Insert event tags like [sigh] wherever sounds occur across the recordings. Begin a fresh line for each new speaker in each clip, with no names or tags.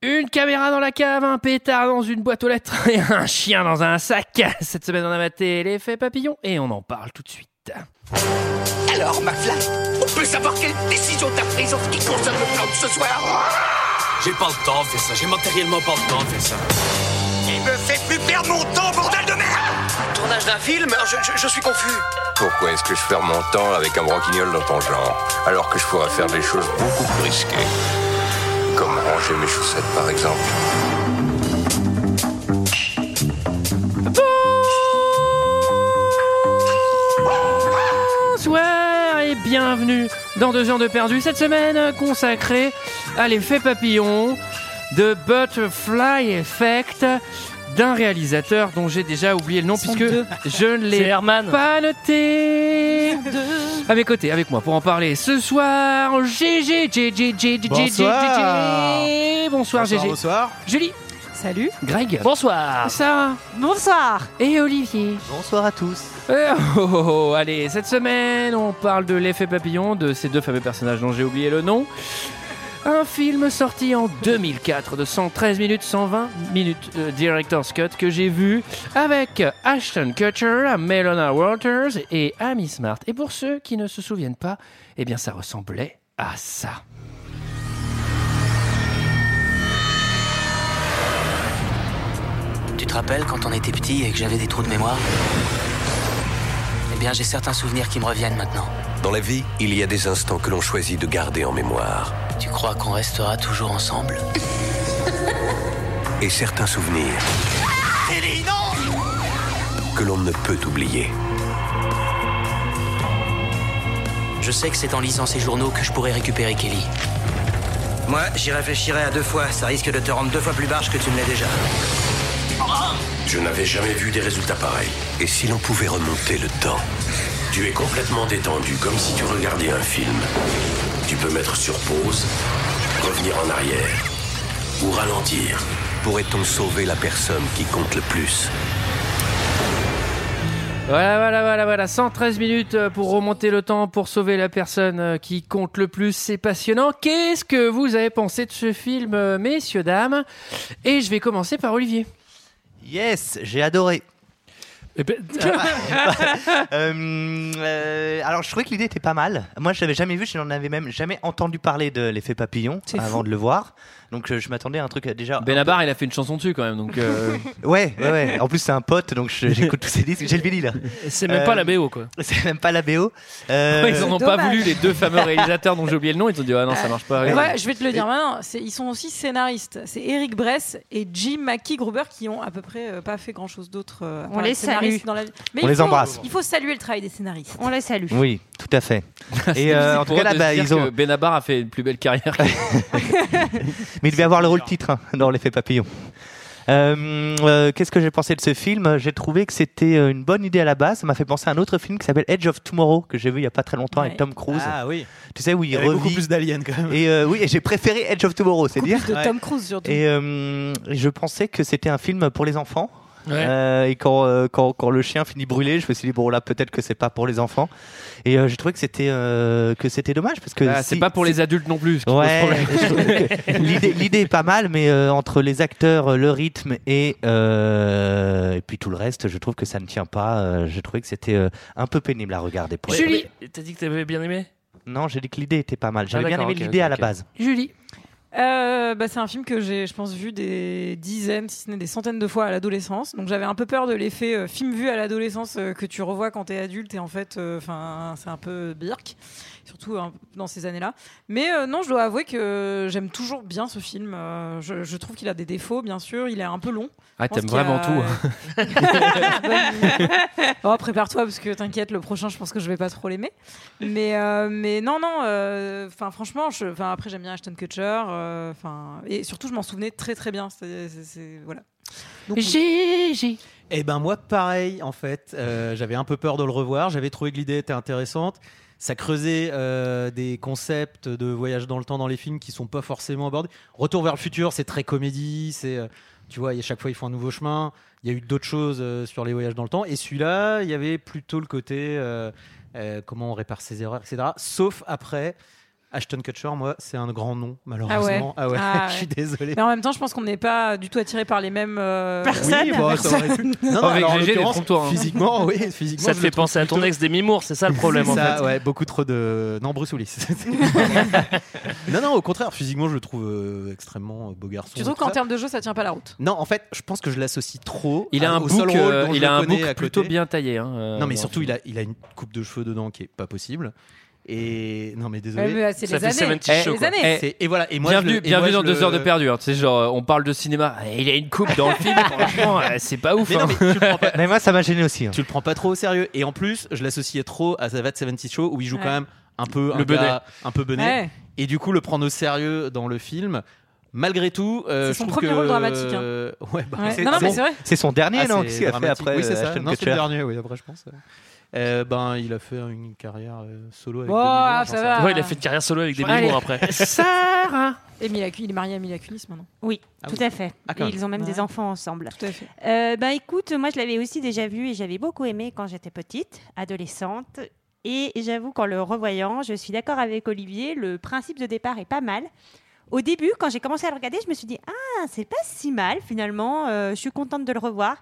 Une caméra dans la cave, un pétard dans une boîte aux lettres et [laughs] un chien dans un sac. [laughs] Cette semaine, on a maté l'effet papillon et on en parle tout de suite.
Alors, McFly, on peut savoir quelle décision t'as prise en ce qui concerne le plan de ce soir
J'ai pas le temps de faire ça, j'ai matériellement pas le temps de faire ça.
Il me fait plus perdre mon temps, bordel de merde
Tournage d'un film Ah, je, je- je suis confus.
Pourquoi est-ce que je perds mon temps avec un broquignol dans ton genre, alors que je pourrais faire des choses beaucoup plus risquées Comme ranger mes chaussettes, par exemple.
Bonsoir et bienvenue dans Deux heures de perdu. Cette semaine consacrée à l'effet papillon de Butterfly Effect d'un réalisateur dont j'ai déjà oublié le nom puisque je ne l'ai pas noté. À mes côtés, avec moi pour en parler ce soir, GG, GG, GG, GG, bonsoir GG,
Bonsoir.
Julie,
Salut.
Greg, bonsoir, Sarah
Bonsoir.
et Olivier.
Bonsoir à tous.
Eh, oh, oh, oh, allez, cette semaine, on parle de l'effet papillon de ces deux fameux personnages dont j'ai oublié le nom. Un film sorti en 2004 de 113 minutes, 120 minutes euh, Director's Cut que j'ai vu avec Ashton Kutcher, Melona Walters et Amy Smart. Et pour ceux qui ne se souviennent pas, eh bien ça ressemblait à ça.
Tu te rappelles quand on était petit et que j'avais des trous de mémoire Eh bien, j'ai certains souvenirs qui me reviennent maintenant.
Dans la vie, il y a des instants que l'on choisit de garder en mémoire.
Tu crois qu'on restera toujours ensemble
Et certains souvenirs que l'on ne peut oublier.
Je sais que c'est en lisant ces journaux que je pourrai récupérer Kelly.
Moi, j'y réfléchirai à deux fois. Ça risque de te rendre deux fois plus barge que tu ne l'es déjà.
Je n'avais jamais vu des résultats pareils. Et si l'on pouvait remonter le temps Tu es complètement détendu, comme si tu regardais un film. Tu peux mettre sur pause, revenir en arrière ou ralentir. Pourrait-on sauver la personne qui compte le plus
Voilà, voilà, voilà, voilà. 113 minutes euh, pour remonter le temps, pour sauver la personne euh, qui compte le plus. C'est passionnant. Qu'est-ce que vous avez pensé de ce film, euh, messieurs, dames Et je vais commencer par Olivier.
Yes, j'ai adoré. Eh ben, [laughs] Euh, euh, alors, je trouvais que l'idée était pas mal. Moi, je l'avais jamais vu, je n'en avais même jamais entendu parler de l'effet papillon
C'est
avant
fou.
de le voir. Donc, euh, je m'attendais à un truc euh, déjà.
Benabar, il a fait une chanson dessus quand même. Donc, euh,
[laughs] Ouais, ouais,
[laughs]
ouais. [laughs] En plus, c'est un pote, donc je- j'écoute tous ses disques. J'ai le vinyle. là.
C'est
même pas la
BO quoi.
[laughs] C'est même pas la
[laughs]
BO. Euh,
ils en ont
dommage.
pas voulu les deux fameux réalisateurs dont j'ai oublié le nom. Ils ont dit ah non, ça marche pas.
Euh, Ouais, je vais te le dire maintenant. c'est- Ils sont aussi scénaristes. C'est Eric Bress et Jim Mackie Gruber qui ont à peu près euh, pas fait grand chose d'autre. euh, à part
les
être scénaristes
salue.
Dans la vie. Mais
On
il
les
faut-
embrasse.
Il faut saluer le travail des scénaristes.
On les salue.
Oui, tout à fait. [laughs] Et
[laughs]
euh, en tout cas, là, bah, ils ont.
Benabar a fait une plus belle carrière. que-
[laughs] Mais il devait avoir le rôle titre hein, dans l'effet papillon. Euh, euh, Qu'est-ce que j'ai pensé de ce film J'ai trouvé que c'était euh, une bonne idée à la base. Ça m'a fait penser à un autre film qui s'appelle Edge of Tomorrow que j'ai vu il y a pas très longtemps
Ouais.
avec Tom Cruise.
Ah oui.
Tu sais où il,
Il y avait
revit.
beaucoup plus d'aliens quand même.
Et euh, oui, et j'ai préféré Edge of Tomorrow, c'est dire.
Plus de Tom Cruise surtout.
Et euh, et je pensais que c'était un film pour les enfants.
Ouais.
Euh, et quand, euh, quand, quand le chien finit brûlé, je me suis dit bon là peut-être que c'est pas pour les enfants. Et euh, j'ai trouvé que c'était euh, que c'était dommage parce que
Bah,
Ah,
si-
c'est pas pour les adultes non [laughs] plus. ce qui pose
Ouais,
problème.
je trouve [laughs] que l'idée- l'idée est pas mal, mais euh, entre les acteurs, euh, le rythme et, euh, et puis tout le reste, je trouve que ça ne tient pas. Euh, J'ai trouvé que c'était euh, un peu pénible à regarder. Pour les-
Julie,
T'as dit que t'avais bien aimé
Non, j'ai dit que l'idée était pas mal. J'avais bien
Ah, d'accord,
aimé
ok,
l'idée
ok,
à la
ok. [laughs]
base.
Julie.
Euh, bah, c'est un film que j'ai, je pense, vu des dizaines, si ce n'est des centaines de fois à l'adolescence. Donc j'avais un peu peur de l'effet euh, film vu à l'adolescence euh, que tu revois quand t'es adulte et en fait, euh, enfin, c'est un peu birk, surtout hein, dans ces années-là. Mais euh, non, je dois avouer que j'aime toujours bien ce film. Euh, je, je trouve qu'il a des défauts, bien sûr. Il est un peu long.
Ah,
Je pense
t'aimes
qu'il y a-
vraiment tout. hein.
hein.
[laughs] oh, prépare-toi parce que t'inquiète, le prochain, je pense que je vais pas trop l'aimer. Mais euh, mais non non, euh, enfin franchement, je- enfin après j'aime bien Ashton Kutcher, euh, enfin et surtout je m'en souvenais très très bien. C'est, c'est- c'est- voilà. Donc,
GG.
Eh ben moi pareil en fait. Euh, j'avais un peu peur de le revoir. J'avais trouvé que l'idée était intéressante. Ça creusait euh, des concepts de voyage dans le temps dans les films qui sont pas forcément abordés. Retour vers le futur, c'est très comédie. C'est euh, tu vois, il y a- chaque fois ils font un nouveau chemin. Il y a eu d'autres choses euh, sur les voyages dans le temps. Et celui-là, il y avait plutôt le côté euh, euh, comment on répare ses erreurs, etc. Sauf après Ashton Kutcher, moi, c'est un grand nom,
Ah ouais.
malheureusement. Ah ouais, [laughs] je suis désolé.
Mais en même temps, je pense qu'on n'est pas du tout attiré par les mêmes euh,
Oui, bon, ça aurait pu. [laughs] Non, non,
Avec
alors, en
GG,
l'occurrence,
détrompe-toi, hein.
Physiquement, oui, physiquement.
Ça te
je
fait
le trouve
penser à ton
plutôt-
ex Demi Moore,
[laughs]
c'est ça le problème en
C'est ça,
fait.
ouais, beaucoup trop de. Non, Bruce
[laughs]
Willis. non, non, au contraire, physiquement, je le trouve euh, extrêmement euh, beau garçon.
Tu
et
trouves
tout
qu'en
ça.
termes de jeu, ça tient pas la route
Non, en fait, je pense que je l'associe trop.
Il a
à-
un
Ah, au seul
bouc,
rôle
euh,
dont je
il
le
a un
connais
bouc
à côté.
plutôt bien taillé. hein, euh,
Non, mais
dans
surtout,
le
il
film.
a, il a une coupe de cheveux dedans qui est pas possible. Et non, mais
Ouais,
désolé.
mais, euh, C'est
Ça
les
fait 70
années.
show,
Les
quoi.
années.
Eh,
C'est- Et voilà. Et moi,
bienvenue,
je le- et
bienvenue
moi,
dans
je
deux
le-
heures de perdu. hein. Tu sais, genre, on parle de cinéma. eh, Il a une coupe dans le film.
[laughs]
Franchement, eh, c'est pas ouf.
Mais non,
hein.
mais tu le prends pas.
Mais moi, ça m'a gêné aussi. hein.
tu le prends pas trop au sérieux. Et en plus, je l'associais trop à The Vat 70 Show où il joue
Ouais.
quand même un peu un
Le benet.
gars un peu benet.
Ouais.
Et du coup, le prendre au sérieux dans le film. Malgré tout, euh,
C'est
je
son
trouve
premier
que-
rôle dramatique, hein.
[laughs] Ouais, bah,
Ouais.
c'est-
Non, non,
c'est
mais
bon.
c'est vrai.
C'est son dernier,
Ah,
non
c'est
Qu'est-ce qu'il a fait
dramatique.
après
Oui, c'est
euh,
ça.
Ashton
Non, c'est
Kutcher
le dernier, oui, après, je pense. Euh, ben, il a fait une carrière euh, solo avec
Oh,
Demi Moore,
ah,
j'en
ça
sais
va.
rien.
Ouais, il a fait une carrière solo avec des
Allez.
Moore après.
[laughs]
Sarah
Et Mila Kun- il est marié à Mila Kunis maintenant.
Oui,
Ah
tout
oui.
à fait.
Ah, quand
et
même.
ils ont même des
Ouais.
enfants ensemble.
Tout à fait.
Euh, bah écoute, moi je l'avais aussi déjà vu et j'avais beaucoup aimé quand j'étais petite, adolescente. Et j'avoue qu'en le revoyant, je suis d'accord avec Olivier, le principe de départ est pas mal. Au début, quand j'ai commencé à le regarder, je me suis dit ah c'est pas si mal finalement. euh, je suis contente de le revoir.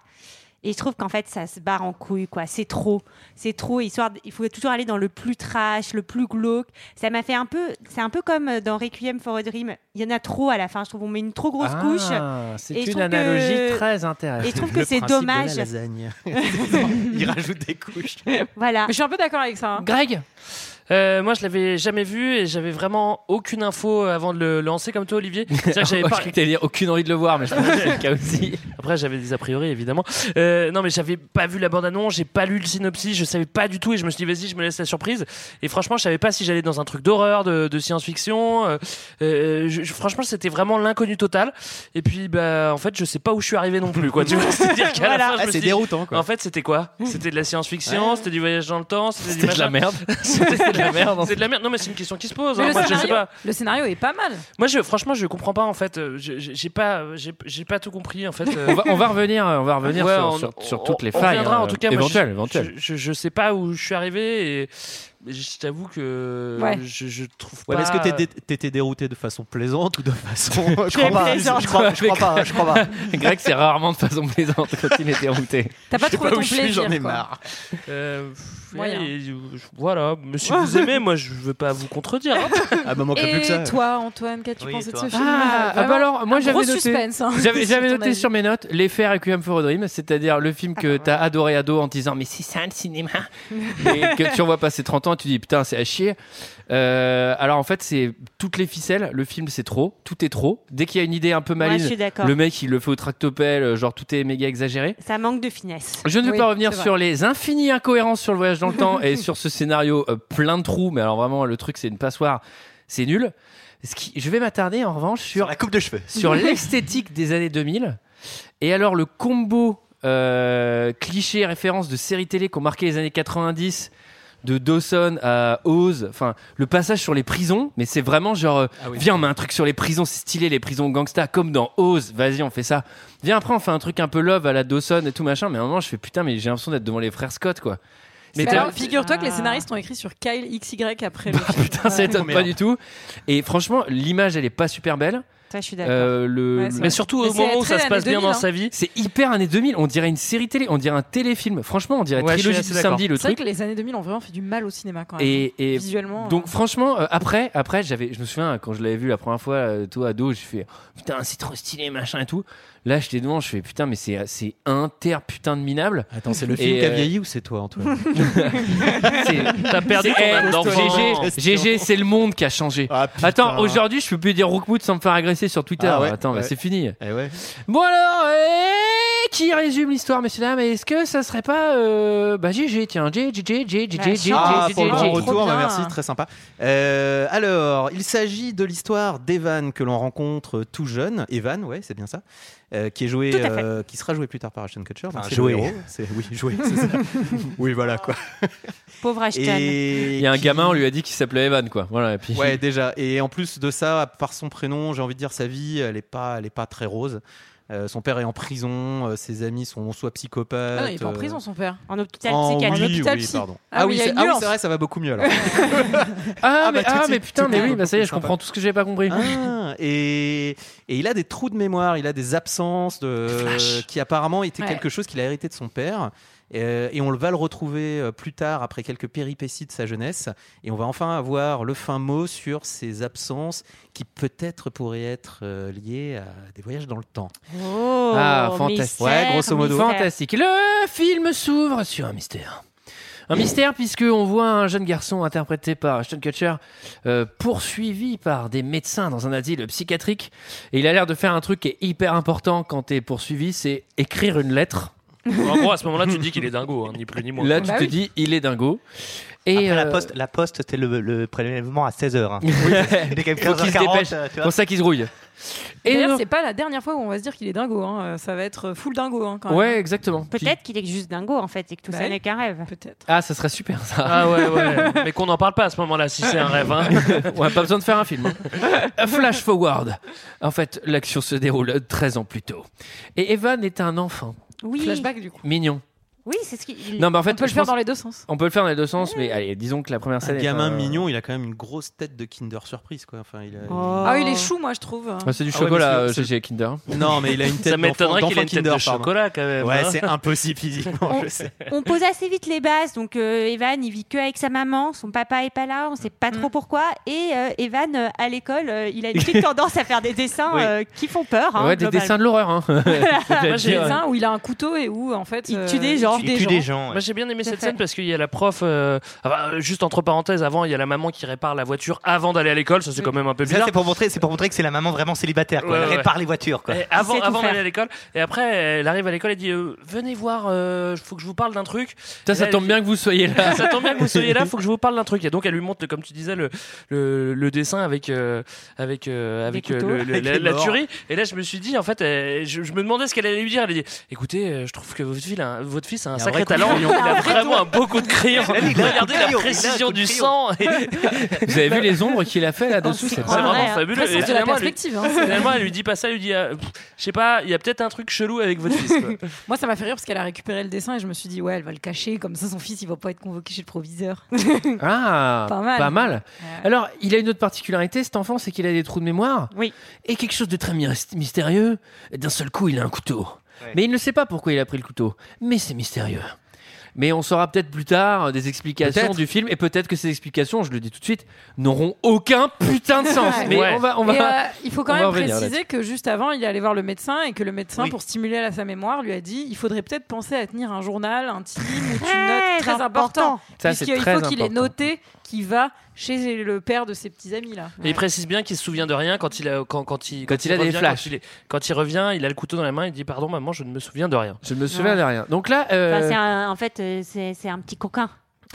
Et je trouve qu'en fait ça se barre en couille quoi. C'est trop, c'est trop. Histoire, de- il faut toujours aller dans le plus trash, le plus glauque. Ça m'a fait un peu, c'est un peu comme dans Requiem for a Dream. Il y en a trop à la fin. Je trouve on met une trop grosse couche.
Ah,
Et
C'est
je
une
trouve
analogie
que-
très intéressante.
Et
[laughs]
je trouve
Le
que c'est
principe de la
[laughs]
dommage.
lasagne. il rajoute des couches.
Voilà.
Mais je suis un peu d'accord avec ça. hein.
Greg
Euh, moi, je l'avais jamais vu et j'avais vraiment aucune info avant de le lancer comme toi, Olivier. C'est-à-dire que j'avais
[laughs] Moi,
pas-
je croyais que t'allais dire aucune envie de le voir, mais je pense que c'est le cas aussi.
[laughs] Après, j'avais des a priori, évidemment. Euh, non, mais j'avais pas vu la bande-annonce, j'ai pas lu le synopsis, je savais pas du tout et je me suis dit, vas-y, je me laisse la surprise. Et franchement, je savais pas si j'allais dans un truc d'horreur, de, de science-fiction. Euh, euh, je- je- franchement, c'était vraiment l'inconnu total. Et puis, bah, en fait, je sais pas où je suis arrivé non plus, quoi. Tu vois, [laughs] c'est-à-dire qu'à
Voilà.
la fin, je
Ah,
me
c'est
suis dit,
déroutant, quoi.
en fait, c'était quoi C'était de la science-fiction, c'était du voyage dans le temps, c'était du
C'était de la
machin.
merde.
[laughs]
[laughs] C'était de la merde.
C'est de la merde. Non, mais c'est une question qui se pose.
Mais
hein.
le
Moi, je sais
scénario-
pas.
Le scénario est pas mal.
Ah,
Moi, je, franchement, je comprends pas en fait. Euh, je- je- J'ai pas, j'ai j'ai pas tout compris en fait. Euh,
On va, on va revenir, on va revenir
ouais,
sur,
on-
sur- sur
on-
toutes les
on
failles.
reviendra,
hein,
en tout cas, moi,
éventuelles,
je-
éventuelles.
Je, je, je sais pas où je suis arrivé et je t'avoue que
Ouais.
je, je trouve
Ouais,
pas.
mais est-ce que t'es dé- t'étais dérouté de façon plaisante ou
[laughs]
de façon.
Tu es plaisante.
je crois, je crois pas, je crois pas.
[laughs] Greg,
[laughs]
c'est rarement de façon plaisante quand il était envoûté.
T'as pas
Je sais
trouvé
pas
ton
où je suis,
plaisir.
j'en ai
quoi.
marre.
Euh, pff,
Moyen.
et, euh, je- voilà. Mais
[laughs]
si vous aimez, moi, je veux pas vous contredire. hein.
Ah, bah, manquerait plus que
Et
ça.
toi, Antoine, qu'as-tu
Oui,
pensé de
toi.
ce film
Ah, ah bah alors, moi,
Un
j'avais
gros
noté-
suspense, hein,
J'avais
sur
j'avais
ton
noté
avis.
sur mes notes l'effet Requiem for a Dream, c'est-à-dire le film que t'as adoré ado en te disant mais c'est ça le cinéma et que tu revois passer 30 ans et tu dis putain c'est à chier. Euh, alors en fait c'est toutes les ficelles, le film c'est trop, tout est trop. Dès qu'il y a une idée un peu
Moi, je
maligne,
suis d'accord.
le mec il le fait au tractopelle, euh, genre tout est méga exagéré.
Ça manque de finesse.
Je ne vais
Oui,
pas revenir
c'est
sur les infinies incohérences sur le voyage dans
[laughs]
le temps et sur ce scénario euh, plein de trous, mais alors vraiment le truc c'est une passoire, c'est nul. Ce qui, je vais m'attarder en revanche sur
la coupe de cheveux.
[laughs]
sur l'esthétique des années 2000. Et alors, le combo euh, cliché référence de séries télé qu'ont marqué les années 90, de Dawson à Oz, enfin, le passage sur les prisons, mais c'est vraiment genre, euh,
Ah oui.
viens, on met un truc sur les prisons, c'est stylé, les prisons gangsta, comme dans Oz, vas-y, on fait ça. Viens, après, on fait un truc un peu love à la Dawson et tout machin, mais à un moment, je fais putain, mais j'ai l'impression d'être devant les frères Scott, quoi.
Mais
C'était-
alors, figure-toi que les scénaristes ont écrit sur Kyle XY après le film.
Ah. Putain, ça étonne pas
merde.
du tout. Et franchement, l'image, elle est pas super belle.
Ça, je suis d'accord.
Euh, le,
Ouais, c'est
mais surtout
Mais
au
c'est
moment où
très
ça se passe
années
bien dans
2000,
sa vie.
C'est hyper années 2000, on dirait une série télé, on dirait un téléfilm. Franchement, on dirait
Ouais, je suis
trilogie
assez
du
d'accord.
samedi le
C'est vrai
truc.
que les années 2000 ont vraiment fait du mal au cinéma quand même.
Et, et
Visuellement.
donc
euh,
franchement, euh, après, après, j'avais, je me souviens quand je l'avais vu la première fois, euh, toi ado, je fais putain c'est trop stylé machin et tout. Là j'étais devant, je fais putain mais c'est c'est inter putain de minable.
Attends, c'est le
Et,
film qui a
euh,
vieilli ou c'est toi, Antoine
[laughs] C'est-
T'as perdu ton
Eh,
âme d'enfant.
GG, GG, c'est le monde qui a changé.
Ah, putain.
Attends, aujourd'hui je peux plus dire Rookmood sans me faire agresser sur Twitter.
Ah ouais,
Attends, bah,
ouais.
c'est fini.
Eh ouais.
Bon alors, euh, qui résume l'histoire, messieurs dames Est-ce que ça serait pas euh, bah GG tiens, GG, GG, GG,
Ah,
GG,
Ah,
[laughs] j'ai-
pour le
j'ai-
grand
j'ai- trop
retour,
bien.
merci, très sympa. Euh, alors, il s'agit de l'histoire d'Evan que l'on rencontre tout jeune. Evan, ouais, c'est bien ça. Euh, qui est joué,
Tout à fait.
euh, qui sera joué plus tard par Ashton Kutcher. donc
Enfin,
c'est
joué.
le héros. C'est- Oui, joué. c'est ça. oui, voilà quoi.
Pauvre Ashton.
Et
Il y a un
qui-
gamin, on lui a dit qu'il s'appelait Evan, quoi. Voilà, et puis.
Ouais, déjà. Et en plus de ça, par son prénom, j'ai envie de dire sa vie, elle est pas, elle est pas très rose. Euh, son père est en prison, euh, ses amis sont soit psychopathes.
Ah non, il est pas en prison, son père.
En hôpital
en-
psychiatrique.
oui,
Hôpital
oui,
psy.
pardon.
Ah oui, il y a
c'est
une
ah oui,
nuance.
c'est vrai, ça va beaucoup mieux alors.
Ah, mais,
bah, tout de
ah,
suite,
mais putain,
tout
mais
est
oui, bah, ça y est,
beaucoup
je
plus
comprends tout ce que j'avais pas compris.
Ah, et, et il a des trous de mémoire, il a des absences de, qui apparemment étaient
Ouais.
quelque chose qu'il a hérité de son père. Euh, Et, on le- va le retrouver euh, plus tard après quelques péripéties de sa jeunesse. Et on va enfin avoir le fin mot sur ses absences qui peut-être pourraient être euh, liées à des voyages dans le temps.
Oh,
Ah, fantastique.
Ouais, grosso modo.
Fantastique. Le film s'ouvre sur un mystère. Un mystère puisque on voit un jeune garçon interprété par Ashton Kutcher euh, poursuivi par des médecins dans un asile psychiatrique et il a l'air de faire un truc qui est hyper important quand t'es poursuivi, c'est écrire une lettre.
En gros, à ce moment-là, tu dis qu'il est dingo, hein, ni plus ni moins.
Là tu
Bah
te
oui. [laughs]
[laughs]
dis il est dingo. Et
Après, la
euh,
poste, la poste c'était le, le prélèvement à 16h. Hein. [laughs] Dès qu'il
Faut qu'il se dépêche.
euh,
c'est pour ça qu'il se rouille. Et
D'ailleurs,
donc-
c'est pas la dernière fois où on va se dire qu'il est dingo. hein. Euh, Ça va être full dingo hein, quand même.
ouais, exactement.
Peut-être qu'il est juste dingo en fait et que tout
Bah
ça
oui.
n'est qu'un rêve.
Peut-être.
Ah, ça serait super ça.
Ah ouais, ouais. Mais qu'on n'en parle pas à ce moment-là, si c'est un rêve.
[laughs]
hein.
On n'a pas besoin de faire un film. hein. Flash forward. En fait, l'action se déroule 13 ans plus tôt. Et Evan est un enfant
Oui.
Flashback du coup.
mignon.
Oui, c'est ce qu'il.
Non, mais en fait,
On peut le
je
faire
pense-
dans les deux
[laughs]
sens.
on peut le faire dans les deux sens, mais allez, disons que la première
Un
scène. est
gamin
un-
mignon, il a quand même une grosse tête de Kinder Surprise. Quoi. Enfin, il a-
Oh.
Ah oui, il est chou, moi je trouve.
Ah, c'est du
Ah ouais,
chocolat,
mais
euh,
c'est-
GG Kinder.
Non, mais il a une tête
Ça m'étonnerait
d'enfant-
qu'il ait
d'enfant
une tête de
Kinder, pardon.
chocolat quand même.
Ouais,
hein.
c'est impossible physiquement, je sais.
On pose assez vite les bases. Donc euh, Evan, il vit que avec sa maman. Son papa est pas là. On sait pas
Mm.
trop pourquoi. Et euh, Evan, euh, à l'école, euh, il a
[laughs]
une petite tendance à faire des dessins
Oui.
euh, qui font peur. hein,
Ah,
ouais, des
globalement.
dessins de
[laughs]
l'horreur. Hein.
Moi, j'ai
Ouais.
un Ah, où il a un couteau et où en fait
Il
euh,
tue des gens.
il
Il tue des gens.
Moi j'ai bien aimé
Tout à
cette
fait.
scène parce qu'il y a la prof, euh, enfin, euh, juste entre parenthèses, avant il y a la maman qui répare la voiture avant d'aller à l'école, ça c'est quand même un peu
Mm. Ça,
bizarre.
c'est pour montrer, c'est pour montrer que c'est la maman vraiment célibataire. Quoi.
Ouais,
elle
ouais.
répare les voitures. Quoi.
Et avant
ah,
sait tout
avant d'aller
faire.
à l'école, et après elle arrive à l'école et dit euh, Venez voir, euh, faut que je vous parle d'un truc.
Putain, ça
Là,
tombe bien que vous soyez là.
Ça tombe bien que vous soyez
[laughs]
là, faut que je vous parle d'un truc. Et donc elle lui montre, comme tu disais, le, le, le dessin avec, euh, avec, euh, avec,
Des
euh,
couteaux.
le- le-
Avec
la,
les
la
morts.
tuerie. Et là je me suis dit, en fait, euh, je, je me demandais ce qu'elle allait lui dire. Elle a dit Écoutez, euh, je trouve que votre fils a un, votre fils a
Il
un
a un
sacré
vrai coup de
talent, il
crayon.
a vraiment un beau coup de crayon.
dit, il a un coup de
Regardez la
crayon, il a un
précision
coup de
du
crayon.
sang. Et-
vous avez vu les ombres qu'il a fait
Ah,
là-dessous
c'est
C'est
C'est
Ouais,
pas
vraiment
ouais.
Ah, fabuleux.
Après, c'est
Et
de la
finalement, elle lui-
perspective.
[laughs]
hein.
finalement, elle lui dit pas ça, elle lui dit, ah, pff, je sais pas, il y a peut-être un truc chelou avec votre fils. quoi.
[laughs] Moi, ça m'a fait rire parce qu'elle a récupéré le dessin et je me suis dit, ouais, elle va le cacher, comme ça son fils il va pas être convoqué chez le proviseur.
[laughs] Ah,
Pas mal.
Pas mal. Alors, il a une autre particularité, cet enfant, c'est qu'il a des trous de mémoire.
Oui.
Et quelque chose de très my- mystérieux. D'un seul coup, il a un couteau.
Ouais.
Mais il ne sait pas pourquoi il a pris le couteau. Mais c'est mystérieux. Mais on saura peut-être plus tard euh, des explications
Peut-être.
du film. Et peut-être que ces explications, je le dis tout de suite, n'auront aucun putain de sens.
Ouais.
Mais
Ouais.
on va. On
Et,
va...
euh, il faut
on
quand
va
même
revenir
préciser que juste avant, il est allé voir le médecin et que le médecin,
Oui.
pour stimuler à sa mémoire, lui a dit il faudrait peut-être penser à tenir un journal, un team ou une
Très
note très important.
Ça, c'est
Puisqu'il
très
faut qu'il ait
important.
noté qu'il va chez le père de ses petits amis là.
Et il précise bien qu'il se souvient de rien quand il a, quand, quand il,
Quand il a des
revient,
flashs.
Quand il, est- quand il revient, il a le couteau dans la main, il dit pardon maman, je ne me souviens de rien.
Je ne me souviens de rien. Donc là, euh,
Enfin, c'est un- en fait, euh, c'est c'est un petit coquin.
[laughs]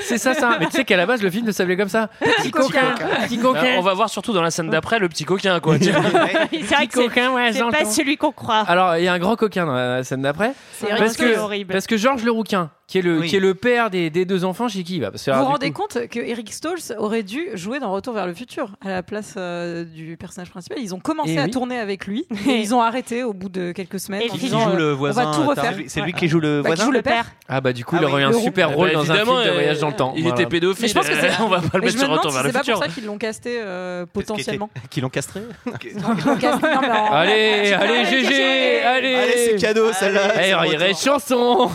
c'est ça, ça. Mais tu sais qu'à la base, le film ne s'appelait comme ça.
euh,
[laughs] Petit coquin. Petit
Alors, Euh, on
coquin.
va voir surtout dans la scène d'après le petit coquin
[laughs]
quoi. tu vois.
[laughs] c'est vrai
Ah,
Petit
que c'est-
coquin, ouais,
c'est
j'entends.
pas celui qu'on croit.
Alors, il y a un grand coquin dans la scène d'après.
C'est
Parce
Parce
rigolo.
que,
C'est horrible.
parce que Georges le rouquin, qui est le,
Oui.
qui est le père des, des deux enfants, chez qui il va Parce que,
Vous
alors,
vous
Ah, du
rendez
coup-
compte que Eric Stolz aurait dû jouer dans Retour vers le futur à la place euh, du personnage principal. Ils ont commencé
Eh
à
oui.
tourner avec [laughs] lui et ils ont arrêté au bout de quelques semaines.
Et
en
qui
Il
disant,
joue
euh,
le
on va
voisin.
tout refaire.
C'est lui- C'est lui qui joue le
Bah, qui
voisin.
joue le père.
Ah bah du coup, il
Ah oui,
aurait eu un
le
super
roux-
rôle
Bah,
dans un film
évidemment,
de
euh,
voyage dans le temps.
Il
Voilà.
était pédophile.
Mais je
[laughs]
pense que c'est-
Ah,
on va
bah,
pas le
Mais
mettre
je me
sur
demande
retour
si
vers
c'est
le
pas
futur.
pour
hein.
ça qu'ils l'ont casté euh, potentiellement.
Qui
[laughs]
l'ont castré
Ils l'ont casté, non, mais en- [laughs]
Allez, allez,
Allez,
GG,
GG,
allez.
cadeau celle-là.
Eh, il y aurait une chanson.
Non,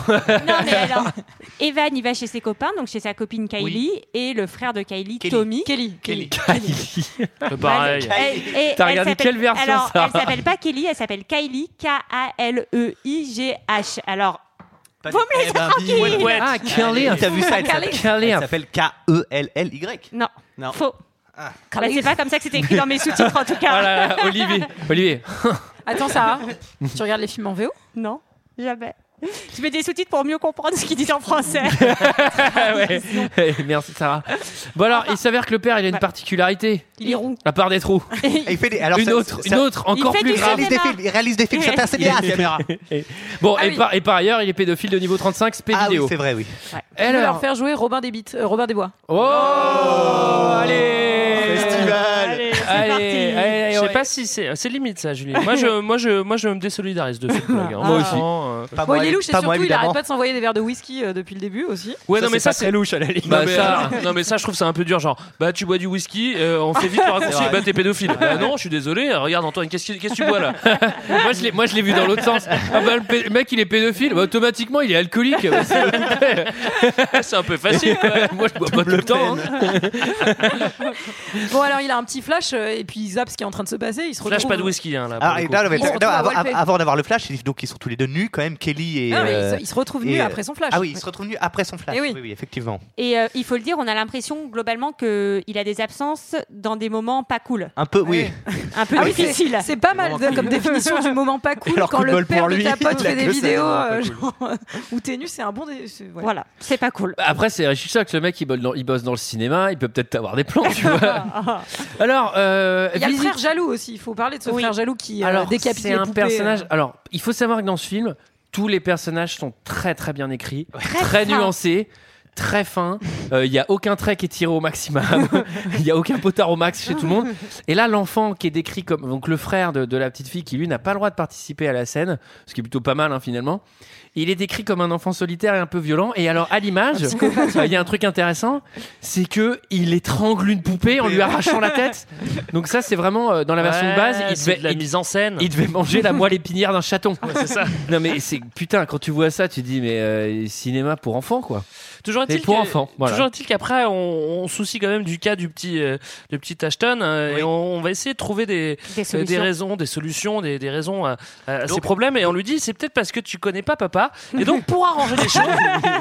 mais alors, Evan, il va chez ses copains, donc chez sa copine Kylie et le frère de Kylie,
Kelly.
Tommy.
Kelly. Kelly.
Euh, Pareil.
Voilà. Elle- et
T'as
elle
regardé
s'appelle-
quelle version,
Alors,
ça
elle s'appelle pas Kelly, elle s'appelle Kylie, E K-A-L-E-I-G-H. Alors,
Vous me laissez tranquille.
Ouais.
Ah, Kelly.
T'as vu ça
Calé.
Elle
Kelly.
s'appelle E K-E-L-L-Y.
non,
Non.
faux.
Ah.
Bah, c'est pas comme ça que c'était écrit dans mes sous-titres en tout cas.
Oh là là, Olivier. Olivier.
Attends, Sarah, tu regardes les films en VO
Non, jamais. Je mets des sous-titres pour mieux comprendre ce qu'ils disent en français.
Ah ouais. Eh, [laughs] Merci Sarah. Bon alors, il s'avère que le père, il a une
Bah,
Ouais.
particularité,
Il est roux.
à part des trous.
[laughs] Et il fait des- alors,
une
ça-
autre,
ça-
une autre, encore
fait
plus
du
grave.
Il réalise des films, il réalise des films, c'est un
Il y a une
cinéaste.
caméra.
[laughs] Bon,
Ah
et,
oui.
par, et par ailleurs, il est pédophile de niveau 35, spé
Ah oui,
vidéo.
c'est vrai, oui.
Bah
Elle va leur
Eh, alors,
Oh,
faire jouer Robin des Bites, euh, Robin des Bois.
oh, allez
Festival.
Allez, c'est
Allez,
parti.
allez, allez,
Je sais
ouais.
pas si c'est c'est limite ça, Julie. Moi je moi je moi je me désolidarise
[laughs]
de ce blog. hein.
Moi aussi.
Franchement, euh,
Pas
Bon,
moi,
il est louche et
pas
surtout,
moi,
il
évidemment.
arrête pas de s'envoyer des verres de whisky euh, depuis le début aussi.
Ouais, non mais ça
pas
c'est
très louche à la limite.
Bah, ça, non mais ça je trouve ça un peu dur genre bah tu bois du whisky euh, on fait vite le raccourci bah t'es pédophile bah non je suis désolé euh, regarde Antoine qu'est-ce que qu'est-ce que tu bois là
[laughs] Moi, je l'ai- Moi, je l'ai vu dans l'autre sens. Ah bah, le, pé- le mec, il est pédophile. Bah, automatiquement, il
[laughs]
est alcoolique. Bah, c'est-
c'est un peu
[laughs]
facile quoi.
Moi, je bois pas tout le temps. hein.
Bon, alors il a un petit flash euh, et puis il zappe ce qui est en train de se passer. Il se
flash
retrouve- euh,
pas de whisky hein, là pour
Ah,
le
et
coup.
non, non, mais-
Ils se
non,
retrouvent
avant,
à Walpé.
avant d'avoir le flash, donc ils sont tous les deux nus quand même, Kelly et.
Ah, mais il
euh,
se- il se retrouve
et,
nu
euh,
après son flash.
Ah oui, ils se retrouvent nus après son flash.
Eh oui.
oui, effectivement.
Et euh, il faut le dire, on a l'impression globalement qu'il a des absences dans des moments pas cool,
Un peu, oui.
[laughs] un peu
Ah oui,
difficiles.
C'est pas mal de- comme définition du moment pas cool
Alors,
quand
coup de
le
bol
père
pour
de
lui,
ta pote
il a
fait des
que ça de
vidéos
moment pas
euh, genre, où t'es nu, c'est un bon. dé- c'est- ouais.
Voilà, c'est
[laughs]
pas cool.
Bah, Après, c'est je suis sûr que ce mec, il bosse dans, il bosse dans le cinéma. Il peut peut-être avoir des plans, tu
[laughs]
vois. Alors, euh,
Il y a le
visite-
frère jaloux aussi. Il faut parler de ce
Oui.
frère jaloux qui euh,
Alors,
décapite
c'est
les
un
poupées,
personnage.
euh.
Alors, il faut savoir que dans ce film, tous les personnages sont très très bien écrits, très,
fin.
nuancés. Très fins. Euh, il y a aucun trait qui est tiré
[laughs]
au maximum, il y a aucun potard au max chez tout le monde. Et là, l'enfant qui est décrit comme donc le frère de, de la petite fille qui lui n'a pas le droit de participer à la scène, ce qui est plutôt pas mal hein, finalement. Il est décrit comme un enfant solitaire et un peu violent. Et alors à l'image, euh, il y a un truc intéressant, c'est que il étrangle une poupée en lui arrachant la tête. Donc ça, c'est vraiment euh, dans la version de
Ouais,
base, il
c'est
devait,
de la
il-
mise en scène
il devait manger la moelle épinière d'un chaton. c'est ça. [coughs] Non mais c'est putain quand tu vois ça, tu dis mais euh, cinéma pour enfants quoi.
Toujours
Et
est-il
pour
que-
enfants, voilà.
[laughs]
Toujours est-il qu'après, on, on soucie quand même du cas du petit, euh, du petit Ashton euh, et on, on va essayer de trouver des,
Des
euh, des
solutions.
raisons, des solutions, des, des raisons à, à ces
Donc-
problèmes. Et on lui dit, c'est peut-être parce que tu connais pas papa. Et donc, pour arranger
[laughs]
les choses,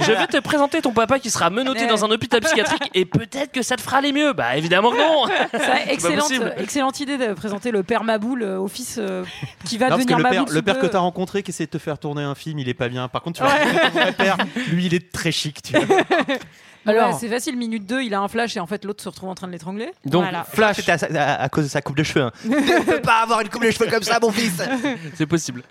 je vais te présenter ton papa qui sera menotté
Ouais.
dans un hôpital psychiatrique et peut-être que ça te fera les mieux. Bah, évidemment
[laughs]
que non [laughs]
Ça, excellente,
possible.
excellente idée de présenter le père Maboul euh, au fils euh, qui va
Non, parce que
devenir
le père,
Maboul.
le
sous
père
peu.
que t'as rencontré qui essaie de te faire tourner un film, il est pas bien. Par contre, tu vas rencontrer ton vrai père, lui, il est très chic. Tu vois.
Alors-
Ouais, c'est facile. Minute 2, il a un flash et en fait l'autre se retrouve en train de l'étrangler.
Donc
Voilà. [laughs]
Flash,
C'était à, sa- à- à cause de sa coupe de cheveux. hein. tu ne peux pas avoir une coupe de cheveux comme ça, mon fils.
C'est possible.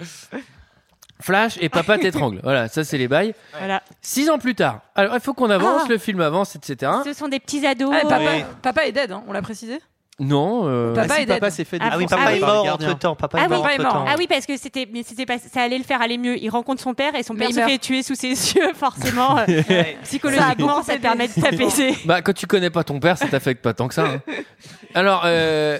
Flash et papa t'étrangle. Voilà, ça c'est les bails.
Voilà.
Six ans plus tard. Alors il faut qu'on avance,
Ah.
le film avance, etc.
Ce sont des petits ados.
Ah, et papa,
Oui.
papa est dead, hein, on l'a précisé.
Non. euh,
Papa
Ah si,
est dead.
papa s'est fait
Ah
Ah oui,
défoncer
papa
par
Ah
est
les
mort
gardiens.
entre temps. Papa
Ah
est
oui,
mort
papa est
entre temps.
mort.
Ah oui, parce que c'était, mais c'était pas, ça allait le faire aller mieux. Il rencontre son père et son
Mais
père
il
se
meurt.
fait tuer sous ses [laughs] yeux, forcément.
[laughs]
Euh, Psychologiquement, ça te permet de s'apaiser.
[laughs] Bah, quand tu connais pas ton père, ça t'affecte pas tant que ça. hein. Alors, euh,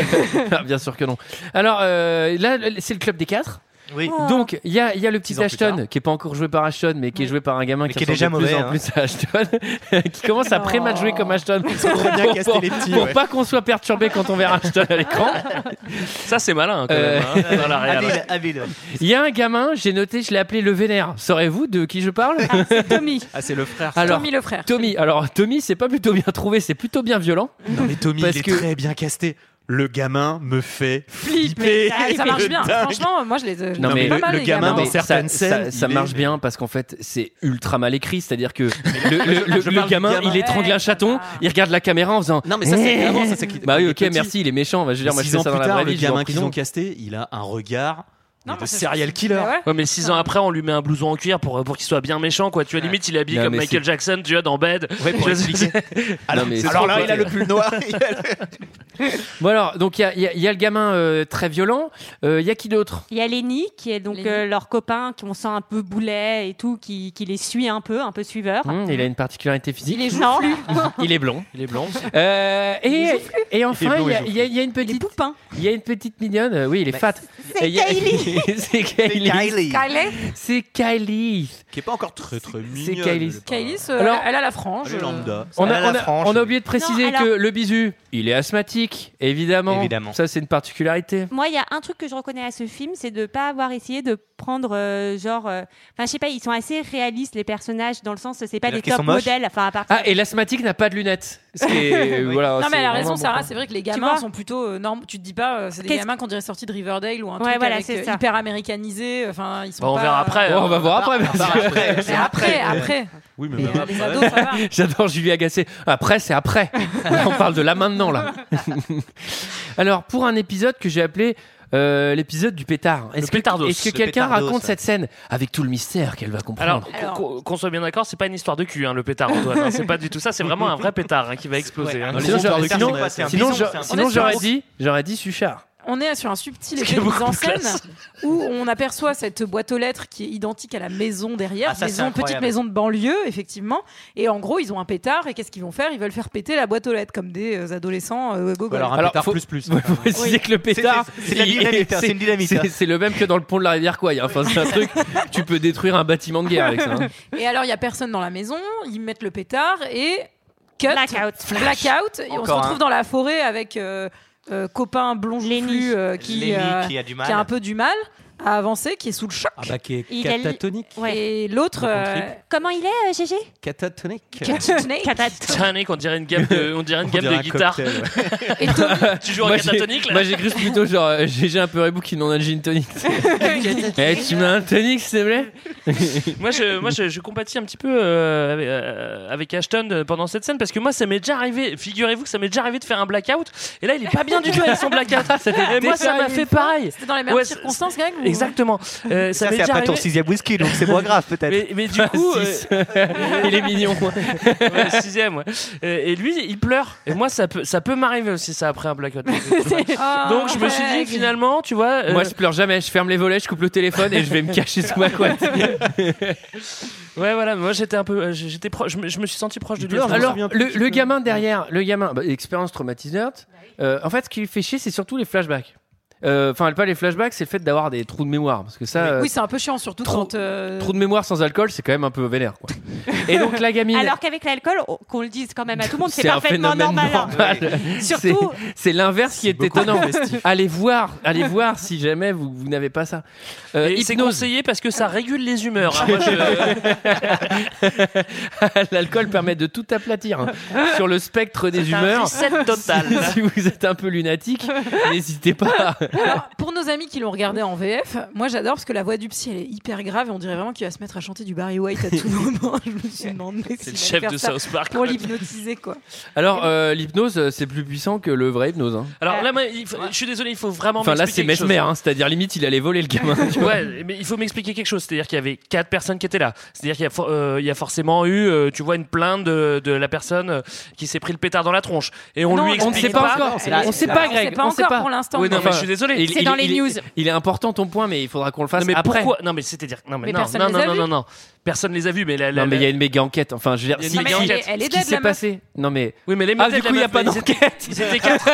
[laughs] ah, bien sûr que non. Alors, euh, là, c'est le club des quatre.
Oui.
Donc, il y a, il y a le petit
Six ans plus
Ashton, qui est pas encore joué par Ashton, mais qui est joué par un gamin
Mais qui est
ressemble
déjà
de
mauvais,
plus en
hein.
plus à Ashton, [laughs] qui commence à pré match jouer comme Ashton.
Trop bien
Pour-
casté
pour-
les petits.
Pour
ouais.
pas qu'on soit perturbé quand on verra Ashton à l'écran.
Ça, c'est malin quand
Euh,
même. hein, dans la réal.
Habile, habile.
Il y a un gamin, j'ai noté, je l'ai appelé le Vénère. Saurez-vous de qui je parle
Tommy.
[laughs] Ah, c'est le frère.
Alors,
Tommy le frère.
Tommy. Alors, Tommy, c'est pas plutôt bien trouvé, c'est plutôt bien violent.
Non, mais Tommy,
Parce
il est
que-
très bien casté. Le gamin me fait
Mais
flipper.
ah, ça marche
Le
bien.
dingue.
Franchement, moi je les. euh, je
Non,
les
mais
aime pas
le-
mal,
le
les
gamin
gamins.
dans
mais
certaines
ça,
scènes,
ça- ça
il
marche
est-
bien parce qu'en fait, c'est ultra mal écrit. C'est-à-dire que le, le- le-
je
le
parle du
gamin,
gamin.
il étrangle un
Ouais,
chaton,
ça va.
il regarde la caméra en faisant.
Non, mais ça, c'est vraiment. ça, c'est qu'il-
Bah
il
oui,
est
ok,
petit.
merci, il est méchant. bah, je veux dire, moi, je
Six
fais
ans
ça dans
plus
la
tard,
vraie
le
vie. je vais en
gamin qu'ils
prison.
ont casté, il a un regard
Non,
de
mais ça,
serial
c'est-
killer.
Ouais, ouais.
Ouais, mais six ans après, on lui met un blouson en cuir pour, pour qu'il soit bien méchant, quoi. Tu vois, limite, il est habillé
Non,
comme
mais
Michael Jackson, tu vois, dans Bed.
Ouais, pour
[laughs] Je-
expliquer. [laughs] Alors,
mais c'est
alors
trop
là, il a
compliqué.
le pull noir. il
[laughs]
a le-
Bon, alors, donc, il y a- il y, a- il y a le gamin euh, très violent. Euh, Il y a qui d'autre
Il y a Lenny, qui est donc
Lenny.
euh, leur copain, qui on sent un peu boulet et tout, qui, qui les suit un peu, un peu suiveur.
Mmh,
Hum, Il a une particularité physique.
Il est non.
[laughs] Il est blond.
Il
[laughs]
est blanc.
Euh, et, et enfin,
Il est
il
blond
y,
et
a- il y a- il y a une
Il est
petite,
poupin.
il y a une petite mignonne. euh, Oui, il est
Bah,
fat. Et il y a- [laughs] c'est Kylie.
Kylie.
C'est Kylie.
Qui est pas encore très très
C'est
mignonne.
Kylie.
elle est pas-
Kylie, ce-
Alors-
elle a la frange. Euh,
Elle est lambda.
On a,
Elle a
on
la
a-
frange,
on a
oui.
oublié de préciser
Non, alors-
que le bisu, il est asthmatique, évidemment.
Évidemment.
Ça, c'est une particularité.
Moi, il y a un truc que je reconnais à ce film, c'est de ne pas avoir essayé de prendre, euh, genre. euh, Enfin, je sais pas, ils sont assez réalistes, les personnages, dans le sens, c'est pas
C'est-à-dire
des
qu'ils
top
sont moches
modèles. Enfin, à part.
Ah, et l'asthmatique n'a pas de lunettes. Ce qui
[laughs]
est- euh,
Oui.
voilà,
Non,
c'est
mais elle a
vraiment
raison,
bon
Sarah.
point.
C'est vrai que les
vois
gamins sont plutôt euh, normes. Tu te dis pas, euh, c'est des
Qu'est-ce-
gamins qu'on dirait sortis de Riverdale ou un
Ouais,
truc
voilà,
avec,
c'est
euh,
ça.
hyper américanisé. Enfin, ils sont
Bah, on
pas- euh,
verra après.
hein.
Bon, on va voir après. hein. parce que-
C'est après, après.
Oui, mais
Mais
même
euh, les
après.
ados, ça va.
[laughs] J'adore Julie Agacé. Après, c'est après. on parle de là maintenant, là. Alors, pour un épisode que j'ai appelé euh, l'épisode du pétard.
Le
Est-ce que,
pétardos.
est-ce que
Le
quelqu'un
pétardos,
raconte
ouais.
cette scène avec tout le mystère qu'elle va comprendre
Alors, qu'on- qu'on- qu'on soit bien d'accord, c'est pas une histoire de cul, hein, le pétard, Antoine. hein. c'est pas du tout ça, c'est vraiment un vrai pétard hein, qui va exploser. hein.
Ouais, sinon, j'aurais- sinon- sinon,
bison,
je-
c'est un
sinon,
bison.
j'aurais dit, j'aurais dit Suchard.
On est sur un subtil
qui
effet
est
de
beaucoup
mise en
plus
scène
classe.
où on aperçoit cette boîte aux lettres qui est identique à la maison derrière,
Ah, ça, c'est
maison,
incroyable.
petite maison de banlieue, effectivement. Et en gros, ils ont un pétard et qu'est-ce qu'ils vont faire Ils veulent faire péter la boîte aux lettres comme des euh, adolescents euh,
Ou
gogoles.
alors un
Alors,
pétard
faut-
plus
[laughs]
plus.
Faut préciser que le pétard,
c'est- c'est la dynamite, hein, c'est une dynamite,
c'est-
hein.
c'est le même que dans le pont de la rivière quoi. Enfin, c'est un truc. Tu peux détruire un bâtiment de guerre avec ça. hein.
Et alors, il y a personne dans la maison, ils mettent le pétard et cut,
Blackout.
blackout, et on se
Encore
retrouve
un.
dans la forêt avec euh, euh, copain blond
Lenny.
chevelu, euh, qui,
Lenny
euh,
qui a du mal.
qui a un peu du mal à avancer, qui est sous le choc.
Ah bah qui est
Il a li-
catatonique.
Ouais.
Et l'autre,
Dans ton
euh,
trip.
Comment il est, euh, Gégé
Catatonique.
Cat Snake.
Catat-
Catatonique, on dirait une gamme de, on dirait une gamme de guitare. [laughs]
Et Tommy,
Tu joues en
Moi, j'ai-
catatonique là
Moi j'écris plutôt genre euh, GG un peu rebou qui n'en a le gin
[laughs]
tonic. Eh, tu m'as un tonic s'il te plaît
Moi, je, moi je, je compatis un petit peu euh, avec, euh, avec Ashton euh, pendant cette scène parce que moi, ça m'est déjà arrivé. Figurez-vous que ça m'est déjà arrivé de faire un blackout. Et là, il est pas bien du tout avec son blackout. Et moi, ça m'a fait pareil.
C'était dans les mêmes
Ouais, c'est-
circonstances, quand même. ou-
Exactement. Euh,
Ça,
ça m'est
c'est
déjà
pas ton
arrivé.
sixième whisky, donc c'est moins grave peut-être.
Mais, mais du coup, euh,
Six. Il est mignon.
[laughs] Ouais, sixième, ouais. Euh, et lui, il pleure. Et moi, ça peut, ça peut m'arriver aussi, ça, après
[laughs]
un blackout. Donc,
Ah,
je me suis
ouais.
dit, finalement, tu vois. euh,
Moi je pleure jamais, je ferme les volets, je coupe le téléphone et je vais me cacher sous
[laughs]
ma couette.
ouais, voilà, moi, j'étais un peu. euh, J'étais proche, je, me- je me suis senti proche de lui.
pleure,
Alors,
Alors,
souviens plus
le,
du
le
film.
gamin derrière, le gamin, bah, expérience traumatisante. Euh, en fait, ce qui lui fait chier, c'est surtout les flashbacks. Euh, Enfin, pas les flashbacks, c'est le fait d'avoir des trous de mémoire. Parce que ça, euh,
Oui, c'est un peu chiant, surtout
Trop-
quand. euh,
trous de mémoire sans alcool, c'est quand même un peu vénère.
[laughs]
Quoi. Et donc, la gamine.
Alors qu'avec l'alcool, on- qu'on le dise quand même à tout le monde, c'est
un
parfaitement
phénomène
normal. hein.
normal. [laughs] C'est-
Surtout,
C'est l'inverse qui est, étonnant. Allez voir, allez voir si jamais vous, vous n'avez pas ça. ah, Euh,
et c'est
hypnose.
conseillé parce que ça régule les humeurs. hein. Moi,
[laughs]
je-
L'alcool permet de tout aplatir hein, sur le spectre des
c'est un
humeurs.
reset total.
[laughs] si vous êtes un peu lunatique, n'hésitez pas.
Alors, pour nos amis qui l'ont regardé en VF, moi j'adore parce que la voix du psy elle est hyper grave et on dirait vraiment qu'il va se mettre à chanter du Barry White à tout moment. [laughs] Je me suis demandé s'il
C'est le
allait
chef
faire
de
ça
South Park.
pour l'hypnotiser quoi.
Alors, euh, l'hypnose, euh, c'est plus puissant que le vrai hypnose. hein.
Alors là, moi, il faut- je suis désolé, il faut vraiment.
Enfin, là, c'est
m'expliquer quelque
mesmer, hein, c'est-à-dire limite, il allait voler le gamin.
chose. [laughs] Ouais, mais il faut m'expliquer quelque chose. C'est-à-dire qu'il y avait quatre personnes qui étaient là. C'est-à-dire qu'il y, a for- euh, il y a forcément eu, euh, tu vois, une plainte de, de la personne euh, qui s'est pris le pétard dans la tronche. Et on
Non,
lui
on ne
explique
sait pas encore.
la-
on ne sait
la-
pas,
on
Greg.
sait pas
on ne sait
encore
pas.
pour l'instant.
Oui, non,
Enfin,
mais
je suis désolé.
Il-
c'est
il-
dans les
il est-
news.
Il est important ton point, mais il faudra qu'on le fasse
Non mais
après.
pourquoi Non mais c'est-à-dire non mais,
Mais
non
personne
non
les
non,
a
non
vus.
non non. personne les a vus mais la, la-
Non, mais il y
la-
a une méga enquête. Enfin, je veux dire,
Il y a une
si-
Non, mais
méga
si-
elle,
enquête.
est- elle est
ce qui
dead la
s'est
meuf.
passé. Non, mais
oui mais les
Ah,
mecs
du
de la
coup, il y a
meuf,
pas
là, ils étaient-
d'enquête.
Ils étaient
[laughs]
quatre.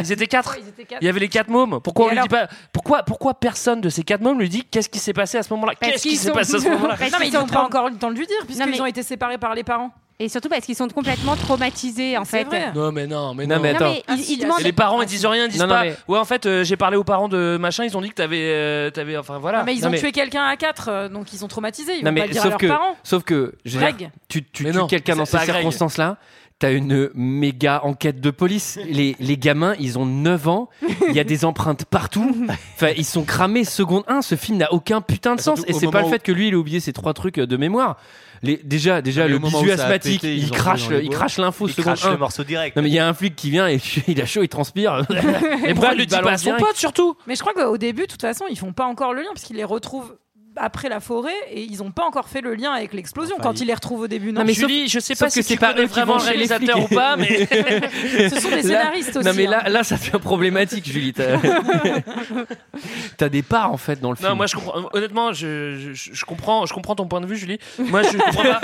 Ils étaient quatre.
Ils étaient quatre.
Il y avait les quatre mômes. Pourquoi
Et
on lui
alors-
dit pas pourquoi pourquoi personne de ces quatre mômes lui dit qu'est-ce qui s'est passé à ce moment-là
Parce
Qu'est-ce qui
qu'ils
s'est
sont-
passé à ce
[laughs]
moment-là
Parce
Non, mais
qu'ils
ils n'ont
sont
pas encore eu le temps de lui dire puisqu'ils
mais-
ont été séparés par les parents.
et surtout parce qu'ils sont complètement traumatisés en
C'est
fait.
vrai.
Non mais non mais
Non,
non.
mais
Non,
Attends.
mais
Ah,
ils,
si,
ils
ah,
demandent.
Et les parents ils disent rien, ils disent
Non, non,
pas.
mais-
Ouais en fait euh, j'ai parlé aux parents de machin, ils ont dit que t'avais euh, t'avais enfin voilà.
Non, mais ils
Ah, Non,
ont
mais-
tué quelqu'un à 4, donc ils sont traumatisés. Ils
Non,
vont
mais
pas le dire à
sauf
leurs
que-
parents.
sauf que je veux dire,
[laughs] Greg,
tu, tu
Mais
tues
non,
quelqu'un dans
c'est
ces
pas Greg.
circonstances-là, t'as une méga enquête de police. Les, les gamins, ils ont 9 ans, il y a des empreintes partout. Enfin, ils sont cramés seconde 1. Ce film n'a aucun
Bah,
putain de sens.
surtout
Et
au
c'est pas le
moment
fait que lui, il a oublié ces trois trucs euh, de mémoire. Les, déjà, déjà
mais
le
au moment
bisu
où ça a
asthmatique,
pété, ils
il
ont
crache,
trouvé dans les
il
bois.
crache l'info
Il
seconde
crache
1.
le morceau direct.
Non mais il y a un flic qui vient et [laughs] il a chaud,
[laughs]
il transpire.
Et pourquoi il le dit pas à son pote surtout
Mais je crois qu'au début, de toute façon, ils font pas encore le lien parce qu'ils les retrouvent après la forêt et ils ont pas encore fait le lien avec l'explosion
Enfin,
quand ils les retrouvent au début. Non,
Non, mais sauf-
Julie, je sais
sauf
pas
que
si
c'est
c'est
pas
pas
eux qui vont
vraiment le
chez les
réalisateur
flics.
ou pas,
[laughs]
mais
[laughs] ce sont des
Là-
scénaristes aussi.
Non mais
hein.
là, là ça devient problématique
[laughs]
Julie. T'as t'as des parts en fait dans le film.
Non, moi je comprends. euh, Honnêtement, je, je- je- je comprends, je comprends ton point de vue, Julie. Moi, je
[laughs]
comprends pas.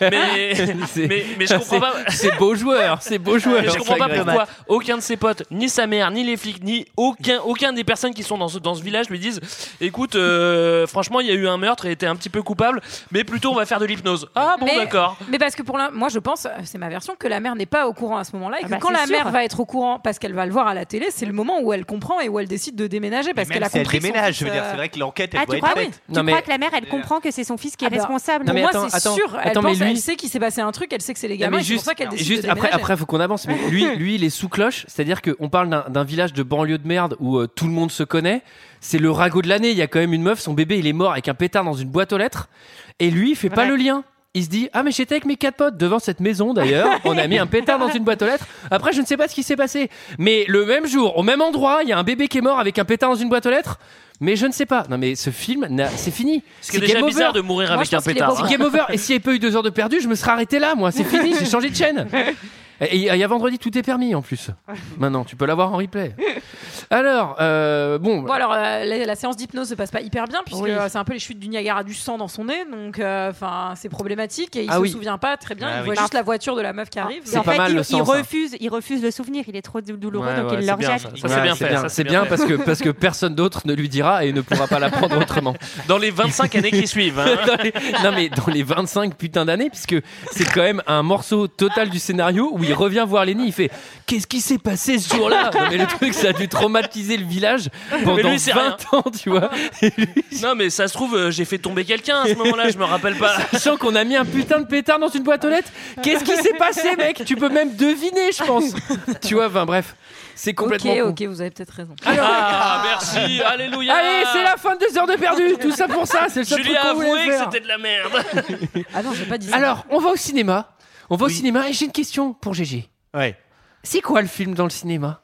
mais,
C'est-
mais, mais je comprends pas.
C'est beau joueur, c'est beau joueur.
Mais je comprends
ça,
pas
Greg.
pourquoi aucun de ses potes, ni sa mère, ni les flics, ni aucun, aucun des personnes qui sont dans ce, dans ce village lui disent Écoute, euh, franchement, il y a eu un meurtre et t'es un petit peu coupable, mais plutôt on va faire de l'hypnose. Ah bon,
Mais-
[laughs]
d'accord.
Mais parce que pour la... moi, je pense, euh, c'est ma version, que la mère n'est pas au courant à ce moment-là et que
Ah bah,
quand
c'est
la
sûr.
mère va être au courant parce qu'elle va le voir à la télé, c'est le moment où elle comprend et où elle décide de déménager parce
Même
qu'elle a
si elle
compris. son
déménage,
fils,
je veux dire,
euh,
c'est vrai que l'enquête,
Ah,
elle doit
tu
être
crois, oui.
faite.
tu
Non, mais-
crois que la mère, elle comprend que c'est son fils qui est
Ah bah,
responsable
non, mais
Pour
attends,
moi, c'est
attends,
sûr. Elle,
attends, mais
pense-
lui-
elle sait qu'il s'est passé un truc, elle sait que c'est les
Non,
gamins,
mais
et c'est pour ça qu'elle décide
juste
de
après,
déménager.
après, faut qu'on avance. Mais lui, lui, il est sous cloche. C'est-à-dire qu'on parle d'un- d'un village de banlieue de merde où euh, tout le monde se connaît. C'est le ragot de l'année. Il y a quand même une meuf, son bébé, il est mort avec un pétard dans une boîte aux lettres. Et lui, il fait pas
Ouais.
le lien. il se dit Ah, mais j'étais avec mes quatre potes devant cette maison
[laughs]
d'ailleurs. On a mis un pétard dans une boîte aux lettres. Après, je ne sais pas ce qui s'est passé. Mais le même jour, au même endroit, il y a un bébé qui est mort avec un pétard dans une boîte aux lettres. Mais je ne sais pas. Non, mais ce film, n'a- c'est fini.
Ce qui est
C'est
déjà
game
bizarre
over.
de mourir
Moi,
avec
je
un
pense qu'il est
pétard.
beau.
C'est game over. Et s'il n'y avait pas eu deux heures de perdu, je me serais arrêté là, moi. C'est fini, j'ai changé de
[laughs]
chaîne. Et et à vendredi, tout est permis en plus. Maintenant, tu peux l'avoir en replay. Alors, euh, bon.
Bon, alors, euh, la, la séance d'hypnose se passe pas hyper bien, puisque
Oui.
euh, c'est un peu les chutes du Niagara du sang dans son nez, donc euh, enfin c'est problématique. Et il
Ah
se
oui. Ah.
souvient pas très bien,
Ah
il
oui.
voit juste la voiture de la meuf qui arrive.
C'est
Et en
pas
fait,
mal,
il,
le
il
sens, hein. ça.
refuse, il refuse le souvenir. Il est trop dou- douloureux,
Ouais,
donc
ouais,
il
c'est
le
bien,
rejette.
ça. Ça,
Ouais,
c'est bien
c'est
fait,
bien,
ça,
c'est bien parce que, parce que personne d'autre ne lui dira et ne pourra pas l'apprendre autrement.
[laughs] Dans les 25 années qui suivent. hein.
[laughs] Dans les- non mais dans les 25 putains d'années, puisque c'est quand même un morceau total du scénario où il revient voir Lenny, il fait Qu'est-ce qui s'est passé ce jour-là Non mais le truc, ça a dû traumatiser le village pendant
Mais lui, c'est
20 ans, tu vois.
Non, mais ça se trouve, euh, j'ai fait tomber quelqu'un à ce moment-là, je me rappelle [laughs]
[laughs]
pas.
Sachant qu'on a mis un putain de pétard dans une boîte aux lettres, qu'est-ce qui s'est passé, mec Tu peux même deviner, je pense. tu vois, enfin bref, c'est
Ok,
complètement. con.
ok, vous avez peut-être raison.
Ah,
[laughs]
merci, alléluia.
Allez, c'est la fin de deux heures de perdu. Tout ça pour ça, c'est le seul
Julie a
truc qu'on voulait
avoué que
faire.
c'était de la merde.
Ah non, j'ai pas dit ça.
Alors, on va au cinéma. On va au cinéma et j'ai une question pour Gégé.
Ouais.
C'est quoi le film dans le cinéma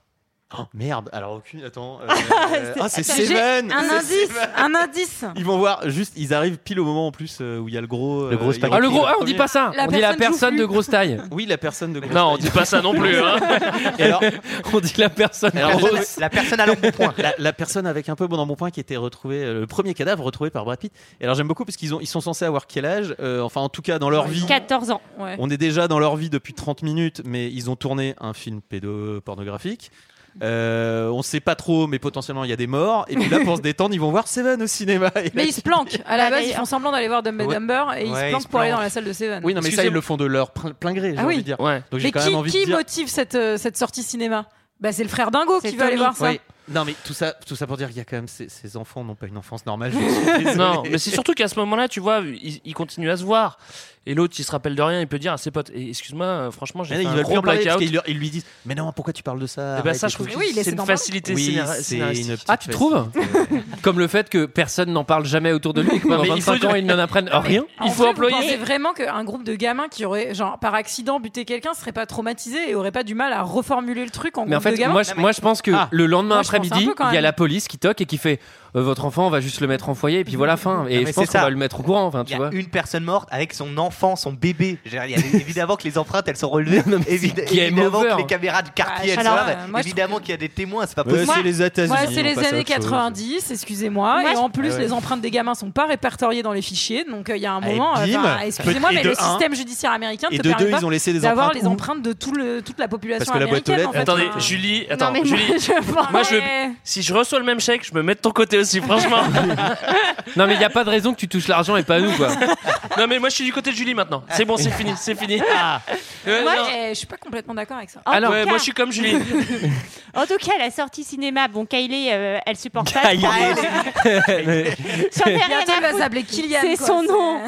Oh, merde, alors aucune.
[laughs]
Attends. euh, euh, ah, c'est
J'ai
Seven
Un
C'est
indice,
Seven.
un indice.
Ils vont voir, juste, ils arrivent pile au moment en plus euh, où il y a le gros.
Le gros
il y a
spaghetti.
Ah, le gros, ah, on
premier.
dit pas ça.
La
on dit la
personne
personne de
joufflue.
grosse
[laughs]
taille.
Oui, la personne de gros.
Non, on dit
spaghetti.
pas ça non plus. Hein.
[laughs] Et alors,
On dit la personne
Alors,
grosse.
oui.
La personne à l'embonpoint.
[laughs] la, la personne avec un peu bon embonpoint qui était retrouvée, euh, le premier cadavre retrouvé par Brad Pitt. Et alors j'aime beaucoup parce qu'ils ont, ils sont censés avoir quel âge Euh, Enfin, en tout cas, dans leur vie.
14 ans.
Ouais.
On est déjà dans leur vie depuis 30 minutes, mais ils ont tourné un film pédopornographique. Euh, on sait pas trop, mais potentiellement il y a des morts. Et puis là,
[laughs]
pour se détendre, ils vont voir Seven au cinéma. Et là, [laughs]
Mais ils se planquent. À la
Ah,
base,
mais-
ils font semblant d'aller voir Dumb and
Ouais.
Dumber et ils
Ouais,
se
ils
planquent
se
pour aller
planquent.
dans la salle de Seven.
Oui, non, mais ça, ils le font de leur plein, plein gré, j'ai
Ah oui.
envie de dire.
Ouais.
Donc j'ai
Mais
quand
qui,
même envie
qui
de dire.
motive cette, euh, cette sortie cinéma bah, C'est le frère Dingo
C'est
qui veut aller
Tommy.
voir ça.
Oui. Non, mais tout ça, tout ça pour dire qu'il y a quand même ces, ces enfants n'ont pas une enfance normale. [laughs] je
[laughs]
suis désolé.
Non, mais c'est surtout qu'à ce moment-là, tu vois, il, il continue à se voir. Et l'autre, il se rappelle de rien, il peut dire à ses potes eh, Excuse-moi, euh, franchement, j'ai
Mais là,
fait
Ah, ils
un
veulent plus
gros
en parler parce
blackout.
qu'ils leur- ils lui disent Mais non, pourquoi tu parles de ça
Eh ben,
Arrête
ça,
et
je trouve
tout.
que
Oui, il
c'est
essaie
une
d'en parler.
facilité
Oui,
scénar-
c'est une
scénaristique.
petite
[laughs] Ah, tu
facilité.
[laughs]
trouves Comme le fait que personne n'en parle jamais autour de lui et que pendant
Mais il faut
25 ans, ils n'en apprennent rien.
En
Il faut
vrai, vous
employer-
pensez vraiment qu'un groupe de gamins qui aurait, genre, par accident buté quelqu'un serait pas traumatisé et aurait pas du mal à reformuler le truc en
Mais en
groupe de
fait,
gamins
moi je, moi, je pense que
Ah.
le lendemain
Moi, je pense un
après-midi,
peu quand
il y a
même.
la police qui toque et qui fait euh, Votre enfant, on va juste le mettre en foyer et puis voilà, fin.
Non, mais
Et je pense
c'est
qu'on
ça.
va le mettre au courant, enfin,
Il
tu
y
vois.
a une personne morte avec son enfant, son bébé. Je veux dire, il y
[laughs]
a- évidemment que les empreintes, elles sont relevées. Évi-
game
évidemment
over.
que les caméras de quartier,
Ouais,
elles
alors,
sont là.
euh, moi, je
évidemment
trouve que-
qu'il y a des témoins, c'est pas
Ouais,
possible.
c'est les États-Unis.
Ouais, c'est
on
les
passe à
années
autre chose. Ah
90, excusez-moi.
Moi,
et
je-
en plus,
Ouais.
les empreintes des gamins sont pas répertoriées dans les fichiers. Donc euh, il y a un
Et
moment, euh,
bim.
enfin, excusez-moi,
Et
mais
de
le
un.
système judiciaire américain ne
Et
te
de deux,
permet
ils
pas
ont laissé des
d'avoir
empreintes.
les empreintes de tout le, toute la population
Parce que la boîte aux
américaine.
lettres- euh,
en fait, hein.
Attendez,
enfin.
Julie, attends,
mais moi,
[laughs]
Julie,
je pense-
moi, je-
Ouais.
si je reçois le même chèque, je me mets de ton côté aussi, franchement.
[laughs] Non, mais il n'y a pas de raison que tu touches l'argent et pas nous, quoi.
non, mais moi, je suis du côté de Julie maintenant. C'est bon, c'est fini, c'est fini.
Ah.
Euh,
Moi,
non.
eh, je suis pas complètement d'accord avec ça.
En
Alors,
tout
Ouais,
cas-
moi, je suis
[laughs]
comme Julie.
[laughs] En tout cas, la sortie cinéma, bon, Kylie, euh, elle supporte pas. Kylie. J'en ai rien
Bientôt,
à
il va
foutre.
s'appeler Kylian.
C'est
quoi,
son
c'est-
nom.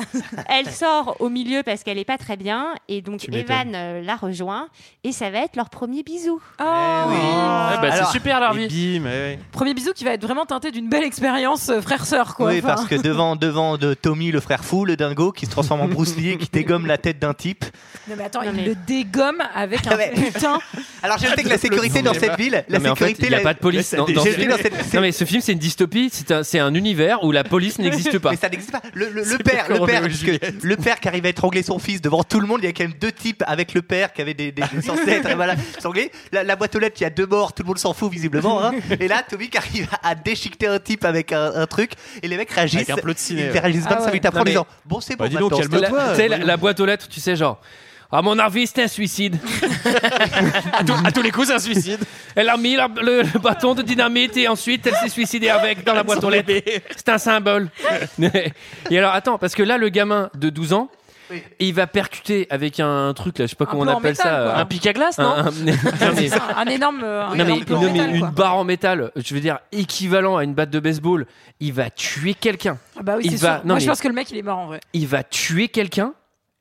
Elle sort au milieu parce qu'elle est pas très bien et donc
Tu m'étonnes.
Evan euh, la rejoint et ça va être leur premier bisou.
Oh.
Eh
Ah,
ben,
bah,
Alors,
c'est super, Larvie.
Et bim, ouais, ouais.
Premier bisou qui va être vraiment teinté d'une belle expérience euh, frère-sœur. quoi.
Oui,
Enfin, [laughs]
parce que devant, devant de Tommy, le frère fou, le dingo, qui se transforme en Bruce Lee, et qui dégomme la tête d'un type.
Non, mais attends,
Non,
il
mais-
le dégomme avec un
Ah, mais-
[laughs]
putain.
Alors, j'ai noté que la sécurité dans cette ville, la
Non, mais en fait,
sécurité,
il n'y a
la-
pas de police.
la-
dans-
la-
dans ce
j'ai noté
film.
dans cette-
Non, mais ce film, c'est une dystopie. C'est un, c'est un univers où
[laughs]
la police n'existe pas.
Mais ça n'existe pas. Le, le- le
C'est
père,
pas
le
Roméo
père,
et
parce que le père qui arrive à étrangler son fils devant tout le monde, il y a quand même deux types avec le père qui avait des, des, des censés être, voilà, sanglés. La, la boîte aux lettres, il y a deux morts, tout le monde s'en fout visiblement. hein. Et là, Tommy qui arrive à, à déchiqueter un type avec un, un truc, et les mecs réagissent.
Avec un plot de ciné,
Ils
ouais.
réagissent 25
Ah ouais.
minutes après
Non,
en
mais-
disant Bon, c'est bon,
Bah, dis donc,
maintenant,
La,
calme-toi.
tu sais, la, la boîte aux lettres, tu sais, genre. À mon avis, c'était un suicide.
[laughs] À, tous- à tous les coups, c'est un suicide.
Elle a mis la- le, le bâton de dynamite et ensuite elle s'est suicidée avec dans la boîte aux lettres. C'est un symbole. et alors attends, parce que là, le gamin de 12 ans,
Oui.
il va percuter avec un truc, là, je sais pas
Un
comment on
plan en
appelle
métal, quoi.
ça.
Un pic à glace, non
un- un- non, mais-
[laughs] C'est un, un énorme. euh, un
non, mais,
énorme plan
non, mais
métal,
une
quoi.
barre en métal, je veux dire équivalent à une batte de baseball, il va tuer quelqu'un.
Ah bah oui,
il
c'est
va-
sûr.
non,
Moi, je
mais-
pense que le mec, il est mort en vrai.
Il va tuer quelqu'un.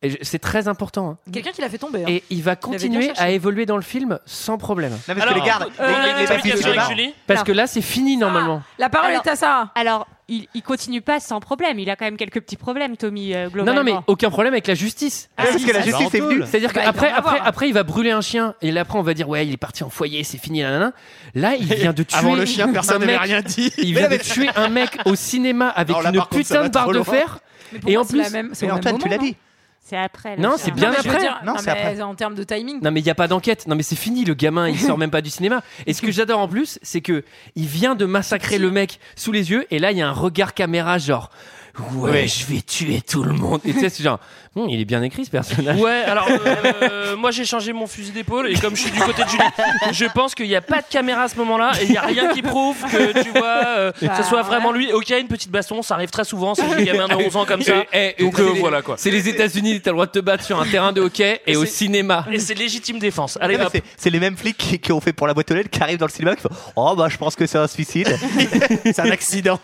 et je- C'est très important. hein.
Quelqu'un qui l'a fait tomber. hein.
Et il va
bien
continuer
cherché.
à évoluer dans le film sans problème.
Non, parce
Alors,
que les gardes,
Euh,
les- les- les-
explication
les-
avec
les-
Julie
Parce
Non.
que là, c'est fini normalement.
La parole
Alors-
est à Sarah.
Alors, il, il continue pas sans problème. Il a quand même quelques petits problèmes, Tommy,
Non,
euh,
non,
globalement.
mais aucun problème avec la justice.
Ah, Parce oui, que la ça, justice c'est est venue.
C'est-à-dire
Bah, il
qu'après,
doit en avoir,
après,
hein.
après, il va brûler un chien. Et là, après, on va dire, ouais, il est parti en foyer, c'est fini, nanana. Là, il vient de tuer.
Avant le chien,
un
personne n'avait
mec.
rien dit.
Il
Mais
vient
là,
de
mais-
tuer un mec au cinéma avec
Non, là,
une
par contre, ça
putain
va
de barre
trop
de
loin.
fer.
Mais pourquoi
Et en
Ah, c'est la
plus.
même- c'est au Mais même Antoine, tu moment, l'as dit.
C'est après. le
Non,
chien.
c'est bien
mais je veux
après.
dire,
Non,
non,
c'est
mais
après.
En termes de timing,
Non mais il n'y a pas d'enquête. Non mais c'est fini, le gamin, il sort même pas du cinéma. Et ce que j'adore en plus, c'est que il vient de massacrer le mec sous les yeux et là il y a un regard caméra genre ouais,
Ouais.
je vais tuer tout le monde. Et tu sais c'est genre Hum, il est bien écrit ce personnage.
Ouais, alors euh, moi j'ai changé mon fusil d'épaule et comme je suis du côté de Julie, je pense qu'il n'y a pas de caméra à ce moment-là Hein, et il n'y a rien qui prouve que tu vois, euh, que
Bah,
ce soit vraiment lui. Ok, une petite baston, ça arrive très souvent, c'est
[laughs]
des gamins de 11 ans comme ça.
Et- et-
Donc
et
euh,
c'est les-
voilà quoi.
C'est les États-Unis, t'as le droit de te battre sur un terrain de hockey et, au cinéma.
Et c'est légitime défense. Allez,
Non, mais
hop.
c'est- C'est les mêmes flics qui, qui ont fait pour la boîte aux lettres qui arrivent dans le cinéma qui font Oh bah je pense que c'est un suicide. c'est un accident.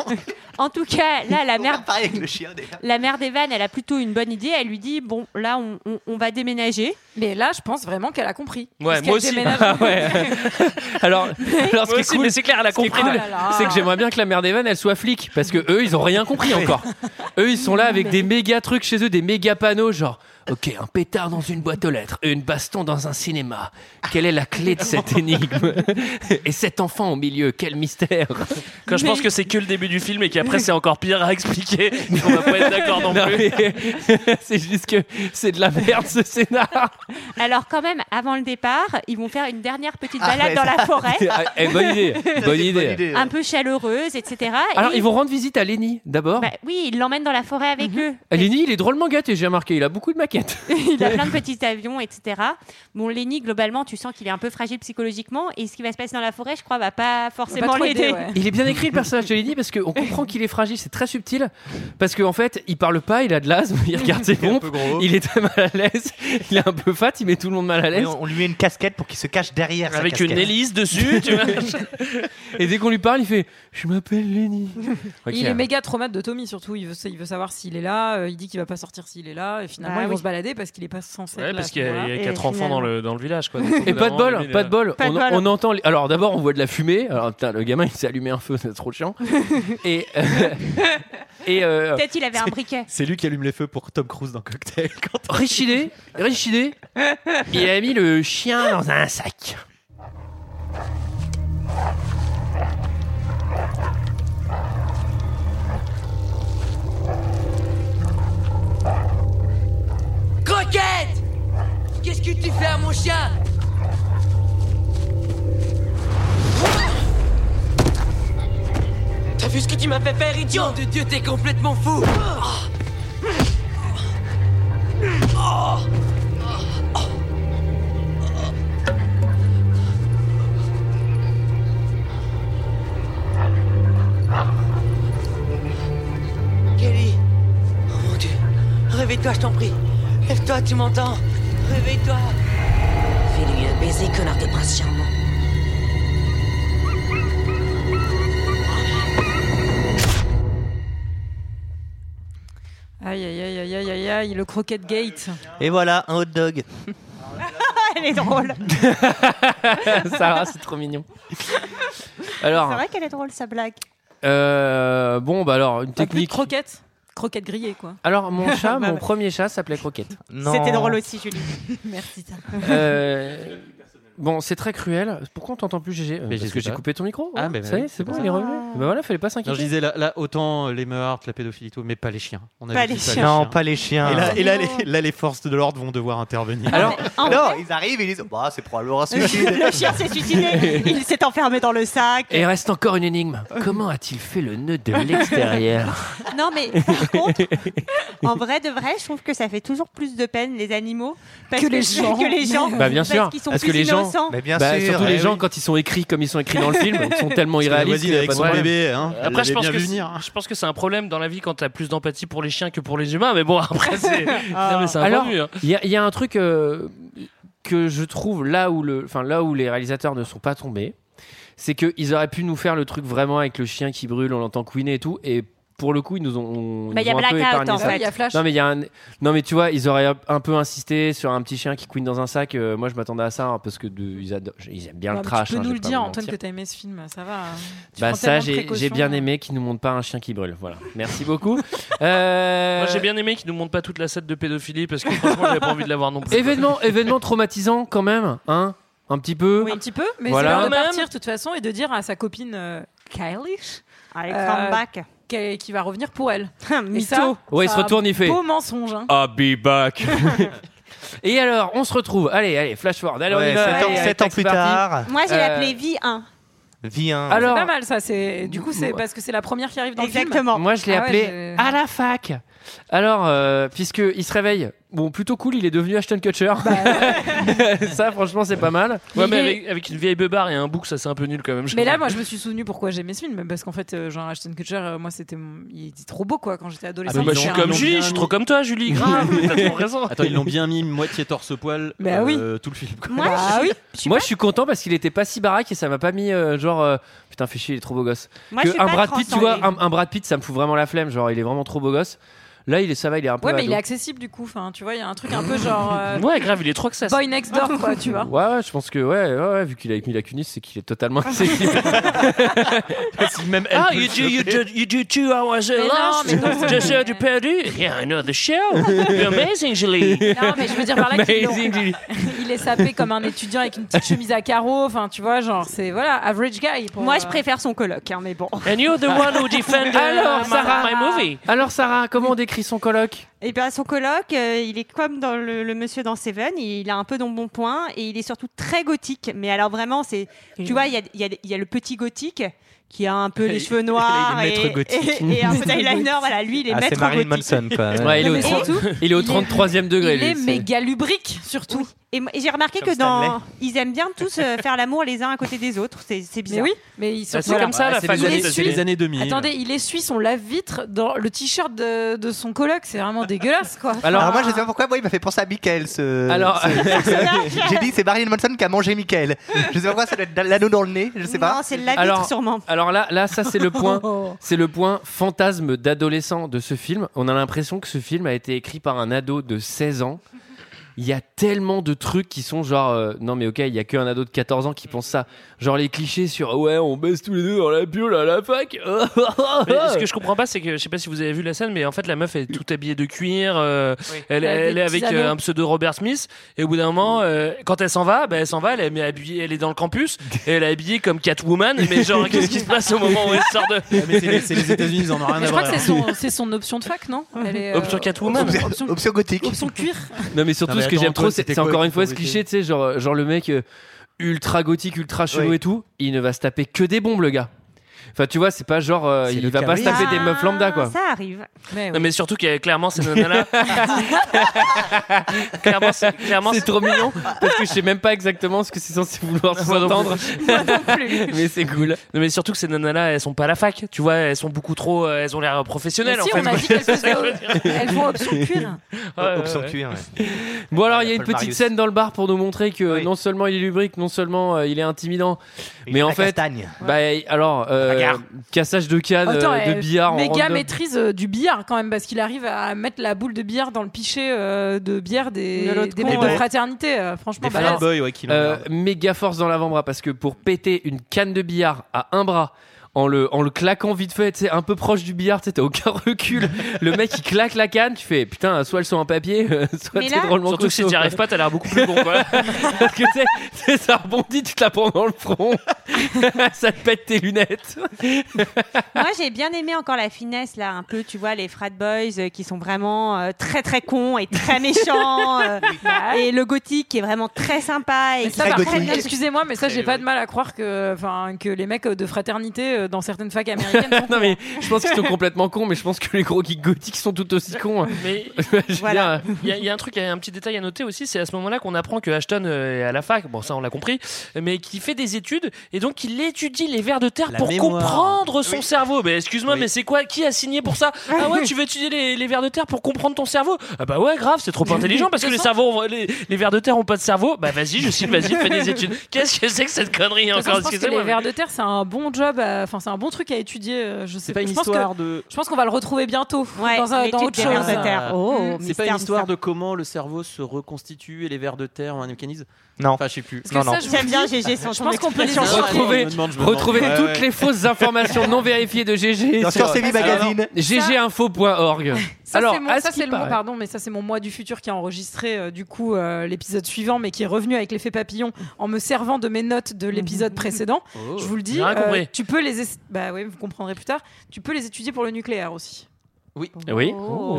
En tout cas, là, la mère,
Avec le chien déjà.
la mère d'Evan, elle a plutôt une bonne idée. Elle lui dit Bon, là, on, on- on va déménager.
Mais là, je pense vraiment qu'elle a compris.
Ouais, moi aussi. Ah ouais. [laughs] Alors, alors ce
Moi
qui est
aussi,
cool,
mais c'est clair, elle a
ce qui est
compris,
cool,
là. Oh là là.
c'est que j'aimerais bien que la mère d'Evan, elle soit flic, parce que eux, ils ont rien compris encore. eux, ils sont là avec des méga trucs chez eux, des méga panneaux, genre, ok, un pétard dans une boîte aux lettres, une baston dans un cinéma. Quelle est la clé de
[laughs]
cette énigme Et cet enfant au milieu, quel mystère
Quand je pense que c'est que le début du
[laughs]
film et qu'après c'est encore pire à expliquer, on va pas être d'accord non
Non,
plus.
mais [laughs] c'est juste que c'est de la merde ce scénar.
Alors, quand même, avant le départ, ils vont faire une dernière petite
Ah,
balade
ouais,
Bah dans
ça-
[laughs]
la forêt.
Ah, [laughs] eh, bonne idée, bonne idée.
Un peu chaleureuse, etc.
Alors,
Et-
ils vont rendre visite à Lenny d'abord.
Bah oui, ils l'emmènent dans la forêt avec
Mhm.
eux.
Lenny, il est drôlement gâté, j'ai remarqué, il a beaucoup de maquettes.
[laughs] il a plein de petits avions, etc. Bon, Lenny, globalement, tu sens qu'il est un peu fragile psychologiquement et ce qui va se passer dans la forêt, je crois, va pas forcément
trop
l'aider.
aider, ouais.
Il est bien écrit le personnage de Lenny parce qu'on comprend qu'il est fragile, c'est très subtil. Parce qu'en fait, il parle pas, il a de l'asthme, il regarde ses pompes, il est très mal à l'aise, il est un peu fat, il met tout le monde mal à
Et
l'aise.
On, on lui met une casquette pour qu'il se cache derrière. sa
Avec une
casquette.
hélice dessus,
[laughs]
tu vois.
Et dès qu'on lui parle, il fait Je m'appelle Lenny. Ok.
Il est méga traumate de Tommy, surtout. Il veut, il veut savoir s'il est là. euh, il dit qu'il va pas sortir s'il est là. Et finalement,
Bah
ils vont
oui.
se balader parce qu'il est pas censé.
Ouais,
être là
parce
à ce
qu'il y a, il y a
moment-là.
quatre
Et
enfants dans le, dans le village. Quoi.
Et pas de bol, pas de bol.
Pas de
on,
bol.
on entend. les- Alors d'abord, on voit de la fumée. Alors putain, le gamin, il s'est allumé un feu, c'est trop
[laughs]
chiant. et euh, et euh,
[laughs] Peut-être il avait un briquet.
C'est lui qui allume les feux pour Tom Cruise dans Cocktail. Quand
Richidé, Richidé, il a mis le chien dans un sac.
Croquette Qu'est-ce que tu fais à mon chien T'as vu ce que tu m'as fait faire, idiot Nom de Dieu, t'es complètement fou
Oh
Kelly Oh mon Dieu Réveille-toi, je t'en prie Lève-toi, tu m'entends Réveille-toi
Fais-lui un baiser, connard de prince charmant.
Aïe, aïe, aïe, aïe, aïe, aïe, aïe, le croquette gate.
Et voilà, un hot [laughs] dog.
[laughs] Elle est drôle.
Sarah, c'est trop mignon. [laughs] Alors,
C'est vrai qu'elle est drôle, sa blague.
euh, bon, bah alors, une
Enfin, plus de
technique.
croquette. Croquette grillée, quoi.
Alors, mon chat, mon premier chat s'appelait Croquette.
Non.
[laughs] C'était drôle aussi, Julie.
[laughs] Merci, ça.
Euh, bon, c'est très cruel. Pourquoi on t'entend plus, GG Euh,
Mais je
Parce
sais
que j'ai
pas.
coupé ton micro.
Ah,
ouais.
mais
Ça y est,
oui,
c'est
c'est
bon,
pour
il est revenu.
Ah.
Bah voilà, fallait pas s'inquiéter. [laughs]
Non, je disais là, là, autant les meurtres, la pédophilie, tout, mais pas les chiens. On a
Pas
vu
les
ça,
chiens.
Non, pas les chiens.
Et, là, et là,
Non.
les, là, les forces de l'ordre vont devoir intervenir.
Ah,
Alors,
Ah, En
Non,
vrai,
ils arrivent et ils disent Bah, c'est probablement un suicide.
le chien s'est suicidé. Il s'est enfermé dans le sac.
et il reste encore une
[laughs]
énigme. Comment a-t-il fait le nœud de l'extérieur
[laughs] Non, mais par contre, en vrai de vrai, je trouve que ça fait toujours plus de peine les animaux parce que,
les gens.
que les gens.
Bah, bien
[laughs] parce
sûr.
qu'ils sont
Parce
plus
que les gens-
innocents.
Mais bien
Bah,
sûr.
Surtout les
eh
gens,
oui.
quand ils sont écrits comme ils sont écrits dans le
[laughs]
film, ils sont tellement
Parce que la
irréalistes.
voisine
qu'il y a
avec
pas de
son
problème.
bébé, hein, elle
Après, je
l'avait
pense,
bien
que
vu
c'est-
venir. hein.
je pense que c'est un problème dans la vie quand t'as plus d'empathie pour les chiens que pour les humains, mais bon, après,
[laughs]
c'est. Non, mais c'est un
Ah. Alors,
point de vue, hein.
Il y, a- il y a un truc euh, que je trouve là où, le, enfin, là où les réalisateurs ne sont pas tombés, c'est qu'ils auraient pu nous faire le truc vraiment avec le chien qui brûle, on l'entend couiner et tout, et pour le coup, ils nous ont. on-
Bah,
ils
y a
nous ont un peu
Blackout,
épargné
en
ça.
fait. Oui, y a Flash.
Non, mais, y a un- non, mais tu vois, ils auraient un peu insisté sur un petit chien qui couine dans un sac. Euh, moi, je m'attendais à ça hein, parce que de- ils, adorent- ils aiment bien
Bah,
le
mais
trash.
Tu peux
hein, je
nous
vais
le
pas
dire,
vous
Antoine,
mentir.
que t'as aimé ce film, ça va. hein. Tu
Bah
prends
ça
tellement de
j'ai j'ai
précautions. euh.
bien aimé qu'ils nous montrent pas un chien qui brûle. Voilà. Merci beaucoup. Euh,
Moi, j'ai bien aimé qu'ils nous montrent pas toute la scène de pédophilie parce que franchement, j'avais pas envie de l'avoir non plus.
événement événement traumatisant quand même, hein Un petit peu.
Un petit peu, mais
Voilà.
c'est l'heure de
Quand même.
partir de toute façon et de dire à sa copine euh, Kylie euh,
Allez, come back.
qu'elle- qu'il va revenir pour
[laughs]
elle.
Mytho.
Ouais, il
ça
se retourne,
a
il fait.
Beau mensonge. hein.
I'll
[laughs]
be back. Et alors, on se retrouve. Allez, allez, flash forward. Allez, on
Ouais,
y va.
sept ans-
Allez,
sept
allez,
ans plus
c'est
tard.
parti.
Moi, j'ai
Euh,
appelé Vie 1.
Viens.
Alors-
c'est pas mal ça. C'est du coup c'est parce que c'est la première qui arrive dans le
Exactement.
film.
Moi, je l'ai
Ah ouais,
appelé
j'ai-
à la fac. Alors, euh, puisque il se réveille, bon, plutôt cool, il est devenu Ashton Kutcher.
Bah
[laughs] ça, franchement, c'est pas mal.
Ouais,
Il est-
mais avec, avec une vieille beubare et un bouc, ça c'est un peu nul quand même. je
Mais là,
trouve.
moi, je me suis souvenu pourquoi j'aimais ce film, parce qu'en fait, euh, genre Ashton Kutcher, euh, moi, c'était, mon- il était trop beau quoi quand j'étais
bah,
Ah,
adolescente.
mais moi, je
C'était
suis
un-
comme Julie, je suis trop comme toi, Julie, grave.
[laughs]
T'as trop raison.
Attends, ils l'ont bien mis moitié torse-poil
Bah oui.
euh, tout le film. quoi.
Moi, je-
Bah Moi, je suis content parce qu'il était pas si baraque et ça m'a pas mis euh, genre euh, putain, fais chier, il est trop beau gosse.
Moi,
que
je suis
un
pas
Brad Pitt, tu vois,
transcendée.
un, un Brad Pitt, ça me fout vraiment la flemme. Genre, il est vraiment trop beau gosse. Là, il est ça va, il est un peu.
Ouais, mais
ado.
il est accessible du coup. Enfin, tu vois, il y a un truc un peu genre euh,
Ouais, grave, il est trop que ça.
boy next door quoi, tu vois.
[laughs] Ouais, ouais, je pense que ouais, ouais, ouais, vu qu'il est avec Mila Kunis, c'est qu'il
[laughs]
est
[laughs]
totalement accessible.
Même ah, you do, you, do, you do two hours
Mais
at
non,
last.
mais non.
Deux heures du perdu. Yeah, I know
[laughs]
the show. You're amazing, Julie.
Non, mais je veux dire par là qu'il
Amazing, Julie.
il est sapé comme un étudiant avec une petite chemise à carreaux. Enfin, tu vois, genre, c'est voilà, average guy. Pour,
Moi, je
euh,
préfère son coloc, hein, mais bon.
And you're the one who
[laughs]
defended euh,
Alors,
my,
Sarah.
my
[laughs]
movie.
Alors, Sarah, comment on décrit son colloque
Et bien, Eh son coloc, euh, il est comme dans le, le monsieur dans Seven, il a un peu d'embonpoint et il est surtout très gothique. Mais alors, vraiment, c'est. Tu vois, il y a, il y a- il y a le petit gothique qui a un peu les cheveux noirs
maître
et,
gothique.
et- et un peu d'eyeliner. Voilà, lui, il est
Ah,
maître
c'est Marilyn
gothique.
Manson,
[laughs]
quoi. Ouais.
Ouais, il est, au
mais
trente-
surtout,
il est au
il est-
33e degré.
il est
lui, c'est-
méga lubrique surtout.
Et moi- et j'ai remarqué
Comme
que dans.
Stanley.
Ils aiment bien tous euh, faire l'amour les uns à côté des autres. C'est c'est
Mais
bizarre.
oui, mais il
Bah,
[laughs]
Ah,
surtout.
C'est comme ça,
Ah,
la
c'est
fac
les,
il
aux
est
années-
États-Unis.
c'est les années 2000.
Attendez, il essuie son lave-vitre dans le t-shirt de, de son coloc. C'est vraiment dégueulasse, quoi.
Alors-
[laughs] Alors moi je sais pas pourquoi moi il m'a fait penser à Michael ce
Alors-
ce-
[laughs]
ce- j'ai dit c'est Marilyn Manson qui a mangé Michael. Je sais pas pourquoi ça doit être l'anneau dans le nez, je sais
Non,
pas.
c'est la vitre,
Alors-
sûrement.
Alors là, là, ça c'est le
[laughs]
point.
Oh.
C'est le point fantasme d'adolescent de ce film. On a l'impression que ce film a été écrit par un ado de 16 ans. Il y a tellement de trucs qui sont genre euh, non mais ok il y a qu'un ado de 14 ans qui pense ça genre les clichés sur oh ouais on baisse tous les deux dans la piole à la fac hein.
Mais ce que je comprends pas, c'est que je sais pas si vous avez vu la scène, mais en fait, la meuf elle est toute habillée de cuir. euh, Elle,
Elle a
elle
des
est
petits
avec euh,
anneaux.
un pseudo Robert Smith. Et au bout d'un moment, euh, quand elle s'en va, bah, elle s'en va. Elle est, mais habillée, elle est dans le campus. Et elle est habillée comme Catwoman.
[laughs]
Mais genre, qu'est-ce qui se passe au moment où elle sort de
Ah, mais c'est les, c'est les États-Unis, ils en ont rien
Mais
à
je crois
voir.
que c'est son, c'est son option de fac, non Elle est, euh,
Option Catwoman
Option,
Option,
option-
option gothique.
option cuir.
non mais surtout
Non, mais
ce que
attends,
j'aime trop
Antoine,
c'est
c'était
c'est encore
quoi
une fois ce
qu'il faut
cliché tu sais genre genre le mec euh, ultra gothique ultra chelou
Oui.
et tout il ne va se taper que des bombes le gars enfin tu vois c'est pas genre euh,
C'est
il
le
va pas se taper des
Ah,
meufs lambda quoi
Ça arrive.
Mais
Non, mais surtout qu'il y a clairement ces
[laughs]
nanas là. clairement,
[laughs]
c'est- clairement,
C'est
c'est-
trop mignon parce que je sais même pas exactement ce que c'est censé vouloir
[laughs] Moi non plus.
s'entendre. Mais c'est cool.
Non, [laughs] mais surtout que ces nanas là, elles sont pas à la fac. Tu vois, elles sont beaucoup trop. euh, Elles ont l'air professionnelles
Mais si,
en fait.
on a
[laughs]
dit qu'elles faisaient-
[laughs]
elles font option cuir.
Ouais, ouais,
option
ouais.
cuir. ouais.
Bon alors il y a une
Paul
petite
Marius.
scène dans le bar pour nous montrer que
Oui.
non seulement il est lubrique, non seulement euh, il est intimidant,
Il
mais
est
en
la
fait,
castagne.
bah alors euh,
Bagarre.
cassage de canne,
Attends,
euh, de
elle-
billard, en
Méga
random.
maîtrise euh, du billard quand même, parce qu'il arrive à mettre la boule de billard dans le pichet euh, de bière des,
De l'autre
des
con,
mecs de
ouais.
fraternité. euh, franchement,
Des
balèze.
fanboys, ouais, qui
Euh,
l'emmerdent.
méga force dans l'avant-bras parce que pour péter une canne de billard à un bras. En le, en le claquant vite fait, tu sais, un peu proche du billard, tu sais, t'as aucun [laughs] recul. le mec, il claque la canne, tu fais putain, soit elles sont en papier, [laughs] euh, soit
Mais
t'es
là-
drôlement
Surtout que si
costaud,
t'y
quoi.
arrives pas, t'as l'air beaucoup plus bon. Quoi.
[laughs] Parce que tu sais, tu sais, ça rebondit, tu te la prends dans le front. [laughs] ça te pète tes lunettes. [laughs]
Moi, j'ai bien aimé encore la finesse, là, un peu, tu vois, les frat boys euh, qui sont vraiment euh, très, très cons et très méchants. euh, et le gothique qui est vraiment très sympa. Et
Mais ça,
qui-
par contre,
gothique.
excusez-moi, mais ça, j'ai pas de mal à croire que, enfin, que les mecs de fraternité euh, dans certaines facs
[laughs]
américaines. sont
non,
cons.
mais je pense qu'ils sont complètement cons, mais je pense que les gros geeks gothiques sont tout aussi cons. hein.
Mais
[laughs] Je veux
Voilà.
dire,
[laughs] Il y, a- il y a un truc, il y a un petit détail à noter aussi, c'est à ce moment-là qu'on apprend que Ashton euh, est à la fac, bon ça on l'a compris, mais qui fait des études et Et donc il étudie les vers de terre
La
pour
mémoire.
comprendre son
Oui.
cerveau. Mais excuse-moi, mais c'est quoi Qui a signé pour ça Ah ouais, tu veux étudier les, les vers de terre pour comprendre ton cerveau Ah bah ouais, grave, c'est trop intelligent parce que les, cerveaux, les, les vers de terre ont pas de cerveau. Bah vas-y, je signe, vas-y, fais des études. Qu'est-ce que c'est que cette connerie
De toute façon,
encore
je pense que
Excusez-moi,
les
mais-
vers de terre, c'est un bon job, à- enfin c'est un bon truc à étudier. euh, Je sais
C'est pas une
je pense que-
histoire de.
Je pense qu'on va le retrouver bientôt dans, un, dans
l'étude
autre
des
chose.
vers de terre. Oh,
Mm. c'est pas
mystère,
une histoire
mystère.
de comment le cerveau se reconstitue et les vers de terre ont un mécanisme
Non.
Enfin, je sais plus.
Parce que Non, ça, non. je vous le J'aime bien dis, GG son-
je
son
pense qu'on peut les
expression.
étudier.
Retrouvez,
Je me demande, je me demande.
retrouvez
Ouais,
toutes
ouais.
les fausses informations non vérifiées de GG
Dans Science et Vie Magazine.
gginfo.org.
Ça,
Alors,
c'est mon-
à
ça,
ce
c'est
qui
le mot,
paraît,
pardon, mais ça, c'est mon mois du futur qui a enregistré euh, du coup euh, l'épisode suivant, mais qui est revenu avec l'effet papillon en me servant de mes notes de
[laughs]
l'épisode précédent.
Oh,
Je vous le dis, euh,
j'ai rien compris.
tu peux les, es- bah oui, vous comprendrez plus tard. Tu peux les étudier pour le nucléaire aussi.
Oui.
Oui, oui,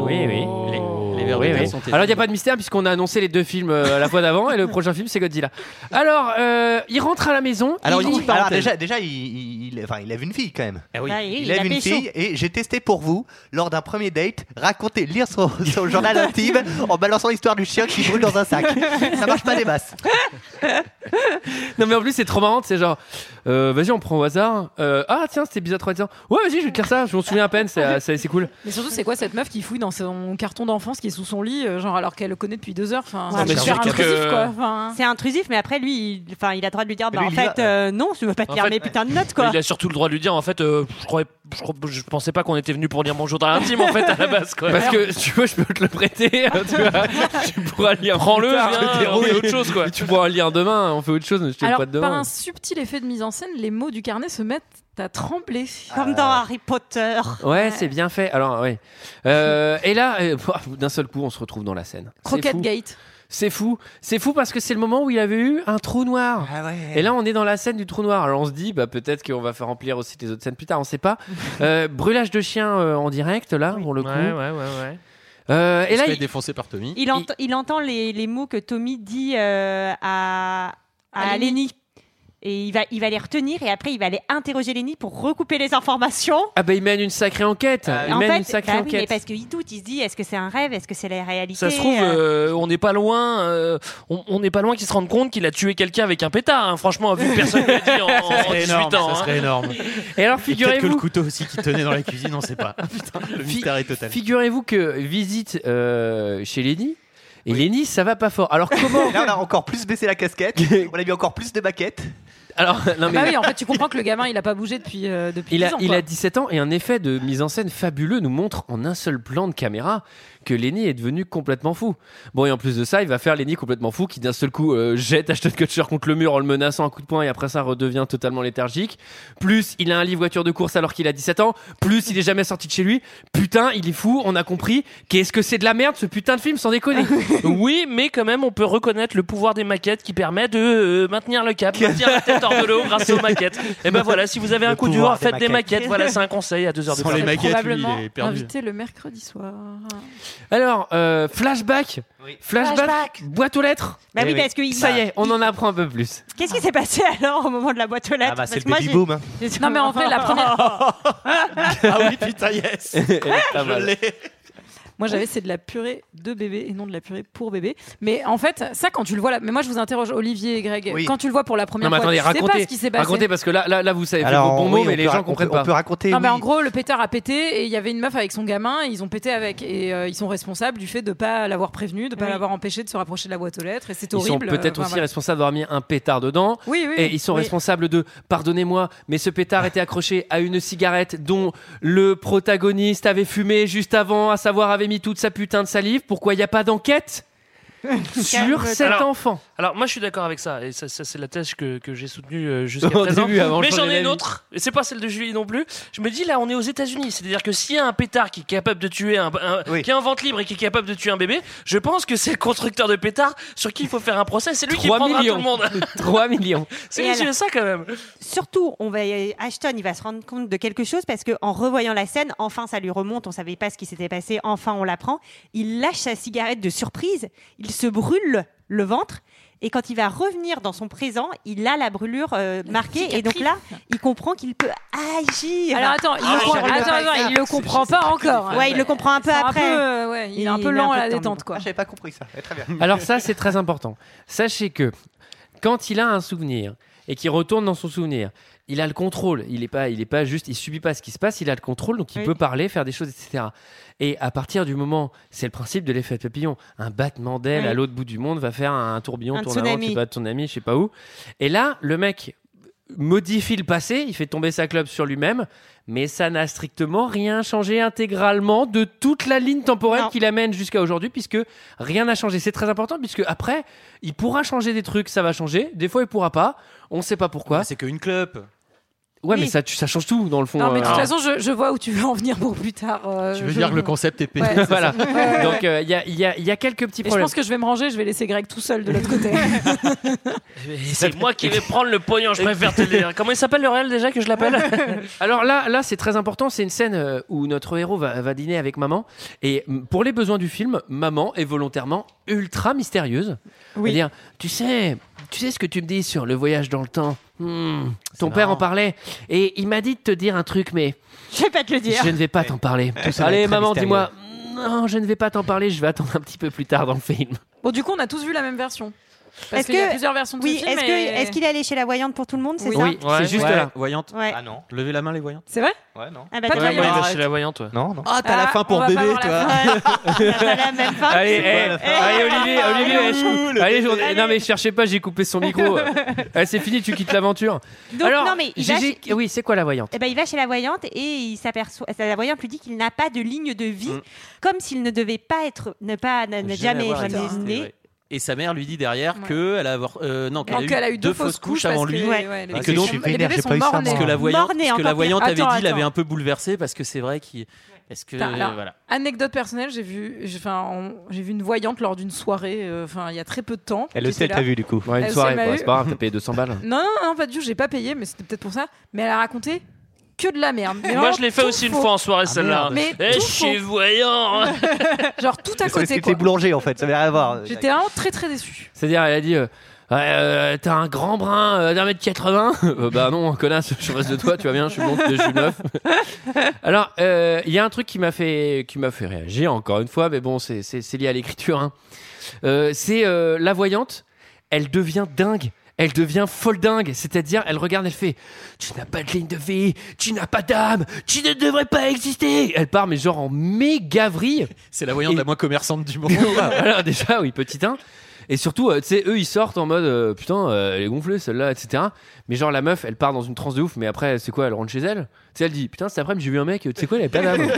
oui.
Oh. Les vers de
Oui,
terre
oui.
sont
Alors, il n'y a pas de mystère puisqu'on a annoncé les deux films euh, la fois d'avant et le prochain film, c'est Godzilla. Alors, euh, il rentre à la maison.
Alors,
il
une
lit-
petite parenthèse. déjà, déjà, il, il, il- enfin, il lève une fille quand même.
Ah
Bah oui,
il,
il
lève
a
une
pécho.
fille et j'ai testé pour vous lors d'un premier date raconter, lire son, son journal intime en balançant l'histoire du chien qui brûle dans un sac. Ça marche pas des masses.
Non, mais en plus, c'est trop marrant. C'est genre, euh, vas-y, on prend au hasard. Euh, ah, tiens, c'était épisode 3 tiens. Ouais, vas-y, je vais te lire ça. Je m'en souviens à peine. C'est c'est- c'est cool.
Mais surtout, c'est quoi cette meuf qui fouille dans son carton d'enfance qui est sous son lit, euh, genre alors qu'elle le connaît depuis deux heures Enfin,
Ouais, mais
c'est super
surtout que-
intrusif, quoi. Enfin,
C'est intrusif, mais après, lui, il, enfin, il a le droit de lui dire bah,
lui,
En
il y va,
fait, euh, non, je veux pas te
En
lire
fait,
mes putains de notes,
Mais
quoi.
il a surtout le droit de lui dire en fait, euh, je, croyais- je crois- je pensais pas qu'on était venu pour dire bonjour dans l'intime en fait à la base quoi.
Parce que tu vois, je peux te le prêter. [laughs] tu, vois. tu pourras le lire.
Prends-le,
plus tard,
viens,
je te
on fait
dirai.
autre chose, quoi.
Et Tu pourras le lire demain. On fait autre chose, mais je te le
alors,
prête
par
demain.
un subtil effet de mise en scène, les mots du carnet se mettent à trembler.
Comme dans Harry Potter.
Euh. Ouais, c'est bien fait. Alors, ouais. Euh, et là, euh, d'un seul coup, on se retrouve dans la scène. C'est
Croquette
fou.
Gate.
C'est fou, c'est fou parce que c'est le moment où il avait eu un trou noir.
Ah
Et là, on est dans la scène du trou noir. Alors on se dit, bah, peut-être qu'on va faire remplir aussi les autres scènes plus tard, on sait pas. Euh, brûlage de chien euh, en direct, là, pour le coup.
Ouais, ouais, ouais, ouais.
Euh, et
Il se
là,
fait
il-
défoncer par Tommy.
Il, ent- il entend les, les mots que Tommy dit euh, à, à,
À Lenny.
Lenny. Et il va, il va les retenir et après, il va aller interroger Lenny pour recouper les informations.
ah, bah, il mène une sacrée enquête.
Ah
Euh,
Et
il
en
mène
fait,
une sacrée
bah oui, mais
enquête.
parce qu'il doute, il se dit est-ce que c'est un rêve, est-ce que c'est la réalité
Ça se trouve,
euh,
euh, on n'est pas loin, euh, on on n'est pas loin qu'il se rende compte qu'il a tué quelqu'un avec un pétard. hein. Franchement, vu que personne l'a dit en, en 18
énorme, [laughs]
ans.
ça
hein.
serait énorme.
Et alors,
Et Peut-être que le
figurez-vous.
couteau aussi qui tenait dans la cuisine, on sait pas. Ah, Putain, [laughs] le
Fi-
mystère est total.
Figurez-vous que visite euh, chez Lenny. Et Lenny, ça va pas fort. Alors comment
[laughs] Là, on a encore plus baissé la
[laughs]
casquette. On a mis encore plus de baquettes.
Alors, non mais
Bah oui, en fait, tu comprends que le gamin, il a pas bougé depuis, euh, depuis
Il a,
10 ans,
il
quoi.
a 17 ans et un effet de mise en scène fabuleux nous montre en un seul plan de caméra que Lenny est devenu complètement fou. Bon, et en plus de ça, il va faire Lenny complètement fou qui d'un seul coup euh, jette Ashton Kutcher contre le mur en le menaçant à coups de poing et après ça redevient totalement léthargique. Plus il a un livre voiture de course alors qu'il a 17 ans. Plus il est jamais sorti de chez lui. Putain, il est fou, on a compris. Qu'est-ce que c'est de la merde ce putain de film
[laughs]
sans déconner.
Oui, mais quand même, on peut reconnaître le pouvoir des maquettes qui permet de euh, maintenir le cap, maintenir la tête hors de l'eau grâce aux maquettes. Et ben voilà, si vous avez un
Le
coup dur,
pouvoir des
faites des
maquettes.
maquettes. Voilà, c'est un conseil à 2 heures de
Sans
perdu.
les maquettes, lui,
probablement
il est perdu.
invité le mercredi soir.
Alors, euh, flashback. flashback. Boîte aux lettres.
Bah oui,
Eh oui.
parce que
Ça y est, on en apprend un peu plus.
Qu'est-ce qui s'est passé [laughs] alors au moment de la boîte aux lettres
Ah bah, c'est
Parce
le
que
baby boom.
moi,
hein.
j'ai-
Non, mais en fait, la première.
[laughs]
Ah oui, putain, yes. Je l'ai.
Moi, j'avais, c'est de la purée de bébé et non de la purée pour bébé. Mais en fait, ça, quand tu le vois là. Mais moi, je vous interroge, Olivier et Greg.
Oui.
Quand tu le vois pour la première
Non mais
fois,
attendez,
tu sais pas
racontez,
ce qui s'est passé.
racontez parce que là, là, là vous savez faire vos bons
oui,
mots,
on
mais les
peut
gens
rac-
comprennent
on peut-
pas.
On peut raconter.
Non, mais
oui.
en gros, le pétard a pété et il y avait une meuf avec son gamin et ils ont pété avec. Et euh, ils sont responsables du fait de pas l'avoir prévenu, de pas
Oui.
l'avoir empêché de se rapprocher de la boîte aux lettres. Et c'est
Ils sont
horrible. hein, euh,
peut-être
Enfin,
aussi
voilà.
responsables d'avoir mis un pétard dedans.
Oui, oui.
Et ils sont
oui.
responsables de, pardonnez-moi, mais ce pétard était accroché à une cigarette dont le protagoniste avait fumé juste avant, à savoir avait mis toute sa putain de salive. Pourquoi il n'y a
[laughs]
pas d'enquête sur
Calme-toi.
cet
Euh, Alors,
enfant
Alors moi je suis d'accord avec ça et ça, ça, c'est la thèse que, que j'ai soutenue euh, jusqu'à
[laughs] Au
présent.
début, avant de
mais j'en
changer
ai une
d'avis.
autre et c'est pas celle de Julie non plus. Je me dis là on est aux États-Unis, c'est-à-dire que s'il y a un pétard qui est capable de tuer un, un-
Oui.
qui a un ventre libre et qui est capable de tuer un bébé, je pense que c'est le constructeur de pétard sur qui il faut faire un procès. C'est lui qui
3
prendra
millions.
tout le
[laughs]
monde.
3 millions.
C'est
Et
les
alors
USA quand même.
Surtout, on va, Ashton, il va se rendre compte de quelque chose parce que en revoyant la scène, enfin ça lui remonte. On savait pas ce qui s'était passé. Enfin, on l'apprend. Il lâche sa cigarette de surprise. Il se brûle le ventre. Et quand il va revenir dans son présent, il a la brûlure euh, marquée. Et donc là, il comprend qu'il peut agir.
Alors attends, il, le,
Ah,
comprend-
j'ai
attends,
pas
attends,
ça.
il le comprend pas encore.
ouais, il le comprend un peu
C'est un
après.
peu, euh, ouais, il est un
Il
peu
est
lent à
un peu
la
tendu.
détente, quoi.
Ah, J'avais pas
[laughs]
compris ça. Eh, Très bien.
Alors ça, c'est très important. Sachez que quand il a un souvenir et qui retourne dans son souvenir. Il a le contrôle. Il est pas, il est pas juste. Il subit pas ce qui se passe. Il a le contrôle, donc il
Oui.
peut parler, faire des choses, etc. Et à partir du moment, c'est le principe de l'effet papillon. Un battement d'aile
Oui.
à l'autre bout du monde va faire un tourbillon,
Un
tourne avant,
tsunami.
tu bats ton ami, je sais pas où. Et là, le mec modifie le passé, il fait tomber sa club sur lui-même, mais ça n'a strictement rien changé intégralement de toute la ligne temporelle qui l'amène jusqu'à aujourd'hui, puisque rien n'a changé. C'est très important, puisque après, il pourra changer des trucs, ça va changer. Des fois, il pourra pas. On sait pas pourquoi. C'est
qu'une club.
Ouais,
Oui.
mais ça, tu- ça change tout dans le fond.
Non, mais de
euh.
toute façon, je, je vois où tu veux en venir pour plus tard. euh,
Tu veux
je-
dire que le
concept est
[laughs] Ouais, c'est ça.
voilà.
Ouais.
Donc euh, il y, a, il y a- il y a quelques petits
Mais je
problèmes.
pense que je vais me ranger, je vais laisser Greg tout seul de l'autre [laughs] côté.
C'est moi qui vais prendre le pognon, je préfère te le dire. Comment il s'appelle le réel déjà que
[laughs]
je l'appelle
[laughs] Alors là, là c'est très important. C'est une scène euh, où notre héros va, va dîner avec maman. Et mm, pour les besoins du film, maman est volontairement ultra mystérieuse.
Oui.
dire tu sais, tu sais ce que tu me dis sur le voyage dans le temps. Hmm, ton père en parlait et il m'a dit de te dire un truc, mais
je vais pas te le dire.
Je ne vais pas t'en parler.
Ouais, ça va
Allez,
être très
maman,
mystérieux.
dis-moi. Non, je ne vais pas t'en parler. Je vais attendre un petit peu plus tard dans le film.
bon, du coup, on a tous vu la même version. Parce
Est-ce
qu'il y a
que-
plusieurs versions de
oui,
ce film.
Est-ce que-
et-
est-ce qu'il est allé chez la voyante pour tout le monde, c'est ça
Oui, c'est juste là.
Voyante.
Ouais.
Ah non. Levez la main les voyantes.
C'est vrai
Ouais, non.
Ah bah,
Pas de
t'as-
voyante.
il va chez la voyante, ouais.
Non, non.
Ah, t'as la fin pour bébé, toi.
Allez, eh,
la fin.
allez, Olivier, Olivier,
Allez,
eh,
Lou, le
allez, journée- non mais cherchez pas, j'ai coupé son micro. Eh, c'est fini, tu quittes l'aventure.
Donc, non, mais il va
Gigi- oui, c'est quoi la voyante
Eh ben, il va chez la voyante et il s'aperçoit. euh, La voyante lui dit qu'il n'a pas de ligne de vie, comme s'il ne devait pas être, ne pas, ne, ne jamais, jamais né.
Et sa mère lui dit derrière
Ouais.
que qu'elle a, avoir- euh, non, qu'elle
Non, qu'elle
a eu deux fausses couches avant
parce que-
lui.
ouais, ouais, les
et que
bébés
donc,
sont- les bébés sont morts-nés.
Parce que la voyante,
Morts-nés,
parce que la
encore
voyante
pire.
avait
Attends,
dit, l'avait
attends.
un peu bouleversé parce que c'est vrai qu'il. Est-ce que.
Putain, alors,
voilà.
Anecdote personnelle, j'ai vu, j'ai, enfin, on- j'ai vu une voyante lors d'une soirée, euh, enfin, il y a très peu de temps.
Elle
qui
aussi,
était
elle t'a
là.
vu du coup.
Elle bah aussi, elle m'a eu.
t'as payé 200 balles.
Non, non, non, pas du tout, j'ai pas payé, mais c'était peut-être pour ça. Mais elle a raconté que de la merde. Mais
Moi,
vraiment
je l'ai fait
tout
aussi une
faux.
fois en soirée,
Ah,
celle-là.
merde. Mais
Eh, je
tout
suis
faux. [laughs]
voyant
Genre tout à
C'est parce
côté,
que t'es
quoi.
boulanger en fait, ça avait rien à voir.
J'étais vraiment très très déçu.
C'est-à-dire, elle a dit. euh, Ouais, euh, t'as un grand brin euh, d'un mètre 80 [laughs] Euh, Bah non, connasse, je reste de toi, tu vas bien, je suis bon, je suis neuf. Alors, euh, il y a un truc qui m'a fait, qui m'a fait réagir encore une fois, mais bon, c'est, c'est, c'est lié à l'écriture. hein. Euh, c'est euh, la voyante, elle devient dingue. Elle devient folle dingue, c'est-à-dire elle regarde, elle fait Tu n'as pas de ligne de vie, tu n'as pas d'âme, tu ne devrais pas exister Elle part, mais genre en méga vrille.
C'est la voyante la moins commerçante du monde.
[laughs] voilà, déjà, oui, petit 1. Et surtout, euh, tu sais, eux, ils sortent en mode euh, putain, euh, elle est gonflée celle-là, etc. Mais genre, la meuf, elle part dans une transe de ouf, mais après, c'est quoi Elle rentre chez elle Tu sais, elle dit putain, cet après-midi, j'ai vu un mec, tu sais quoi, il avait
[laughs]
pas d'âme.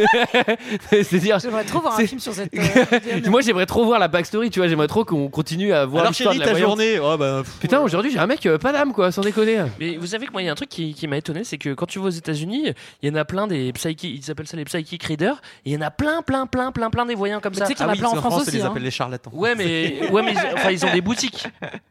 [laughs] C'est-à-dire.
J'aimerais trop voir un
c'est-
film sur
[laughs]
[laughs]
cette. euh,
Moi, j'aimerais trop voir la backstory, tu vois, j'aimerais trop qu'on continue à voir
Alors,
l'histoire
chérie,
de la
ta
voyante.
journée. Oh, bah, pff.
Putain, aujourd'hui, j'ai un mec, euh, pas d'âme, quoi, sans déconner.
Mais vous savez que moi, il y a un truc qui, qui m'a étonné, c'est que quand tu vas aux États-Unis, il y en a plein des psychiques, ils appellent ça les psychic readers, et il y en a plein, plein, plein, plein, plein des voyants comme
Mais
ça.
tu sais qu'il y en a Ah oui, plein en en France France, ils aussi, les hein. appellent
les charlatans.
Ouais,
[laughs]
mais, ouais, mais ils- enfin, ils ont des boutiques.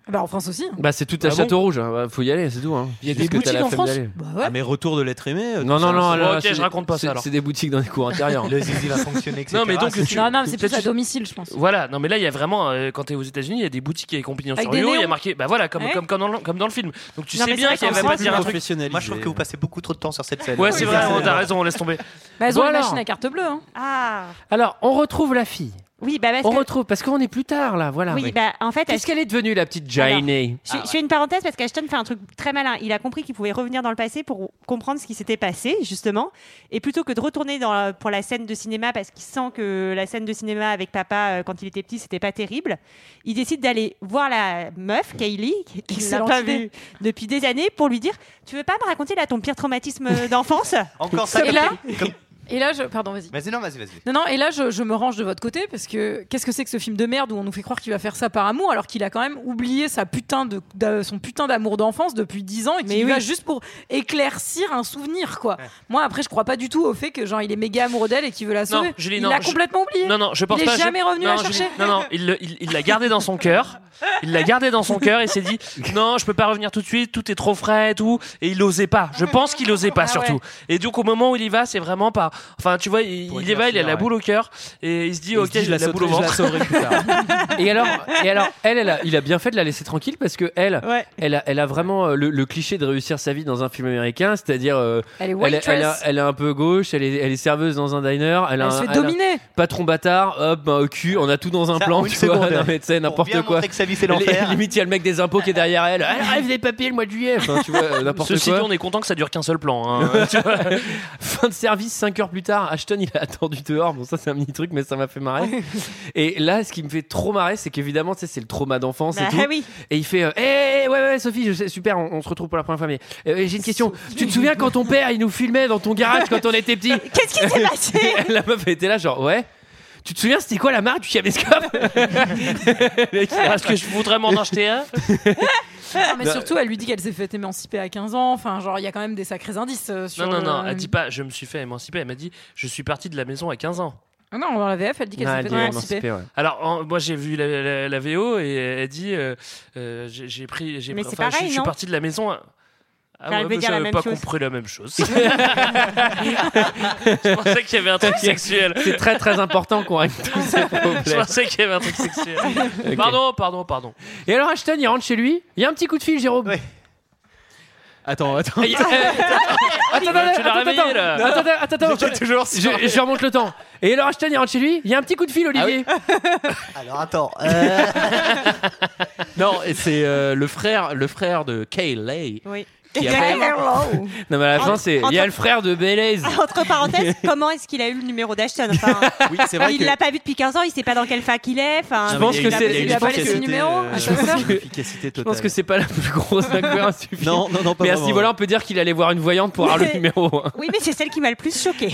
Bah, en France aussi. hein.
Bah, c'est tout à
Ah bon
Château Rouge, hein. Bah, faut y aller, c'est tout. Hein.
Il y a
Juste
des
que t'as
boutiques
la
en
flemme
France
d'aller.
Bah,
Ah, mais retour de l'être aimé. euh,
Non,
tout
non,
ça,
non,
c'est-
là,
ok,
c'est
je
des-
raconte pas ça,
c'est-
alors.
C'est des boutiques dans les cours intérieurs.
Le zizi va fonctionner, etc.
Non, mais donc, tu-
Non, non, mais Ah, c'est
peut-être
plus à
tu- Ah.
domicile, je pense.
Voilà, non mais là il y a vraiment, euh, quand t'es aux États-Unis, il y a des boutiques avec Compagnon
Avec
sur
des
Rio, il y a
néons.
marqué, bah voilà, comme,
Ouais.
comme, comme dans, le, comme dans le film. Donc tu
Non,
sais
mais c'est
bien
vrai
qu'il
qu'en
va pas
France,
dire un truc.
professionnalisé.
Moi, je trouve que vous passez beaucoup trop de temps sur cette scène.
Ouais, c'est vrai, on
a
a raison, on laisse tomber.
Bah, elles ont
Voilà.
une machine à carte bleue. Hein.
Ah
Alors, on retrouve la fille.
oui, bah parce
On
que-
retrouve, parce qu'on est plus tard, là, voilà.
oui, bah en fait,
Qu'est-ce
est-ce que
qu'elle est devenue, la petite Janie
Ah
je, je fais une parenthèse parce qu'Ashton fait un truc très malin. Il a compris qu'il pouvait revenir dans le passé pour comprendre ce qui s'était passé, justement. Et plutôt que de retourner dans la- pour la scène de cinéma parce qu'il sent que la scène de cinéma avec papa euh, quand il était petit, c'était pas terrible, il décide d'aller voir la meuf, Kaylee, qui- qui l'a
Excellente
pas
idée.
vue depuis des années, pour lui dire Tu veux pas me raconter là ton pire traumatisme euh, d'enfance
Encore ça.
Et là,
comme-
et là, je... pardon, vas-y.
Vas-y, non, vas-y, vas-y.
Non, non, et là, je, je me range de votre côté parce que qu'est-ce que c'est que ce film de merde où on nous fait croire qu'il va faire ça par amour alors qu'il a quand même oublié sa putain de, d'a- son putain d'amour d'enfance depuis 10 ans et qu'il
Mais
y va
oui.
juste pour éclaircir un souvenir, quoi. Moi, après, je crois pas du tout au fait que genre il est méga amoureux d'elle et qu'il veut la
Non,
sauver.
Julie,
il
non,
l'a
je-
complètement oublié.
Non, non, je pense
Il est
pas. je-
jamais revenu
non,
la
je- [laughs]
chercher.
Non, non, il l'a il, il l'a gardé dans son cœur. Il l'a gardé dans son cœur et s'est
[laughs]
dit non, je peux pas revenir tout de suite, tout est trop frais et tout. Et il osait pas. Je pense qu'il osait pas
Ah ouais.
surtout. Et donc au moment où il y va, c'est vraiment par Enfin, tu vois, il, il y va, il a la boule au cœur et il se dit,
Il se
ok,
dit, je
j'ai
la
la, boule au
sauterai, je la
ventre.
sauterai plus tard. Ah. et alors, et
[laughs]
alors elle, elle a- il a bien fait de la laisser tranquille parce que elle, elle, a, elle a vraiment euh, le, le cliché de réussir sa vie dans un film américain, c'est-à-dire euh,
Elle est
elle,
waitress.
elle a- elle est un peu gauche, elle est, elle est serveuse dans un diner, elle, a
Elle
un,
se fait
a
dominer.
un patron bâtard, hop, ben, au cul, on a tout dans un
Ça,
plan,
une
tu
seconde,
vois, [laughs] non,
ouais.
mais tu sais, n'importe
bien
quoi.
montrer que sa vie, c'est
Elle-
l'enfer.
Limite, il y a le mec des impôts qui est derrière elle. Elle
[laughs]
rêve des papiers le mois de juillet, enfin, tu vois, euh, n'importe quoi.
Ceci dit, on est content que ça dure qu'un seul
[laughs]
plan. hein. [laughs] Tu vois.
Fin de service, 5 heures plus tard, Ashton il a attendu dehors. Bon, ça c'est un mini truc, mais ça m'a fait
[laughs]
marrer. et là, ce qui me fait trop marrer, c'est qu'évidemment, tu sais, c'est le trauma d'enfance et
Bah,
tout.
oui.
Et il fait euh, Hey, ouais, ouais, Sophie, je sais, super, on, on se retrouve pour la première fois. Mais euh, j'ai une question. Tu te souviens quand ton père il nous filmait dans ton garage quand on était petit
[laughs] Qu'est-ce qui s'est passé
[laughs] La meuf elle était là, genre, ouais. Tu te souviens, c'était quoi la marque du caméscope
[laughs]
Parce que je voudrais
[laughs]
m'en acheter un.
Non, mais
Bah,
surtout, elle lui dit qu'elle s'est fait émanciper à 15 ans. Enfin, genre, il y a quand même des sacrés indices euh, sur.
Non, non,
le-
non, elle dit pas, je me suis fait émanciper. Elle m'a dit, je suis parti de la maison à 15 ans.
Ah Non, dans la VF, elle dit qu'elle s'est fait émanciper.
Alors, en- moi, j'ai vu la, la- la VO et elle dit euh, euh, j'ai j'ai pris. j'ai
Mais
pris-
c'est
enfin, je-
pareil,
Je suis
non
parti de la maison. à- ah,
Enfin, elle veut
mais
dire la
j'avais
même
pas
chose.
compris la même chose. [laughs] je pensais qu'il y avait un truc sexuel.
[laughs] C'est très très important qu'on règle tous ces problèmes.
[laughs] Je pensais qu'il y avait un truc sexuel.
[laughs] Ok.
Pardon, pardon, pardon.
Et alors Ashton, il rentre chez lui. Il y a un petit coup de fil, Jérôme. [laughs]
Attends, attends. [laughs]
Eh, Attends,
Tu
attends,
l'as
attends,
réveillé,
attends,
là.
attends, attends, attends,
J'étais toujours
je,
sur-
je remonte le temps. Et alors Ashton, il rentre chez lui. Il y a un petit coup de fil, Olivier.
Alors attends.
Non, et c'est euh, le frère, le frère de Kayleigh.
Oui.
Qui appelle-
Non, mais à la
Entre-
fin, c'est il y a
entre-
le frère de Belaise.
Ah, Entre parenthèses, comment est-ce qu'il a eu le numéro d'Ashton Enfin,
Oui, c'est vrai
Il
que-
l'a pas vu depuis 15 ans, il sait pas dans quelle fac il est. Enfin,
Je pense que
Ah, il a-
c'est.
Il a pas laissé le numéro. Ah,
euh, sa sœur.
Je pense que c'est pas la plus grosse
[laughs]
incohérence du film.
Non, non, non, pas
Mais à ce
vraiment.
niveau-là, on peut dire qu'il allait voir une voyante pour avoir le
[laughs] Mais-
numéro. hein.
Oui, mais c'est celle qui m'a le plus choqué.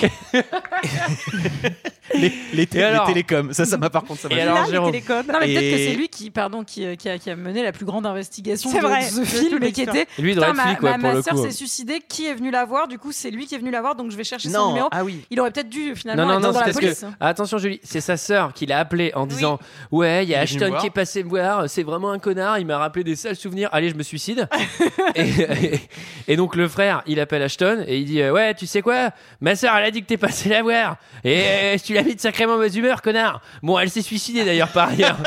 Les, les, télé-
Et alors
les télécoms. Ça, ça m'a par contre. Ça m'a
Et
fait
alors,
mal.
Là, les Jérôme télécoms.
Non, mais peut-être que
Et-
c'est lui qui, pardon, qui, euh, qui a, qui a mené la plus grande investigation
C'est
de,
vrai,
de ce
de
film
toute
et qui
l'histoire.
était.
Lui, il devrait
Putain,
être
ma,
flic, ouais,
ma-
pour
ma
le
sœur
coup.
s'est suicidée, qui est venu la voir Du coup, c'est lui qui est venu la voir, donc je vais chercher
Non,
son numéro.
ah oui.
Il aurait peut-être dû finalement
Non, non,
être dans
non, c'est
la
parce que.
police.
Attention, Julie, c'est sa sœur qui l'a appelé en disant Ouais, il y
Il
a
est venu me
Ashton
voir.
qui est passé me voir, c'est vraiment un connard, il m'a rappelé des sales souvenirs, allez, je
[laughs]
me suicide. et, et- et donc le frère, il appelle Ashton et il dit euh, Ouais, tu sais quoi Ma sœur, elle a dit que t'es passé la voir. Et euh, tu l'as mis de sacrément mauvaise humeur, connard. Bon, elle s'est suicidée d'ailleurs
[laughs]
par ailleurs.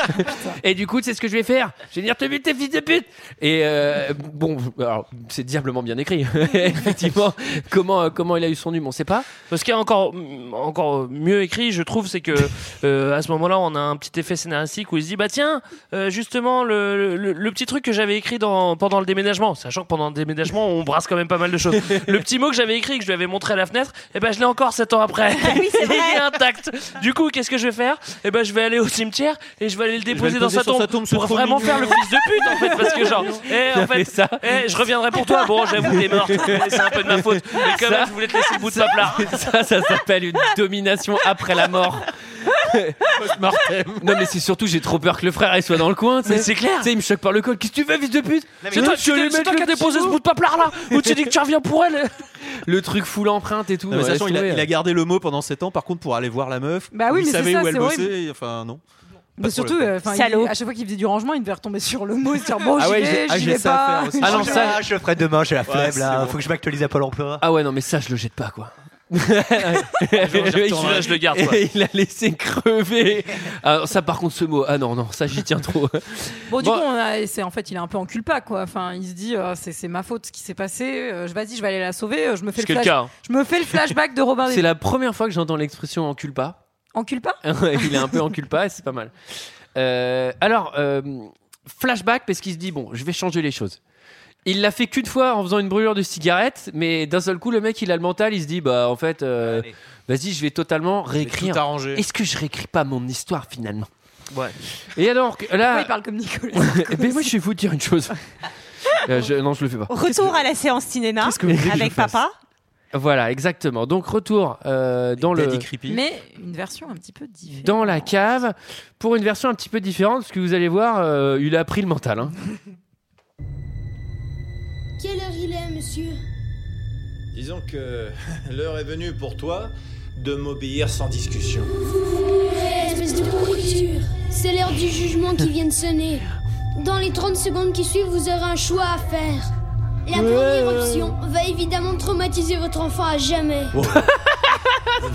et du coup, tu sais ce que je vais faire Je vais venir te buter, fils de pute Et euh, bon, alors, c'est diablement
[laughs]
bien écrit, [laughs] effectivement. Comment, euh, comment il a eu son hume, on sait pas.
Ce qui est encore, mm, encore mieux écrit, je trouve,
[laughs]
c'est que euh, à ce moment-là, on a un petit effet scénaristique où il se dit bah tiens, euh, justement le, le- le petit truc que j'avais écrit dans, pendant le déménagement, sachant que pendant le déménagement, on brasse quand même pas mal de
[laughs]
choses. Le petit mot que j'avais écrit que je lui avais montré à la fenêtre, et ben je l'ai encore sept ans après.
[laughs] oui, c'est vrai.
[laughs] Il est intact. Du coup, qu'est-ce que je vais faire Et ben je vais aller au cimetière et je vais
[laughs]
aller le
vais le
déposer dans
poser
sa
sur
tombe,
sa tombe, c'est
pour
trop
vraiment
mignon.
faire le fils de pute en fait, parce que [laughs]
[laughs]
genre, eh, en fait, eh, je reviendrai pour toi. Bon, j'avoue, t'es [laughs]
[laughs]
morte. C'est un peu de ma faute. Mais quand
Ça-
même, je voulais te laisser le bout de ma [laughs] plat.
[laughs] Ça, ça s'appelle une domination après
[laughs]
la mort. non mais c'est surtout j'ai trop peur que le frère il soit dans le coin. tu sais.
Mais c'est clair.
Tu sais il me choque par le col. Qu'est-ce que tu veux fils de pute
mais C'est toi-
Je vais
c'est-
lui
c'est
mettre
toi
le
qui as
petit
déposé ce
bout.
bout de paplard là où tu dis que tu reviens pour elle.
Le truc full empreinte et tout.
Non, mais de toute
ouais,
façon, il
laisse
a,
tomber.
il a gardé le mot pendant 7 ans, par contre, pour aller voir la meuf.
Bah oui,
il
mais c'est
savait
ça,
où elle
c'est
bossait,
horrible.
et- enfin, non.
Mais
Pas de
surtout,
problème.
euh, enfin, il-
Salaud.
à chaque fois qu'il faisait du rangement, il devait retomber sur le mot et se
[laughs]
dire bon,
Ah
j'y
ouais,
vais,
j'ai- ah,
j'y
j'ai
vais
ça à
pas.
faire aussi. Ah non, ça, je le ferai demain, j'ai la flemme
c'est
là.
bon.
Faut que je m'actualise à Pôle emploi.
Ah ouais non mais ça je le jette pas quoi.
retournerai, [laughs] je le garde, quoi.
Il a laissé crever. Ah, ça par contre ce mot. Ah non non ça j'y tiens trop.
Ah
Bon, du coup, on a, et c'est en fait, il est un peu en culpa, quoi. Enfin, il se dit, euh, c'est c'est ma faute ce qui s'est passé. euh, je vas-y, je vais aller la sauver. euh, je me fais
C'est
le,
que le
flash-
cas, hein.
je me fais le flashback de Robin. des
C'est la première fois que j'entends l'expression en culpa.
En culpa
Il est un peu en culpa et c'est pas mal. Euh, alors, euh, flashback parce qu'il se dit bon, je vais changer les choses. Il l'a fait qu'une fois en faisant une brûlure de cigarette, mais d'un seul coup, le mec, il a le mental, il se dit bah en fait, euh, vas-y, je vais totalement réécrire.
tout arranger.
Est-ce que je réécris pas mon histoire
[laughs]
finalement
Ouais.
Et alors
[laughs]
que-
Pourquoi
là,
il parle comme Nicolas
eh ben, moi, je vais vous dire
[laughs]
une chose. Euh, je- non, je le fais pas.
Retour à la séance cinéma
que vous voulez que
avec
je fasse
papa.
Voilà, exactement. Donc retour euh, dans le
Mais une version un petit peu différente.
dans la cave pour une version un petit peu différente parce que vous allez voir, euh, il a pris le mental. hein.
Quelle heure il est, monsieur
Disons que [laughs] l'heure est venue pour toi de m'obéir sans discussion.
Eh, Espèce de pourriture C'est l'heure du jugement qui vient de sonner. Dans les 30 secondes qui suivent, vous aurez un choix à faire. La
Ouais.
Oh.
première option va évidemment traumatiser votre enfant à jamais.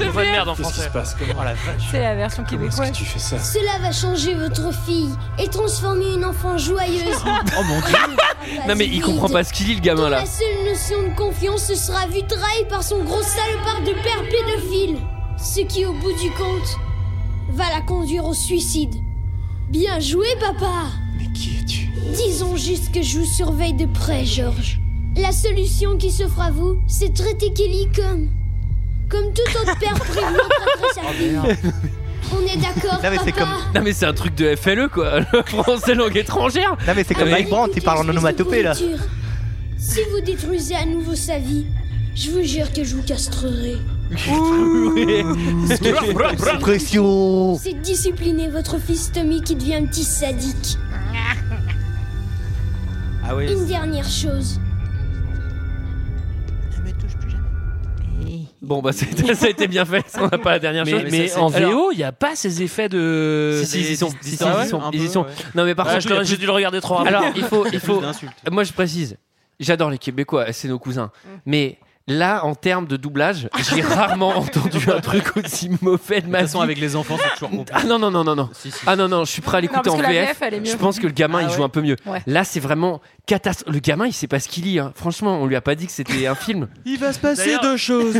Une voix de merde en français. Oh, [laughs]
C'est la version québécoise.
tu fais ça
Cela va changer votre fille et transformer une enfant joyeuse.
[laughs] Oh
[laughs]
mon dieu Non mais il comprend pas ce qu'il dit le gamin là.
La seule notion de confiance se sera vue trahie par son gros salopard de père pédophile. Ce qui, au bout du compte, va la conduire au suicide. Bien joué, papa
Mais qui es-tu
Disons juste que je vous surveille de près, Georges. La solution qui s'offre à vous, c'est de traiter Kelly comme. comme tout autre
[laughs]
père prévenu traiterait sa fille. On est d'accord,
Oh, Non mais c'est
papa
comme Non mais c'est un truc de FLE quoi, [laughs] le français langue étrangère.
Non mais c'est
comme Mike
Brandt, il parle en onomatopée là.
Pourriture. Si vous détruisez à nouveau sa vie, je vous jure que je vous castrerai.
Pression.
C'est discipliner votre fils Tommy qui devient un petit sadique.
Ah oui.
Une dernière chose.
Bon bah c'était- ça a été bien fait, on n'a pas la dernière
Mais,
chose.
mais en
Alors-
VO, il n'y a pas ces effets de.
Si, si, ils y sont. Si, si,
Ah
ils y
ouais
sont.
Un
Ils y
peu,
sont.
ouais.
Non, mais par
Ah,
contre,
je te- j'ai dû le regarder trop rapidement.
Alors, il faut,
Il y a [laughs]
il
plus
faut.
d'insultes.
Moi, je précise, j'adore les Québécois, c'est nos cousins. Mais là, en termes de doublage, j'ai rarement entendu un truc aussi mauvais de ma
façon,
vie.
avec les enfants, c'est toujours compliqué.
Ah non, non, non, non, non. Ah non, non, je suis prêt à l'écouter
Non,
en
parce que la
VF.
VF, elle est mieux.
Je pense que le gamin,
Ah
il
ouais.
joue un peu mieux.
Ouais.
Là, c'est vraiment catastrophe. Le gamin, il sait pas ce qu'il lit. hein. Franchement, on lui a pas dit que c'était un film.
Il va se
D'ailleurs-
choses.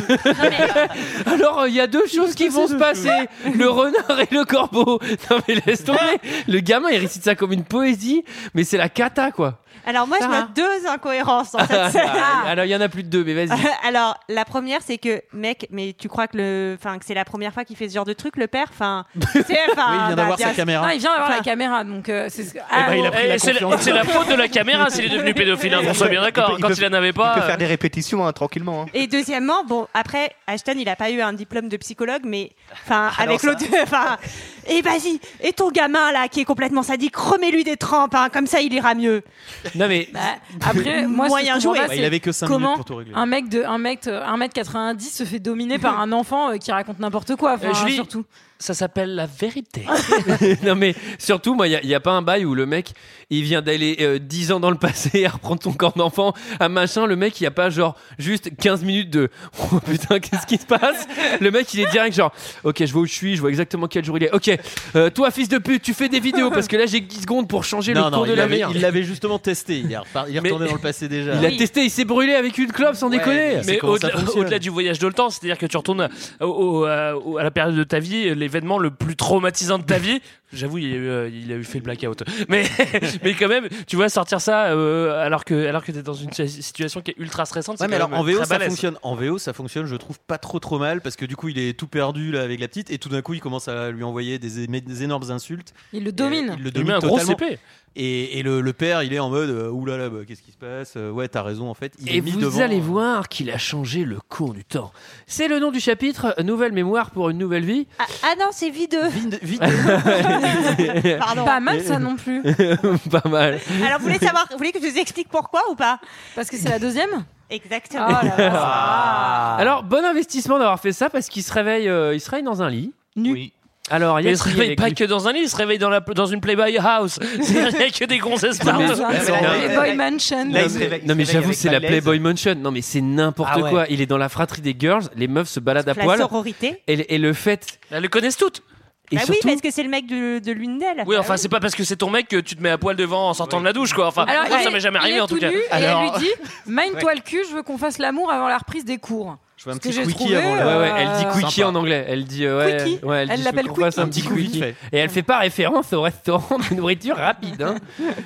Alors, il y a deux choses qui vont se passer le renard et le corbeau. Non, mais laisse tomber. Le gamin, il récite ça comme une poésie, mais c'est la cata, quoi.
Alors moi, je
Sarah.
note deux incohérences dans
[laughs]
cette scène.
Ah, Alors, il y en a plus de deux, mais vas-y.
[laughs] Alors, la première, c'est que, mec, mais tu crois que le, enfin, que c'est la première fois qu'il fait ce genre de truc, le père, enfin, tu sais, enfin,
Oui, il vient
bah,
d'avoir
bien
sa
sûr.
caméra.
Non, il vient d'avoir
Enfin,
la caméra, donc euh, c'est. ce que-
Eh
Ah,
ben, il a pris la eh, c'est
confiance.
C'est la faute de la caméra s'il est devenu pédophile, hein, qu'on soit bien d'accord.
Il peut-
Quand
il
il en avait pas.
Il peut
euh,
faire des répétitions hein, tranquillement. hein.
Et deuxièmement, bon, après, Ashton, il a pas eu un diplôme de psychologue, mais enfin,
Alors
avec
ça.
l'autre, enfin, et vas-y, et ton gamin là, qui est complètement sadique, remets-lui des trempes, hein, comme ça, il ira mieux.
Non, mais.
Après, moi, ce
Moyen
que je comprends
joué.
pas,
Bah, il
c'est
avait que cinq
comment
minutes pour tout régler.
Un mec de 1 mètre, 1 mètre 90 se fait dominer par un enfant euh, qui raconte n'importe quoi. Enfin,
euh, Julie,
surtout.
ça s'appelle la vérité.
[laughs] non, mais surtout, moi, il n'y a, pas un bail où le mec, il vient d'aller euh, 10 ans dans le passé à reprendre ton corps d'enfant, à machin. Le mec, il n'y a pas genre juste 15 minutes de [laughs] Oh putain, qu'est-ce qui se passe Le mec, il est direct genre Ok, je vois où je suis, je vois exactement quel jour il est. Ok, euh, toi, fils de pute, tu fais des vidéos parce que là, j'ai 10 secondes pour changer
Non,
le
non,
cours de
il avait-
l'avenir.
il l'avait justement testé hier. Par- Il
Mais-
retournait dans le passé déjà.
Il a testé, il s'est brûlé avec une clope sans déconner.
mais c'est
Mais
comment ça
au-delà
fonctionne.
au-delà du voyage dans le temps, c'est-à-dire que tu retournes au- au- à, au- à la période de ta vie, l'événement le plus traumatisant de ta vie. J'avoue, il, y a eu, euh, il a eu fait le blackout. Mais, [laughs] mais quand même, tu vois, sortir ça euh, alors que, alors que t'es dans une si- situation qui est ultra stressante,
Ouais,
c'est
mais
quand
alors
même
en VO
très
ça
balèze.
fonctionne. En VO ça fonctionne, je trouve pas trop trop mal parce que du coup il est tout perdu là avec la petite et tout d'un coup il commence à lui envoyer des, éme- des énormes insultes.
Il le
Et,
domine.
euh, Il le
Il met
domine
un gros
totalement.
CP.
Et, et le, le père il est en mode euh, oulala bah, qu'est-ce qui se passe Euh, Ouais t'as raison en fait. Il
Et
est mis
vous
devant. hein.
allez voir qu'il a changé le cours du temps. C'est le nom du chapitre, Nouvelle mémoire pour une nouvelle vie.
Ah, ah non, c'est videux.
Vite, vite.
Pardon.
Pas mal ça
[laughs]
non plus.
Pas mal.
Alors, vous voulez savoir, vous voulez que je vous explique pourquoi ou pas
Parce que c'est la deuxième
Exactement.
Oh là là.
Ah.
Alors, bon investissement d'avoir fait ça parce qu'il se réveille, euh, il se réveille dans un lit.
Nu.
Oui.
Ah,
Alors, il y a
Mais il se
qui
réveille
avec
pas
lui
que dans un lit, il se réveille dans, la, dans une Playboy
[laughs]
House. C'est-à-dire qu'il n'y a que des grosses
Pardon,
espartes.
c'est
mais-
la Playboy
mais-
Mansion.
Là, il se réveille- il
Non
se
mais
réveille
j'avoue
avec
c'est la
malaise.
Playboy Mansion. Non mais c'est n'importe
Ah ouais.
quoi. Il est dans la fratrie des girls. Les meufs se baladent à
La
poil.
sororité.
Et, le- et le fait.
Elles le connaissent toutes.
Et
bah oui,
surtout,
parce que c'est le mec de, de l'une d'elles.
Oui, enfin, c'est pas parce que c'est ton mec que tu te mets à poil devant en sortant de la douche, quoi. Enfin,
Alors,
moi,
il
ça
est-
m'est jamais
il
arrivé
est
en tout
nu
cas.
Et elle
Alors-
lui dit Mine-toi le cul, je veux qu'on fasse l'amour avant la reprise des cours.
Je fais un
Ce
petit
que j'ai
quickie
trouvé,
avant
ouais,
la-
ouais, elle dit
Euh,
quickie
sympa.
en anglais. Elle dit euh, ouais,
Quickie.
ouais,
Elle
dit, je
l'appelle
veux qu'on fasse un
quickie.
petit
Un petit
quickie.
quickie.
Et elle fait pas référence au restaurant de nourriture rapide. hein.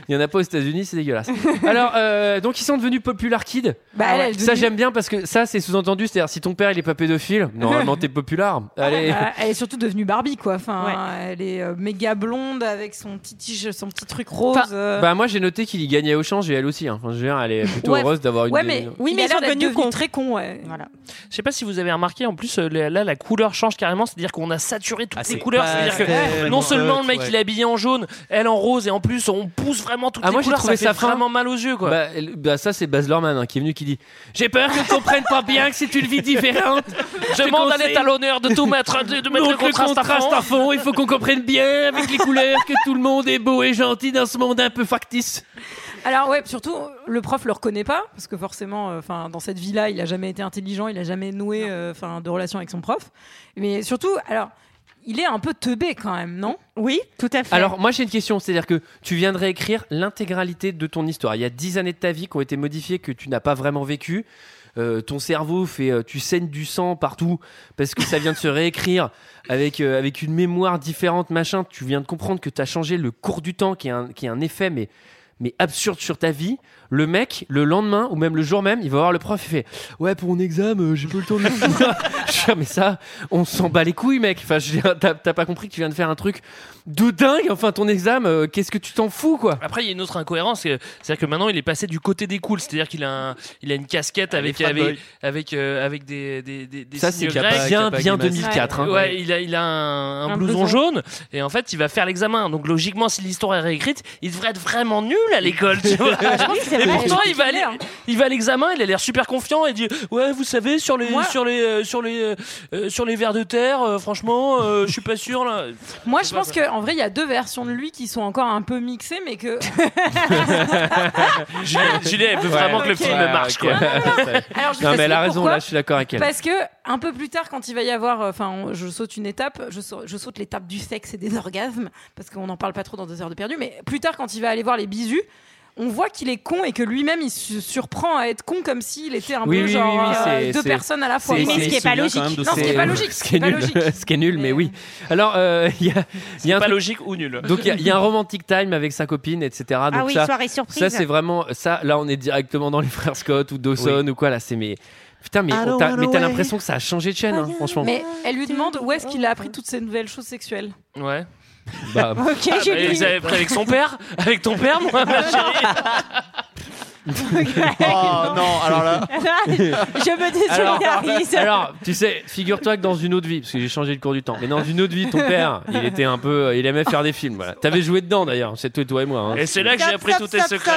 Il y en a pas aux États-Unis, c'est dégueulasse.
[laughs]
Alors euh, donc ils sont devenus popular kids.
Bah,
Ah
elle,
ouais.
elle
Ça
devient-
j'aime bien parce que ça c'est sous-entendu, c'est-à-dire si ton père il est pas pédophile,
[laughs]
normalement t'es populaire. Allez.
Euh, elle est surtout devenue Barbie quoi. Enfin,
Ouais.
elle est euh, méga blonde avec son petit tige- son petit truc rose.
Enfin,
euh.
[laughs] Bah moi j'ai noté qu'il y gagnait au change et elle aussi. hein. Enfin, je veux dire, elle est plutôt
Ouais,
heureuse d'avoir une.
ouais
des-
mais
Oui,
il
mais
a
ils sont
l'air d'être
devenus
devenu
cons.
très con. Ouais.
Voilà.
Je sais pas si vous avez remarqué, en plus, euh, là, la couleur change carrément, c'est-à-dire qu'on a saturé
Ah,
toutes les
c'est
couleurs.
pas
C'est-à-dire que
tellement
non seulement le mec
neutre,
il est habillé en jaune, elle en rose, et en plus on pousse vraiment toutes
Ah,
les
moi, j'ai
couleurs.
trouvé
ça fait
ça fin.
vraiment mal aux yeux, quoi.
Bah, elle- bah, ça c'est Baz Luhrmann hein, qui est venu qui dit j'ai peur que tu comprennes pas bien que c'est une vie différente.
je demande à
conseille-
l'étalonneur de tout mettre, de, de mettre
Donc
le contraste, à fond.
à fond, il faut qu'on comprenne bien avec les couleurs que tout le monde est beau et gentil dans ce monde un peu factice.
Alors ouais, surtout le prof le reconnaît pas parce que forcément, euh, enfin dans cette vie-là, il a jamais été intelligent, il a jamais noué, euh, enfin de relation avec son prof. Mais surtout, alors il est un peu teubé quand même, non
Oui, tout à fait.
Alors, moi, j'ai une question. C'est-à-dire que tu viens de réécrire l'intégralité de ton histoire. Il y a 10 années de ta vie qui ont été modifiées, que tu n'as pas vraiment vécues. Euh, ton cerveau fait, euh, tu saignes du sang partout parce que ça vient de se réécrire avec, euh, avec une mémoire différente, machin. Tu viens de comprendre que tu as changé le cours du temps, qui est un, qui est un effet, mais mais absurde sur ta vie, le mec, le lendemain ou même le jour même, il va voir le prof, il fait Ouais, pour mon examen, euh, j'ai pas eu le temps de le faire. [laughs] Je dis, Ah, mais ça, on s'en bat les couilles, mec. Enfin, je veux dire, t'as t'as pas compris que tu viens de faire un truc de dingue. Enfin, ton examen, euh, qu'est-ce que tu t'en fous, quoi
Après, il y a une autre incohérence, c'est- c'est-à-dire que maintenant il est passé du côté des cools, c'est-à-dire qu'il a, un- il a une casquette avec,
frat
avec,
boys.
avec, euh, avec des, des, des, des
Ça,
signes
c'est Kappa-
grecs.
bien, Kappa bien Guimas. 2004, hein.
Ouais, il a, il a un, un
Un
blouson,
blouson.
jaune, et en fait, il va faire l'examen. Donc, logiquement, si l'histoire est réécrite, il devrait être vraiment nul à l'école, tu vois.
Ah, [laughs] je pense que c'est
et
vrai.
pourtant, il va aller, il va à l'examen, il a l'air super confiant, et dit Ouais, vous savez, sur les,
Moi-
sur les, euh, sur les, euh, euh, sur les vers de terre, euh, franchement, euh, je suis pas sûr, là.
Moi, je pense qu'en vrai, il y a deux versions de lui qui sont encore un peu mixées, mais que.
Juliette, Juliette, elle veut vraiment
Ouais,
que le
ok.
film
Ouais,
marche,
ok.
quoi.
[laughs]
Alors, je
non,
vous
mais elle a
explique
raison,
pourquoi.
là, je suis d'accord avec elle.
Parce que un peu plus tard, quand il va y avoir, euh, enfin, on- je saute une étape, je, sau- je saute l'étape du sexe et des orgasmes, parce qu'on n'en parle pas trop dans deux heures de perdu. Mais plus tard, quand il va aller voir les bisous, on voit qu'il est con et que lui-même il se surprend à être con comme s'il était un peu genre euh,
c'est-
deux
c'est-
personnes à la fois.
c'est-
quoi.
c'est-
Non, ce qui est pas
[laughs]
logique.
Ce qui est
pas
nul,
logique.
ce qui est nul, mais oui. Alors, euh, il y a, il y a un
pas
truc-
logique ou nul.
Donc il y a- il
[laughs]
y, a un romantic time avec sa copine, etc. Donc
Ah
oui,
ça,
soirée surprise.
Ça c'est vraiment ça. Là on est directement dans les frères Scott ou Dawson ou quoi. Là c'est mais putain mais
I don't
on t'a-
wanna
mais t'as
wait.
l'impression que ça a changé de chaîne hein, franchement.
Mais elle lui demande où est-ce qu'il a appris toutes ces nouvelles choses
[laughs]
sexuelles.
Ouais.
Bah,
Ok,
Ah,
j'ai
bah, Ils
compris.
avaient pris avec son père Avec ton père, moi, ma chérie
Oh non, alors là.
[laughs] Je me désolidarise.
Alors, alors, tu sais, figure-toi que dans une autre vie, parce que j'ai changé le cours du temps, mais dans une autre vie, ton père, il était un peu, euh, il aimait faire des films.
[laughs]
Voilà. T'avais joué dedans d'ailleurs, c'est toi, toi et moi. hein.
Et c'est là que j'ai appris tous tes secrets.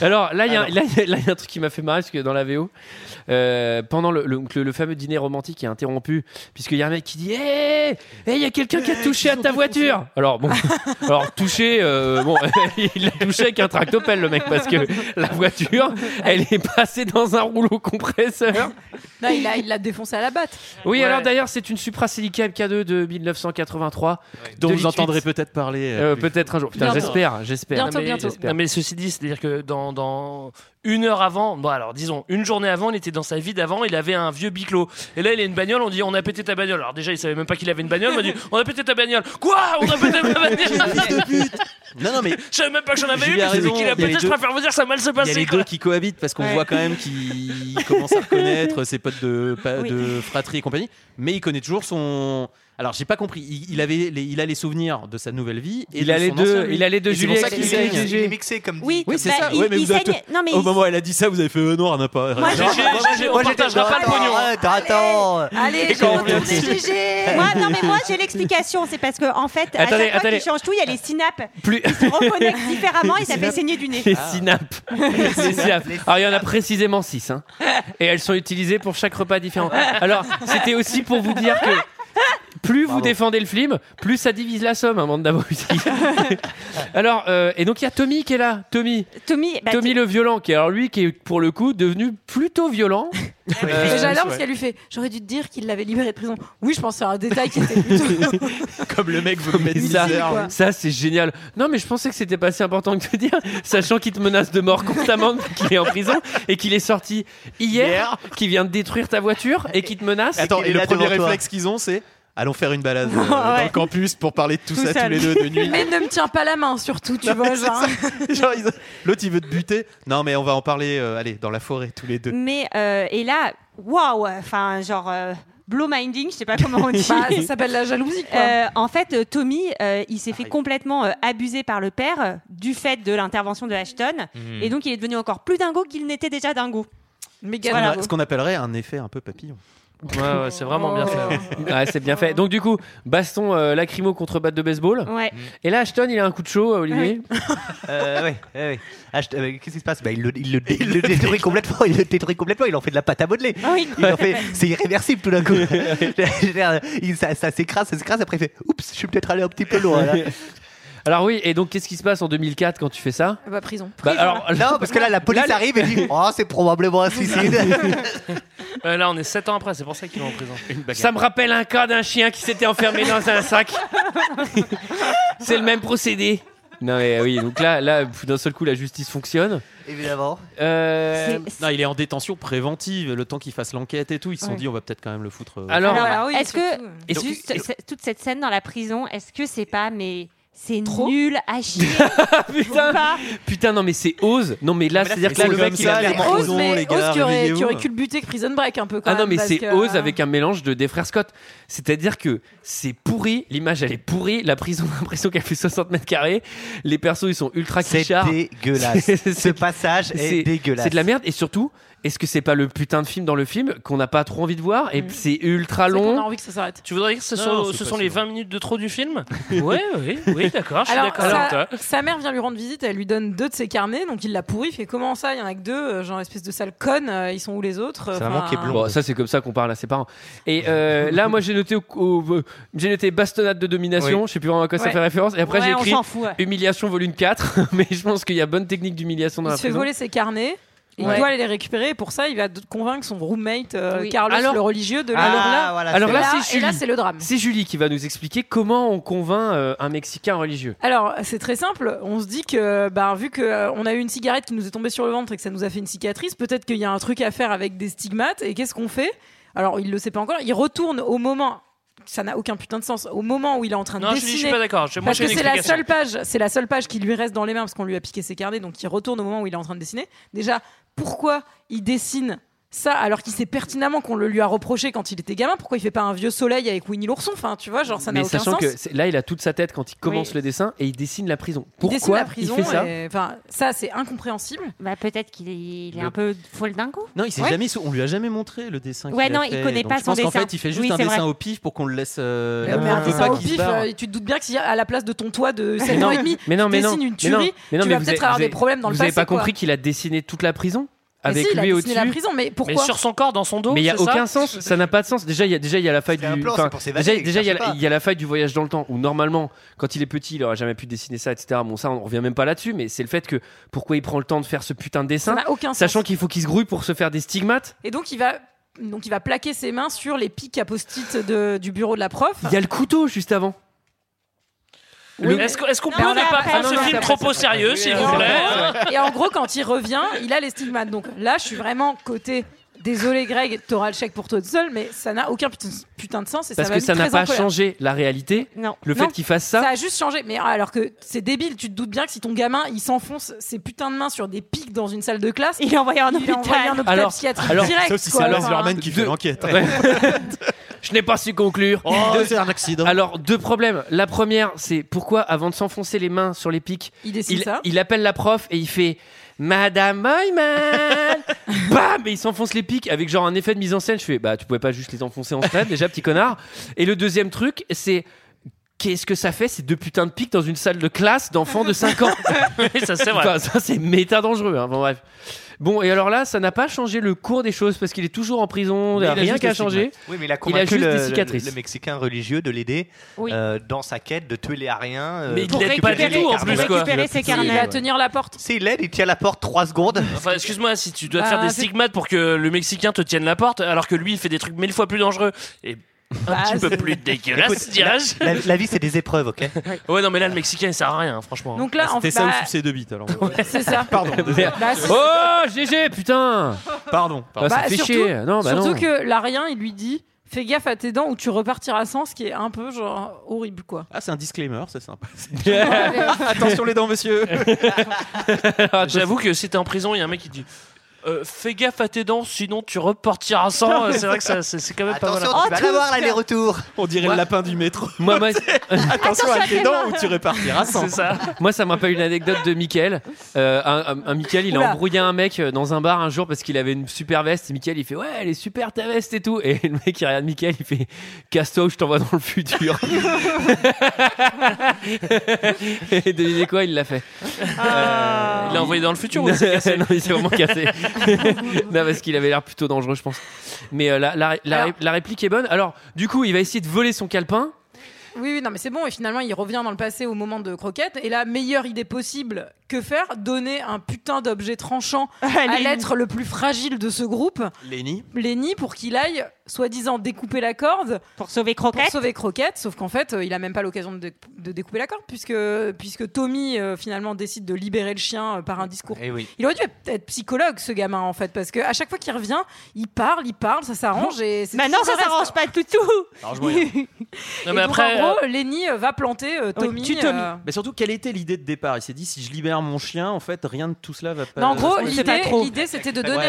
Alors là, il y a- [laughs] là, il y a- là, il y a un truc qui m'a fait marrer parce que dans la VO, euh, pendant le, le- donc le- le fameux dîner romantique est interrompu, puisqu'il y a un mec qui dit Hé, hé, il y a quelqu'un
Eh,
qui a touché à ta voiture Alors
[laughs]
bon, alors touché, euh, bon, [laughs] il l'a touché avec un tractopelle le mec, parce que la voiture, elle est passée dans un rouleau compresseur.
Non, il a- il l'a défoncé à la batte.
Oui, alors d'ailleurs, c'est une Supra Silica MK2 de 1983.
Dont
de
vous
8,8.
entendrez peut-être parler. euh,
Euh,
plus-
peut-être un jour. Putain,
Bientôt.
j'espère, j'espère.
Non, mais-
j'espère.
Non, mais ceci dit, c'est-à-dire que dans, dans une heure avant, bon alors disons une journée avant, il était dans sa vie d'avant, il avait un vieux biclo. Et là, il a une bagnole, on dit on a pété ta bagnole. Alors déjà, il savait même pas qu'il avait une bagnole, on m'a dit on a pété ta bagnole. Quoi On a pété ma
[laughs]
bagnole
Non, non, mais
[laughs] Je savais même pas que j'en avais une,
Julie a
je sais
raison,
qu'il a
il y a les
pété, je
deux-
préfère vous dire ça a mal se
Il y a
passer.
les deux qui cohabitent parce qu'on
Ouais.
voit quand
[laughs]
même qu'il commence à reconnaître ses potes de, pa-
Oui.
de fratrie et compagnie, mais il connaît toujours son. Alors j'ai pas compris. Il, il avait, les- il a les souvenirs de sa nouvelle vie et
Il
de
a les
son
deux-
ancienne vie.
il a les deux
Et c'est
Julie
pour ça
et
qu'il
Julie.
saigne.
Il est- il est
mixé comme
Oui,
Oui, c'est
bah,
ça.
il-
Ouais, mais
il
vous avez-
saigne- non, mais
Au
il-
moment où elle a dit ça, vous avez fait euh, non, on n'a pas.
Moi,
Non,
j'ai-
non,
j'ai-
non,
j'ai-
non,
on
non,
partagera
non,
pas le
non,
pognon.
Arrête, attends.
Allez,
Et
je
quand on vient
retourne
de-
GG. Moi, non, mais moi, j'ai l'explication. C'est parce que, en fait, à
Attendez,
chaque fois
attendez.
qu'ils changent tout, il y a les synapes.
Plus- [laughs]
Ils se reconnectent différemment et
Les
ça fait
synapses.
saigner du nez. Ah.
Les synapes. Ah. [laughs] Les synapes. Alors, il y en a précisément 6. Et elles sont utilisées pour chaque repas différent. Alors, c'était aussi pour vous dire que plus vous défendez le film, plus ça divise la somme, un Manda Boys. [laughs] alors, euh, et donc, il y a Tommy qui est là. Tommy.
Tommy, bah,
Tommy le violent, qui est alors lui, qui est pour le coup devenu plutôt violent. Euh,
Mais j'adore parce qu'elle lui fait J'aurais dû te dire qu'il l'avait libéré de prison. Oui, je pense que c'est un détail qui
[laughs]
était plutôt.
[laughs] Comme le mec veut me mettre
Et ça,
10 heures.
ça, c'est génial. Non, mais je pensais que c'était pas si important que de dire, sachant qu'il te menace de mort constamment, [laughs] depuis qu'il est en prison et qu'il est sorti hier,
Hier.
qu'il vient de détruire ta voiture et qu'il te menace.
Attends, et
qu'il est
le
là
premier
devant toi.
réflexe qu'ils ont, c'est allons faire une balade euh,
[laughs]
Ouais.
dans le campus pour parler de tout, ça tous les deux de nuit.
[laughs] Mais ne me tiens pas la main, surtout, tu
Non,
vois.
mais c'est
Genre.
ça. Genre, ils ont- L'autre il veut te buter. Non mais on va en parler. euh, allez dans la forêt tous les deux.
Mais, euh, et là, waouh Enfin, genre. euh, Blow minding, je sais pas comment on dit.
[laughs] Bah, ça s'appelle la jalousie, quoi.
Euh, en fait, euh, Tommy, euh, il s'est fait complètement euh, abuser par le père euh, du fait de l'intervention de Ashton.
Hmm.
Mhm.
Et donc, il est devenu encore plus dingo qu'il n'était déjà dingo.
Ce
Méga
qu'on a-
dingo.
ce qu'on appellerait un effet un peu papillon.
Ouais, ouais, c'est vraiment bien fait.
[laughs] Ouais, c'est bien fait. Donc, du coup, baston euh, lacrymo contre batte de baseball.
Ouais.
Et là, Ashton, il a un coup de chaud, euh, Olivier. [laughs]
Euh, ouais, ouais, ouais. Ah, je- euh, Qu'est-ce qui se passe Bah, Il le, il le- il le détruit complètement. Il le détruit complètement. Il en fait de la pâte à modeler.
Ah oui.
Il en fait, c'est irréversible tout d'un
[laughs]
coup. Je veux dire, il- ça ça s'écrase, ça s'écrase. Après, il fait Oups, je suis peut-être allé un petit peu loin. là.
[laughs] Alors oui, et donc qu'est-ce qui se passe en 2004 quand tu fais ça
Bah, prison.
Bah, alors,
Non, parce que
[laughs]
là, la police
les-
arrive et dit Oh, c'est probablement un
[laughs]
suicide.
Euh, là, on est 7 ans après, c'est pour ça qu'il est
[laughs]
en prison.
Ça me rappelle un cas d'un chien qui s'était enfermé dans un
[laughs]
sac. C'est le même procédé. Non mais euh, oui, donc là, là pff, d'un seul coup, la justice fonctionne.
Évidemment.
Euh,
Non, il est en détention préventive, le temps qu'il fasse l'enquête et tout. Ils se sont
Ouais.
dit, on va peut-être quand même le foutre. euh,
Alors-
Alors, euh.
oui,
est-ce que
surtout.
est-ce
euh.
Donc-
juste ce- toute cette scène dans la prison, est-ce que c'est pas mais c'est nul
[laughs]
à chier
putain, [laughs] putain, non mais c'est ose. Non mais là,
Mais là,
c'est-à-dire
c'est
que là, le
comme
mec, il
ça,
a
les
clairement-
gars, Ose, mais les gars,
Ose qui aurait,
réveillez-vous.
qui aurait culbuté Prison Break un peu quand
Ah
même.
non, mais
parce
c'est
que,
Oz
euh,
avec un mélange de des frères Scott. C'est-à-dire que c'est pourri, l'image elle est pourrie, la prison, [laughs] on a l'impression qu'elle fait 60 mètres carrés, les persos ils sont ultra
C'est
clichards.
dégueulasse.
[laughs] C'est-
Ce passage est
c'est-
dégueulasse.
C'est de la merde et surtout, est-ce que c'est pas le putain de film dans le film qu'on n'a pas trop envie de voir et c'est ultra
c'est qu'on
long
a envie que ça s'arrête.
Tu voudrais dire que ce
Non,
sont, euh,
c'est
ce
pas
sont
si
les
long.
20 minutes de trop du film
[laughs]
Ouais, oui, oui, d'accord, je suis
Alors,
d'accord avec
sa,
toi.
sa mère vient lui rendre visite, elle lui donne deux de ses carnets, donc il la pourrit, il fait comment ça, il y en a que deux, euh, genre espèce de sale conne, euh, ils sont où les autres
C'est
Enfin,
vraiment Bon, ça c'est comme ça qu'on parle à ses parents. Et euh, [laughs] là, moi j'ai noté, au- au- euh, j'ai noté bastonnade de domination.
Oui.
Je sais plus vraiment à quoi ça
Ouais.
fait référence. Et après
Ouais,
j'ai
on
écrit
s'en fout, ouais.
humiliation volume 4 [laughs] Mais je pense qu'il y a bonne technique d'humiliation dans
Il
la
se fait
prison.
voler ses carnets. Il
Ouais.
doit aller les récupérer et pour ça il va d- convaincre son roommate euh,
Oui.
Carlos
Alors-
le religieux de
Ah,
alors là,
voilà, Alors c'est- là, c'est
et là
Julie.
c'est le drame.
C'est Julie qui va nous expliquer comment on convainc euh, un Mexicain religieux.
Alors, c'est très simple. On se dit que, bah, vu que euh, on a eu une cigarette qui nous est tombée sur le ventre et que ça nous a fait une cicatrice, peut-être qu'il y a un truc à faire avec des stigmates. Et qu'est-ce qu'on fait Alors, il le sait pas encore. Il retourne au moment. Ça n'a aucun putain de sens. Au moment où il est en train
Non,
de
je suis-
dessiner.
je suis pas d'accord. Je- moi,
parce
j'ai
que
une
c'est la
explication.
seule page. C'est la seule page qui lui reste dans les mains parce qu'on lui a piqué ses carnets. Donc, il retourne au moment où il est en train de dessiner. Déjà, pourquoi il dessine ça alors qu'il sait pertinemment qu'on le lui a reproché quand il était gamin Pourquoi il fait pas un vieux soleil avec Winnie l'ourson Enfin, tu vois, genre ça n'a
Mais
aucun
sachant
sens.
que c'est- là, il a toute sa tête quand il commence
Oui.
le dessin et il dessine la prison.
Il dessine
Pourquoi
la prison
il fait ça
et- Enfin, ça, c'est incompréhensible.
Bah, peut-être qu'il est, il est
Le-
un peu folle dingo.
Non, il s'est
Ouais.
jamais, sou- on lui a jamais montré le dessin.
Ouais,
qu'il a
non, il
fait.
connaît
Donc,
pas
je pense
son
qu'en
dessin.
fait, il fait juste
Oui,
un
c'est
dessin
vrai.
au pif pour qu'on le laisse. euh,
Mais un
on veut
dessin
pas
au
qu'il se
pif,
barre.
euh, tu te doutes bien que si à la place de ton toit de 7 ans et demi,
mais non,
tu
mais non,
dessines une
mais non,
tuerie,
mais non,
tu
mais
vas
vous
peut-être
avez-
avoir
vous avez-
des problèmes dans le
Vous avez
passé.
pas
quoi.
compris qu'il a dessiné toute la prison
Mais
avec
si, il a
lui
dessiné
au-dessus.
la prison, mais pourquoi
Mais sur son corps, dans son dos
Mais il y a
c'est ça
aucun sens, ça n'a pas de sens. Déjà, il y a déjà il y a la faille du
un plan,
enfin,
c'est pour s'évader,
déjà, déjà, il y a
cherchez pas.
la- il y, a la faille du voyage dans le temps où normalement quand il est petit, il aurait jamais pu dessiner ça, etc. Bon, ça, on revient même pas là-dessus, mais c'est le fait que pourquoi il prend le temps de faire ce putain de dessin,
Ça n'a aucun sens.
sachant qu'il faut qu'il se grouille pour se faire des stigmates.
Et donc il va donc il va plaquer ses mains sur les pics à post-it de- du bureau de la prof.
Il y a le couteau juste avant.
Oui, mais Est-ce qu'on est-ce qu'on peut
Non,
ne
mais
pas
après-
prendre
Ah, non,
ce
non,
film
c'est
trop au sérieux, s'il vous plaît
Et en gros, quand il revient, il a les stigmates. Donc là, je suis vraiment côté. Désolé, Greg, t'auras le chèque pour toi tout seul, mais ça n'a aucun putain- putain de sens. Et
Parce
ça m'a
que
mis
ça n'a
très en
pas
colère.
changé la réalité.
Non.
Le
Non.
fait qu'il fasse ça.
Ça a juste changé. Mais alors que c'est débile, tu te doutes bien que si ton gamin il s'enfonce ses putains de mains sur des pics dans une salle de classe, il est envoyé en hôpital,
Alors-
psychiatrique
alors-
direct.
sauf si
quoi.
c'est Alain
Enfin,
Zimmerman
qui fait l'enquête. [laughs] Oh,
Ouais. Je n'ai pas su conclure. Deux- Alors, deux problèmes. La première, c'est pourquoi, avant de s'enfoncer les mains sur les pics,
Il dessine ça.
il appelle la prof et il fait Madame Moyman Bam Et il s'enfonce les pics avec genre un effet de mise en scène. Je fais Bah, tu pouvais pas juste les enfoncer en scène, déjà, petit connard. Et le deuxième truc, c'est. Qu'est-ce que ça fait ces deux putains de pics dans une salle de classe d'enfants de
[laughs]
5 ans
Oui, ça, c'est vrai.
Enfin, ça c'est méta dangereux. hein. Bon bref. Bon et alors là, ça n'a pas changé le cours des choses parce qu'il est toujours en prison. Il n'y a rien qui a changé.
Oui, mais il a
il a
convaincu
juste
le,
des
le-
cicatrices.
le Mexicain religieux de l'aider
Oui.
euh, dans sa quête de tuer les Ariens. euh,
Mais il
pour
l'aide
récupérer
pas du
les
tout, en
carnets.
plus, quoi. Récupérer
ses carnets. Il va tenir la porte.
Si, il l'aide, il tient la porte 3 secondes.
Enfin, excuse-moi, si tu dois te
Bah,
faire des
c'est-
stigmates pour que le Mexicain te tienne la porte, alors que lui, il fait des trucs mille fois plus dangereux. Et un
Bah,
petit peu
c'est-
plus dégueulasse,
Écoute,
dirais-je.
la, la- la vie, c'est des épreuves,
[laughs]
ok
Ouais, non, mais là, le Mexicain, il sert à rien, franchement.
Donc là, en fait,
C'était ça ou
[laughs] bah,
sucer deux bites alors.
c'est ça.
Pardon. désolé.
Bah, c'est-
[laughs]
Oh GG putain.
Pardon.
Bah, ça
Bah,
fait
surtout,
chier. Non, bah
surtout
non.
que l'Arien, il lui dit Fais gaffe à tes dents ou tu repartiras sans, ce qui est un peu genre horrible quoi.
Ah, c'est un disclaimer,
[laughs]
c'est sympa.
Ah,
Attention les dents, monsieur.
J'avoue que si t'es en prison, il y a un mec qui te dit. euh, fais gaffe à tes dents, sinon tu repartiras
euh,
sans. euh, C'est vrai que ça- c'est c'est quand même pas mal.
Attention,
Oh,
tu vas
Oh,
l'avoir l'aller-retour.
On dirait le lapin du métro.
Moi, moi-
[laughs] Attention à tes dents ou tu repartiras sans.
C'est ça.
moi, ça me rappelle une anecdote de Mickaël. Euh, un, un- un Mickaël, il a
Oula.
embrouillé un mec euh, dans un bar un jour parce qu'il avait une super veste. Et Mickaël, il fait Ouais, elle est super ta veste et tout. Et le mec, il regarde Mickaël, il fait Casse-toi ou je t'envoie dans
[laughs]
le futur. [laughs] et devinez quoi, il l'a fait.
Ah.
Il l'a envoyé dans le futur ou
non, [laughs]
il s'est cassé
non, il s'est vraiment
[laughs]
cassé. non, parce qu'il avait l'air plutôt dangereux, je pense. Mais euh, la, la, la- la réplique est bonne. Alors, du coup, il va essayer de voler son calepin.
Oui, oui, non, mais c'est bon. Et finalement, il revient dans le passé au moment de Croquette. Et la meilleure idée possible, que faire Donner un putain d'objet
[laughs]
tranchant à
Lenny.
l'être le plus fragile de ce groupe,
Lenny.
Lenny, pour qu'il aille, soi-disant, découper la corde.
Pour sauver Croquette.
Pour sauver Croquette, sauf qu'en fait, euh, il a même pas l'occasion de, décou- de découper la corde, puisque, puisque Tommy, euh, finalement, décide de libérer le chien euh, par un discours.
Eh oui.
Il aurait dû être psychologue, ce gamin, en fait, parce que à chaque fois qu'il revient, il parle, il parle, ça s'arrange. et c'est
Bah non,
tout
ça
le reste.
s'arrange pas du
[laughs]
tout.
Et
Non, mais
donc,
après,
en
euh,
gros, Lenny euh, va planter
Oh,
euh, Tommy. euh,
Mais surtout, quelle était l'idée de départ Il s'est dit si je libère mon chien, en fait, rien de tout cela va pas.
Non, en gros,
ça se passe
l'idée,
Bah, pas trop.
l'idée, c'était de
Ouais,
donner.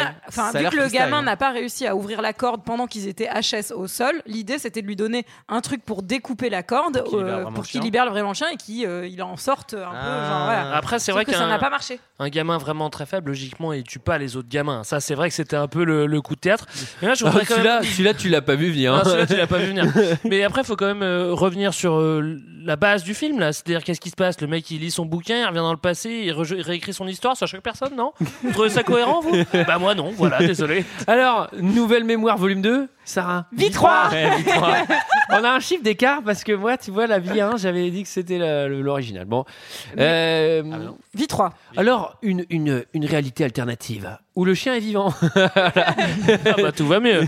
Enfin,
ça a
vu
l'air
que le
freestyle. hein.
gamin n'a pas réussi à ouvrir la corde pendant qu'ils étaient HS au sol, l'idée, c'était de lui donner un truc pour découper la corde,
qu'il libère
euh,
vraiment
pour
le
qu'il
chien. Ah.
libère vraiment le chien et qu'il euh, il en sorte un peu. genre, voilà.
Après, c'est
Sauf
vrai
que
qu'un-
ça n'a pas marché.
Un gamin vraiment très faible, logiquement, il tue pas les autres gamins. Ça, c'est vrai que c'était un peu le, le coup de théâtre. Mais là, je
Ah,
voudrais quand même-
celui-là, celui-là, Ah, tu l'as pas vu venir. hein.
Ah, celui-là, tu l'as pas
[laughs]
vu
[laughs]
venir. Mais après, faut quand même euh, revenir sur euh, la base du film, là. C'est-à-dire, qu'est-ce qui se passe Le mec, il lit son bouquin, il revient dans le passé, il, reje- il réécrit son histoire sur chaque
[laughs]
personne, non Vous trouvez ça cohérent, vous Bah, moi, non, voilà, désolé.
Alors, nouvelle mémoire volume 2, Sarah.
Vie trois.
Ouais, vie trois. [laughs] On a un chiffre d'écart parce que moi, tu vois, la vie 1, j'avais dit que c'était la- le- l'original. Bon.
Ah,
Euh,
vie 3.
Alors, une, une, une réalité alternative où le chien est vivant. [laughs] Voilà.
bah, tout va
[laughs]
mieux.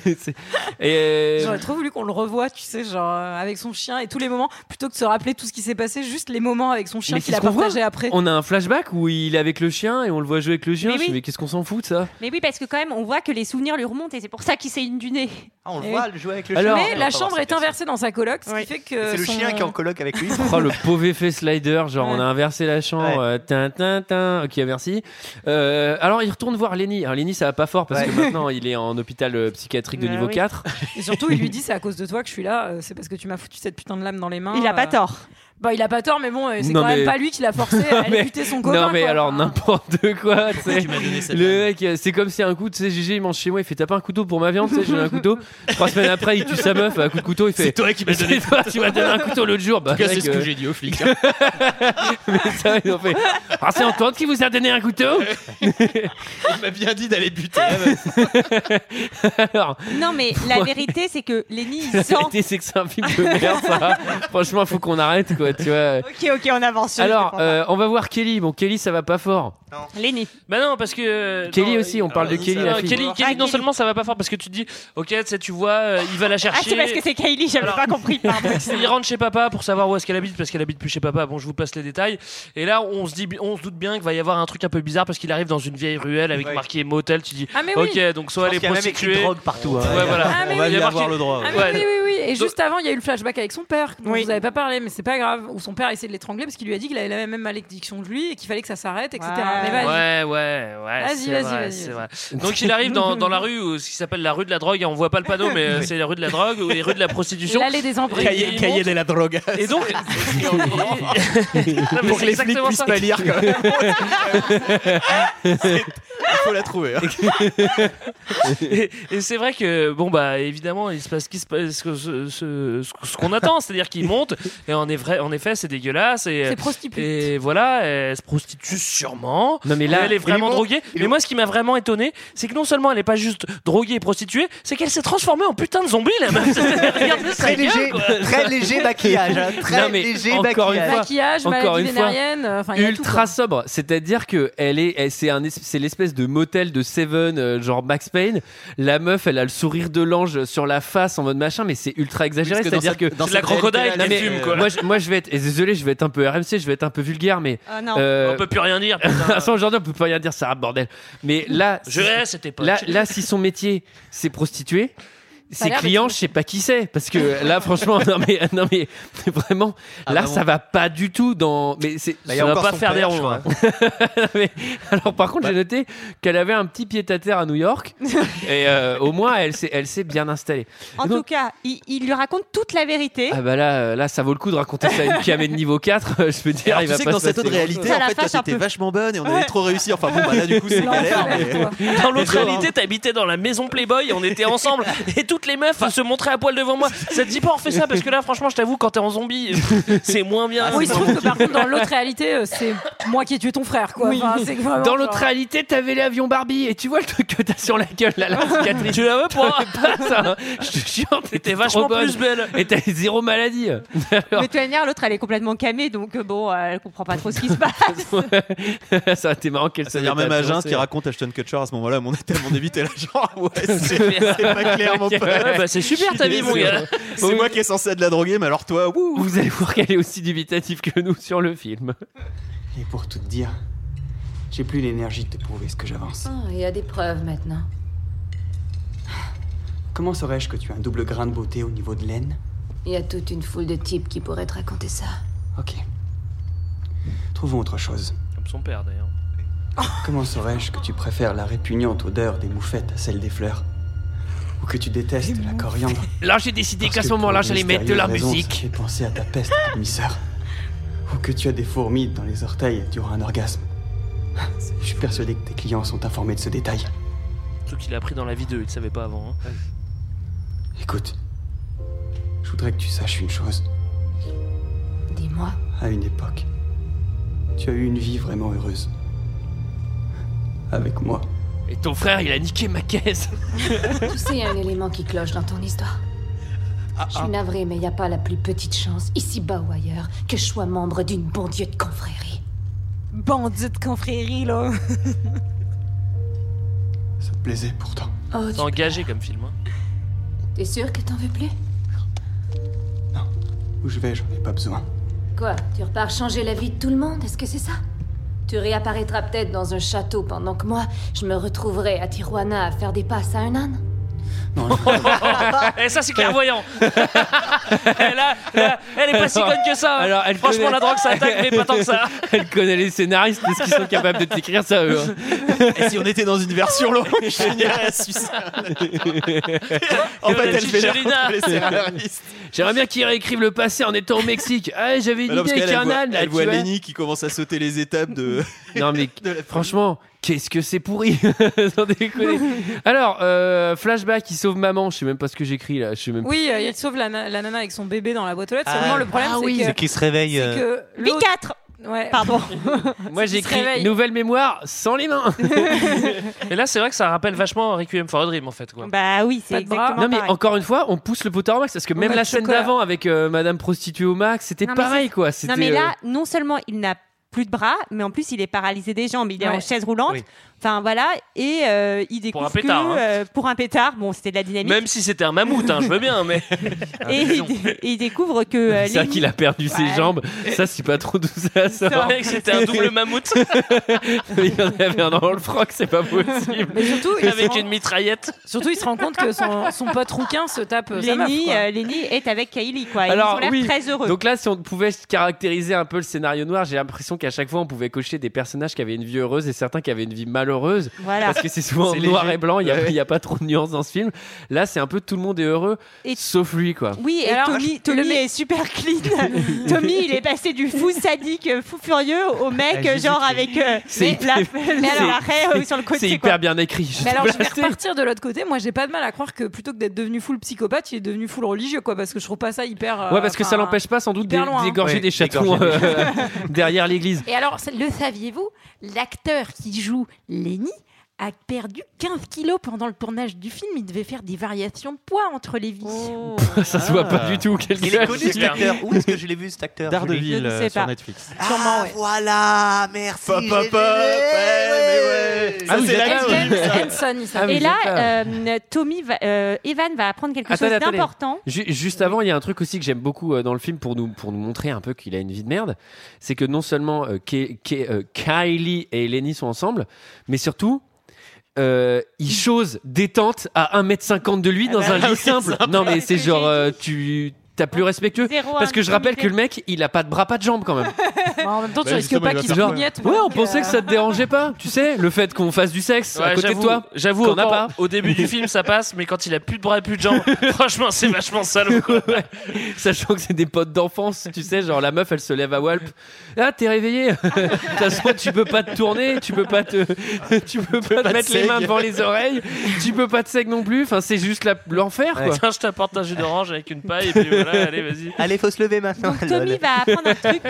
Et, euh,
J'aurais trop voulu qu'on le revoie, tu sais, genre euh, avec son chien et tous les moments, plutôt que de se rappeler tout ce qui s'est passé, juste les moments avec son chien
mais
qu'il
qu'est-ce
a
qu'on voit
partagé après.
On a un flashback où il est avec le chien et on le voit jouer avec le chien.
Mais
Je dis,
oui.
mais qu'est-ce qu'on s'en fout de ça
Mais oui, parce que quand même, on voit que les souvenirs lui remontent et c'est pour ça qu'il saigne du nez.
Ah, on le
Eh
voit
oui.
le jouer avec le
Alors-
chien.
Mais la chambre est inversée dans sa coloc, ce qui fait que.
C'est le
son-
chien qui est en coloc avec lui.
[laughs] Oh, le pauvre effet slider, genre on
Ouais.
a inversé la chambre. euh, tin, tin, tin. Ok, merci. Euh, alors il retourne voir Lenny. Alors Lenny, ça va pas fort parce que
Ouais.
maintenant il est en hôpital euh, psychiatrique de
Bah
niveau
oui.
4.
Et surtout,
[laughs]
il lui dit c'est à cause de toi que je suis là, euh, c'est parce que tu m'as foutu cette putain de lame dans les mains.
Il a pas
euh.
tort.
Bah, il a pas tort, mais bon, euh, c'est
Non,
quand
mais-
même pas lui qui l'a forcé
[laughs]
à aller buter son copain.
non mais
quoi. Ah.
alors n'importe quoi. tu sais.
tu m'as donné cette
Le mec, euh, c'est comme si un coup, tu sais, GG il mange chez moi, il fait t'as pas un couteau pour ma viande, tu sais, j'ai un couteau. Trois semaines après, il tue sa meuf à coup de couteau, il fait.
C'est toi qui m'as donné.
C'est toi qui m'as donné un couteau l'autre jour. Bah,
En tout cas, c'est
mec,
ce que
euh,
j'ai dit hein. aux flics.
[laughs] mais ça, ils ont fait. Ah, c'est Antoine qui vous a donné un couteau
[laughs] Il m'a bien dit d'aller buter.
[laughs] Alors,
Non,
[laughs]
mais la vérité, c'est que Lenny, il
La
sent.
vérité, c'est que c'est un film de merde, ça. Franchement, faut qu'on arrête, quoi, tu vois.
Ok, ok, on avance. je
Alors,
comprends pas.
euh, on va voir Kelly. Bon, Kelly, ça va pas fort.
Lenny.
Bah non, parce que. euh,
Kelly
non,
aussi, on
Ah,
parle de
euh,
Kelly,
non,
la fille.
Kelly, Kelly, non
Kelly.
seulement ça va pas fort parce que tu te dis, ok, tu sais, tu vois, euh, il va la chercher.
Ah, c'est parce que c'est Kylie, j'avais
Alors-
pas compris. Pardon.
[laughs] Il rentre chez papa pour savoir où est-ce qu'elle habite parce qu'elle habite plus chez papa. Bon, je vous passe les détails. Et là, on se dit, on se doute bien qu'il va y avoir un truc un peu bizarre parce qu'il arrive dans une vieille ruelle avec
Ouais.
marqué motel. Tu dis,
Ah, mais oui.
ok, donc soit
Je pense qu'il
elle est
y a même écrit
prostituée.
drogue partout. hein.
Ouais, voilà.
Ah, mais
On va
Il y a
y avoir
marqué-
le droit.
Ah,
ouais.
mais
Ouais.
oui, oui, oui. Et
Donc-
juste avant, il y a eu le flashback avec son père. dont
Oui.
Vous avez pas parlé, mais c'est pas grave. Où son père a essayé de l'étrangler parce qu'il lui a dit qu'il avait la même malédiction que lui et qu'il fallait que ça s'arrête, etc.
Ouais.
Mais vas-y.
Ouais, ouais, ouais.
Vas-y,
c'est
vas-y,
vrai,
vas-y,
c'est
vas-y.
vrai. Donc il arrive dans, dans la rue, où, ce qui s'appelle la rue de la drogue, et on voit pas le panneau, mais
[laughs]
euh, c'est la rue de la drogue ou les rues de la prostitution.
L'allée des embris.
Cahier-
Il
cahier
monte.
de la drogue.
Et donc, [laughs] Ah,
Pour que les flics puissent pas lire. quand
[laughs]
même.
Il faut la trouver. hein.
et, et c'est vrai que bon bah évidemment il se passe ce qui se passe ce, ce- ce- ce qu'on attend c'est-à-dire qu'il monte et en, est vrai, en effet c'est dégueulasse et,
C'est prostitué.
et voilà elle se prostitue sûrement
Non, mais là,
elle est vraiment
il est bon.
droguée mais moi ce qui m'a vraiment étonné c'est que non seulement elle est pas juste droguée et prostituée c'est qu'elle s'est transformée en putain de zombie la [laughs] meuf regardez sa
Très
gueule,
léger,
quoi.
très léger maquillage. hein. Très
Non, mais
léger
encore une
maquillage.
fois,
Maquillage,
Encore
maladie
une fois,
vénérienne. euh, Enfin, il y a tout,
Ultra
quoi.
sobre. C'est-à-dire que elle est, elle- c'est un, es- c'est l'espèce de motel de Seven, euh, genre Max Payne. La meuf, elle a le sourire de l'ange sur la face en mode machin, mais c'est ultra exagéré.
Parce que dans
C'est-à-dire
cette-
que
dans
C'est de la
cette
crocodile,
réalité-là,
elle
mais,
fume,
euh,
quoi.
moi, je, moi, je vais être, et désolé, je vais être un peu RMC, je vais être un peu vulgaire, mais
Ah, non.
euh,
on peut plus rien dire
[laughs] à
putain.
ça aujourd'hui, on peut pas rien dire, Sarah, bordel. Mais là,
je
si-
reste c'était pas
Là, là, si son métier, c'est prostituer,
Ça a
ses
l'air
clients,
d'être-
je sais pas qui c'est, parce
[laughs]
que là, franchement, [laughs] non mais, non mais, vraiment,
Ah
là,
bah bon.
ça va pas du tout dans. Mais c'est,
Bah, il y
ça
a
va
encore
pas
son
faire des
père, je
ronds.
crois.
hein. Mais, alors, par contre, j'ai
Bah.
noté qu'elle avait un petit pied à terre à
[laughs]
New York, et euh, au moins, elle s'est, elle s'est bien installée.
En
Et donc-
tout cas, il, il lui raconte toute la vérité.
Ah bah là, euh, là, ça vaut le coup de raconter ça à une camée de niveau 4 [laughs] Je peux dire,
Alors,
il
tu
va
sais que
pas
dans
se
cette autre
passer
réalité,
Ça
en
la
fait, toi,
fâche un
c'était
peu.
vachement bonne et on avait trop réussi. Enfin
[laughs]
bon, bah là, du coup, c'est galère. mais-
Dans
Désolé, hein.
l'autre
[laughs]
réalité, t'habitais dans la maison Playboy, on était ensemble et tout toutes les meufs à se montrer à poil devant moi. Ça te dit pas, on fait ça parce que là, franchement, je t'avoue, quand t'es en zombie, [laughs] c'est moins bien.
Bon, Ah il se trouve que
[laughs]
par contre, dans l'autre réalité, euh, c'est moi qui ai tué ton frère, quoi.
Oui.
Enfin, c'est que vraiment,
Dans l'autre
genre-
réalité, t'avais l'avion Barbie et tu vois le truc
hein.
que t'as sur la gueule
[laughs]
là, la cicatrice.
tu la veux pas
pas
hein.
[laughs]
ça. Je te jure, t'étais
vachement
trop bonne.
plus belle.
Et t'as zéro maladie. [laughs]
Mais de toute manière, l'autre, elle est complètement camée, donc euh, bon, euh, elle comprend pas
[laughs]
trop ce qui se passe.
ça a été marrant qu'elle se
Ah,
hein,
C'est-à-dire
mette
même à Jeun,
danser.
ce qu'il raconte Ashton Kutcher à ce moment-là, mon [laughs] tellement débité là, genre ouais, c'est c'est pas clair mon
Ok,
pote.
ouais, bah,
c'est super ta vie, mon gars.
C'est moi qui est censé être la droguer, mais alors toi, wouh.
Vous allez voir qu'elle est aussi dubitative que nous sur le film.
Et pour tout te dire, j'ai plus l'énergie de te prouver ce que j'avance.
Ah, il y a des preuves maintenant.
Comment saurais-je que tu as un double grain de beauté au niveau de l'aine
Il y a toute une foule de types qui pourraient te raconter ça.
Ok. Trouvons autre chose.
Comme son père, d'ailleurs.
Comment saurais-je que tu préfères la répugnante odeur des moufettes à celle des fleurs Ou que tu détestes la coriandre
Là, j'ai décidé qu'à
Parce
ce
que
moment-là,
pour une
j'allais mettre de la
mystérieuse raison,
musique.
ça fait penser à ta
[laughs]
peste demi-sœur. Ou que tu as des fourmis dans les orteils durant un orgasme. Je suis persuadé que tes clients sont informés de ce détail.
Tout qu'il a appris dans la vie 2, il le savait pas avant. hein.
Écoute, je voudrais que tu saches une chose.
[laughs]
Dis-moi.
À une époque, tu as eu une vie vraiment heureuse. Avec moi.
Et ton frère, il a niqué ma caisse.
tu sais, il y a un élément qui cloche dans ton histoire.
Ah,
je suis navrée, mais il n'y a pas la plus petite chance, ici-bas ou ailleurs, que je sois membre d'une bon Dieu de confrérie.
Bandit de confrérie, là. [laughs]
Ça te plaisait pourtant.
Oh,
C'est engagé comme film. hein.
t'es sûr que t'en veux plus
Où je vais, j'en ai pas besoin.
Quoi Tu repars changer la vie de tout le monde Est-ce que c'est ça Tu réapparaîtras peut-être dans un château pendant que moi, je me retrouverai à Tijuana à faire des passes à un âne
Et Eh, ça, c'est clairvoyant. Et là, là, [laughs] elle est pas si conne que ça. hein.
Alors, elle
Franchement,
connaît-
la drogue,
[laughs]
ça attaque, mais pas tant que ça.
Elle connaît les scénaristes, est-ce qu'ils sont capables de t'écrire ça, eux hein
[laughs] Et si on était dans une version
[laughs]
longue, je finirais à En fait, elle fait
Chicharina.
l'air les scénaristes.
J'aimerais bien qu'ils réécrivent le passé en étant au Mexique. Ah, j'avais une
Bah non, parce
idée
qu'elle,
avec
elle
un
voit-
âne, là,
Elle
tu
voit
vois.
Lenny qui commence à sauter les étapes [laughs] de.
[laughs] Non, mais franchement, qu'est-ce que c'est pourri [laughs] Sans
[laughs]
déconner. Alors, euh, flashback, il sauve maman. Je sais même pas ce que j'écris là. Je sais même
Oui, euh, il sauve la, na- la nana avec son bébé dans la boîte aux lettres.
Ah
Seulement,
ouais.
le problème,
Ah
c'est
oui.
que.
C'est qu'il se réveille,
c'est
euh,
que l'autre- Ouais. Pardon.
Moi
C'est qu'il se
j'écris
réveille.
nouvelle mémoire sans les mains.
Et là, c'est vrai que ça rappelle vachement Requiem for a Dream, en fait. Quoi.
Bah oui,
Pas
c'est
de bras.
exactement
Non mais
pareil.
encore une fois, on pousse le potard au max parce que même
met
la
du
scène
chocolat.
d'avant avec euh, Madame prostituée au max, c'était
Non, mais
pareil
c'est-
quoi.
Non
C'était,
mais là,
euh,
non seulement il n'a plus de bras, mais en plus il est paralysé des jambes, il est
Ouais.
en chaise roulante.
Oui.
Enfin voilà, et euh, il découvre
un pétard,
que,
hein.
euh, pour un pétard, bon c'était de la dynamique,
Même si c'était un mammouth, hein, je veux bien, mais.
[laughs] et il, et il découvre que euh,
C'est vrai
Lenny-
qu'il a perdu ses
Ouais.
jambes. Ça, c'est pas trop d'où ça sort.
vrai que c'était un
[laughs]
double mammouth.
Il y en avait un dans le froc, c'est pas possible.
Mais surtout, il
avec
se rend-
une mitraillette.
[laughs] Surtout, il se rend compte [laughs] que son, son pote rouquin se tape. euh, sa meuf,
Lenny,
quoi.
euh, Lenny est avec Kylie quoi. Et bah, ils ont l'air
oui.
très heureux.
Donc là, si on pouvait caractériser un peu le scénario noir, j'ai l'impression qu'à chaque fois, on pouvait cocher des personnages qui avaient une vie heureuse et certains qui avaient une vie malheureuse.
Voilà.
Parce que c'est souvent en
C'est
noir
léger.
et blanc, il n'y a,
Ouais.
il y a pas trop de nuances dans ce film. Là, c'est un peu tout le monde est heureux, sauf lui, quoi.
Oui, et
Alors,
Tommy,
je-
Tommy
le mec-
est
[laughs]
super clean. Tommy, il est passé du fou sadique, euh, fou furieux au mec, euh, genre avec euh,
Ah, C'est
la,
hyper-
la-
[laughs] c'est-
l'arrêt, euh, sur le côté.
C'est
quoi.
hyper bien écrit. Je
Mais alors,
te
je vais
jure.
repartir de l'autre côté. Moi, j'ai pas de mal à croire que plutôt que d'être devenu full psychopathe, il est devenu full religieux, quoi. Parce que je trouve pas ça hyper. euh,
Ouais, parce que ça
enfin,
l'empêche pas sans doute
hyper
d'é-
loin, hein.
d'égorger
Ouais,
des chatons
d'égorger des
euh, [laughs] derrière
hein.
l'église.
Et alors, c'est- le saviez-vous L'acteur qui joue Lenny a perdu 15 kilos pendant le tournage du film. Il devait faire des variations de poids entre les vies.
Ça se voit pas du tout. Quel
Il est
gage.
connu cet acteur. Où est-ce que je l'ai vu cet acteur Julie
Daredevil euh, sur Netflix.
Ah, voilà, merci.
Pop, pop, pop, ouais, mais ouais.
Ah oui,
Ça, c'est la
d'accord.
gueule.
Hanson, il s'appelle.
Ah oui,
et là,
d'accord.
euh, Tommy, va- euh, Evan va apprendre quelque
Attendez,
chose
attendez.
d'important.
Ju- juste avant, il y a un truc aussi que j'aime beaucoup euh, dans le film pour nous, pour nous montrer un peu qu'il a une vie de merde. C'est que non seulement euh, Ke- Ke- euh, Kylie et Lenny sont ensemble, mais surtout. euh, il chose détente à 1m50 de lui dans
bah,
un
oui,
lit simple.
simple.
Non, mais c'est genre, euh, tu t'as plus respectueux.
Zéro
Parce que je rappelle
intimité.
que le mec, il a pas de bras, pas de jambes quand même.
[laughs] en même temps, tu
Bah,
risques
justement,
pas
il va
qu'il
faire
se
quoi
cognette.
Ouais, on pensait que
euh,
ça te dérangeait pas, tu sais, le fait qu'on fasse du sexe à
Ouais,
côté de
j'avoue-
toi.
J'avoue,
qu'on n'a
encore,
pas.
au début du film, ça passe, mais quand il a plus de bras et plus de jambes, [laughs] franchement, c'est vachement salaud.
[laughs]
quoi.
Sachant que c'est des potes d'enfance, tu sais, genre la meuf elle se lève à Walp. Ah, t'es réveillé. [laughs] De toute façon, tu peux pas te tourner, tu peux pas te, [laughs] tu peux pas, te
pas te
mettre les
seg.
mains devant les oreilles, tu peux pas te seg non plus. Enfin, c'est juste la- l'enfer quoi.
Tiens, je t'apporte un jus d'orange avec une
Ah,
paille, et puis voilà, allez, vas-y.
Allez, faut se lever maintenant.
Lol.
Tommy va apprendre un
[laughs]
truc.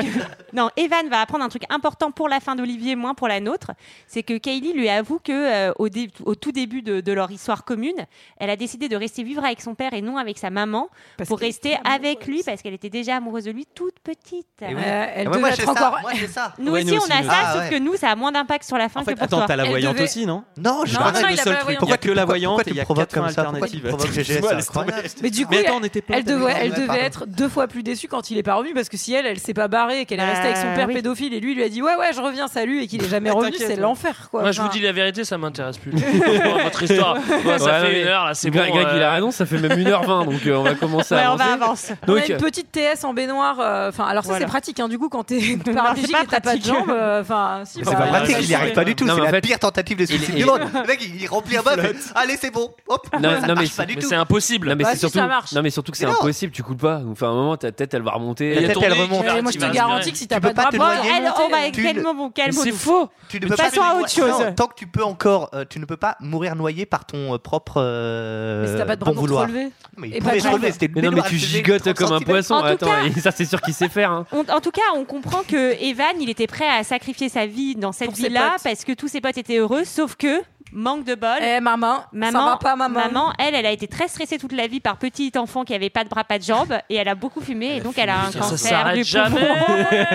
non, Evan va apprendre un truc important pour la fin d'Olivier, moins pour la nôtre. C'est que Kaylee lui avoue que euh, au, dé- au tout début de, de leur histoire commune, elle a décidé de rester vivre avec son père et non avec sa maman pour rester avec lui parce qu'elle était déjà amoureuse de lui toute petite.
Et oui. Euh, elle Ah, moi, devait moi, être j'ai ça, encore- moi, j'ai ça.
Nous
Ouais,
aussi,
nous
on a
aussi,
ça,
ah,
sauf
ouais.
que nous, ça a moins d'impact sur la fin que pour
Attends,
toi.
t'as la voyante aussi, non
Non,
je Non, crois que non, c'est le il a seul pas la truc. voyante.
Pourquoi que la voyante
tu
et il y a
provoques
quatre fins
comme ça Pourquoi tu
alternatives
provoques GG,
Laisse-moi,
c'est
laisse tomber.
incroyable.
Mais du coup,
attends, on
elle,
était pas
elle devait, elle
pardon.
devait être deux fois plus déçue quand il est pas revenu parce que si elle, elle s'est pas barrée, et qu'elle est
Bah,
restée avec son père
oui.
pédophile et lui il lui a dit ouais ouais je reviens salut et qu'il est jamais revenu,
T'inquiète,
c'est
ouais.
l'enfer quoi.
Moi, je vous
Enfin,
dis la vérité, ça m'intéresse plus. Franchement, Votre histoire, Bon, ça
Ouais,
fait
mais
une heure, là, c'est
Greg,
bon.
Greg,
euh,
il a raison, ça fait même 1h20, donc euh, on va commencer
Ouais,
à
on va
avancer.
avancer.
On a
Donc,
une petite TS en baignoire. euh, Enfin, alors ça
Voilà.
c'est pratique. hein, du coup, quand t'es
pas
paraplégique et t'as pas de
pratique.
jambes, euh, enfin, si,
Mais
bah,
C'est pas pratique,
ouais.
il n'y arrive pas du tout.
Non,
C'est
mais en
la
fait-
pire tentative de suicide
il-
du monde. Le mec, il remplit un bain, il fait, Allez, c'est bon. Hop,
Non,
ça
non, mais,
marche pas du
mais
tout.
c'est impossible. Non, mais
Bah,
c'est
si,
surtout,
ça marche.
non, mais surtout que c'est
Mais non.
impossible, tu coupes pas. Enfin, à un moment, ta tête elle va remonter.
Et la tête, elle remonte.
Ouais, moi je te garantis que si
Ah,
t'as pas de bras, bah,
elle-
elle-
on va
Tu le-
tellement vous calmer.
c'est
faux.
Tu ne
Mais
peux
tu
pas
passes à autre chose.
Non, tant que tu peux encore, euh, tu ne peux pas mourir noyé par ton euh, propre euh,
Mais si t'as pas de bras
bon
pour te
vouloir.
relever.
Mais
Et
il
pas de
pouvait se
jambes.
relever, c'était une
Mais non, mais
baignoire,
tu
elle faisait
gigotes
30
comme un
centimètres.
poisson.
En tout
Attends,
cas-
et ça c'est sûr qu'il sait faire. hein.
On- en tout cas, on comprend que Evan, il était prêt à sacrifier sa vie dans cette
Pour ses
vie-là
potes.
parce que tous ses potes étaient heureux, sauf que manque de bol.
Eh maman, ça va pas maman.
elle, elle a été très stressée toute la vie par petit enfant qui avait pas de bras, pas de jambes, et elle a beaucoup fumé, et donc elle a un
ça
cancer
s'arrête
du
jamais.
Eh,
poumon.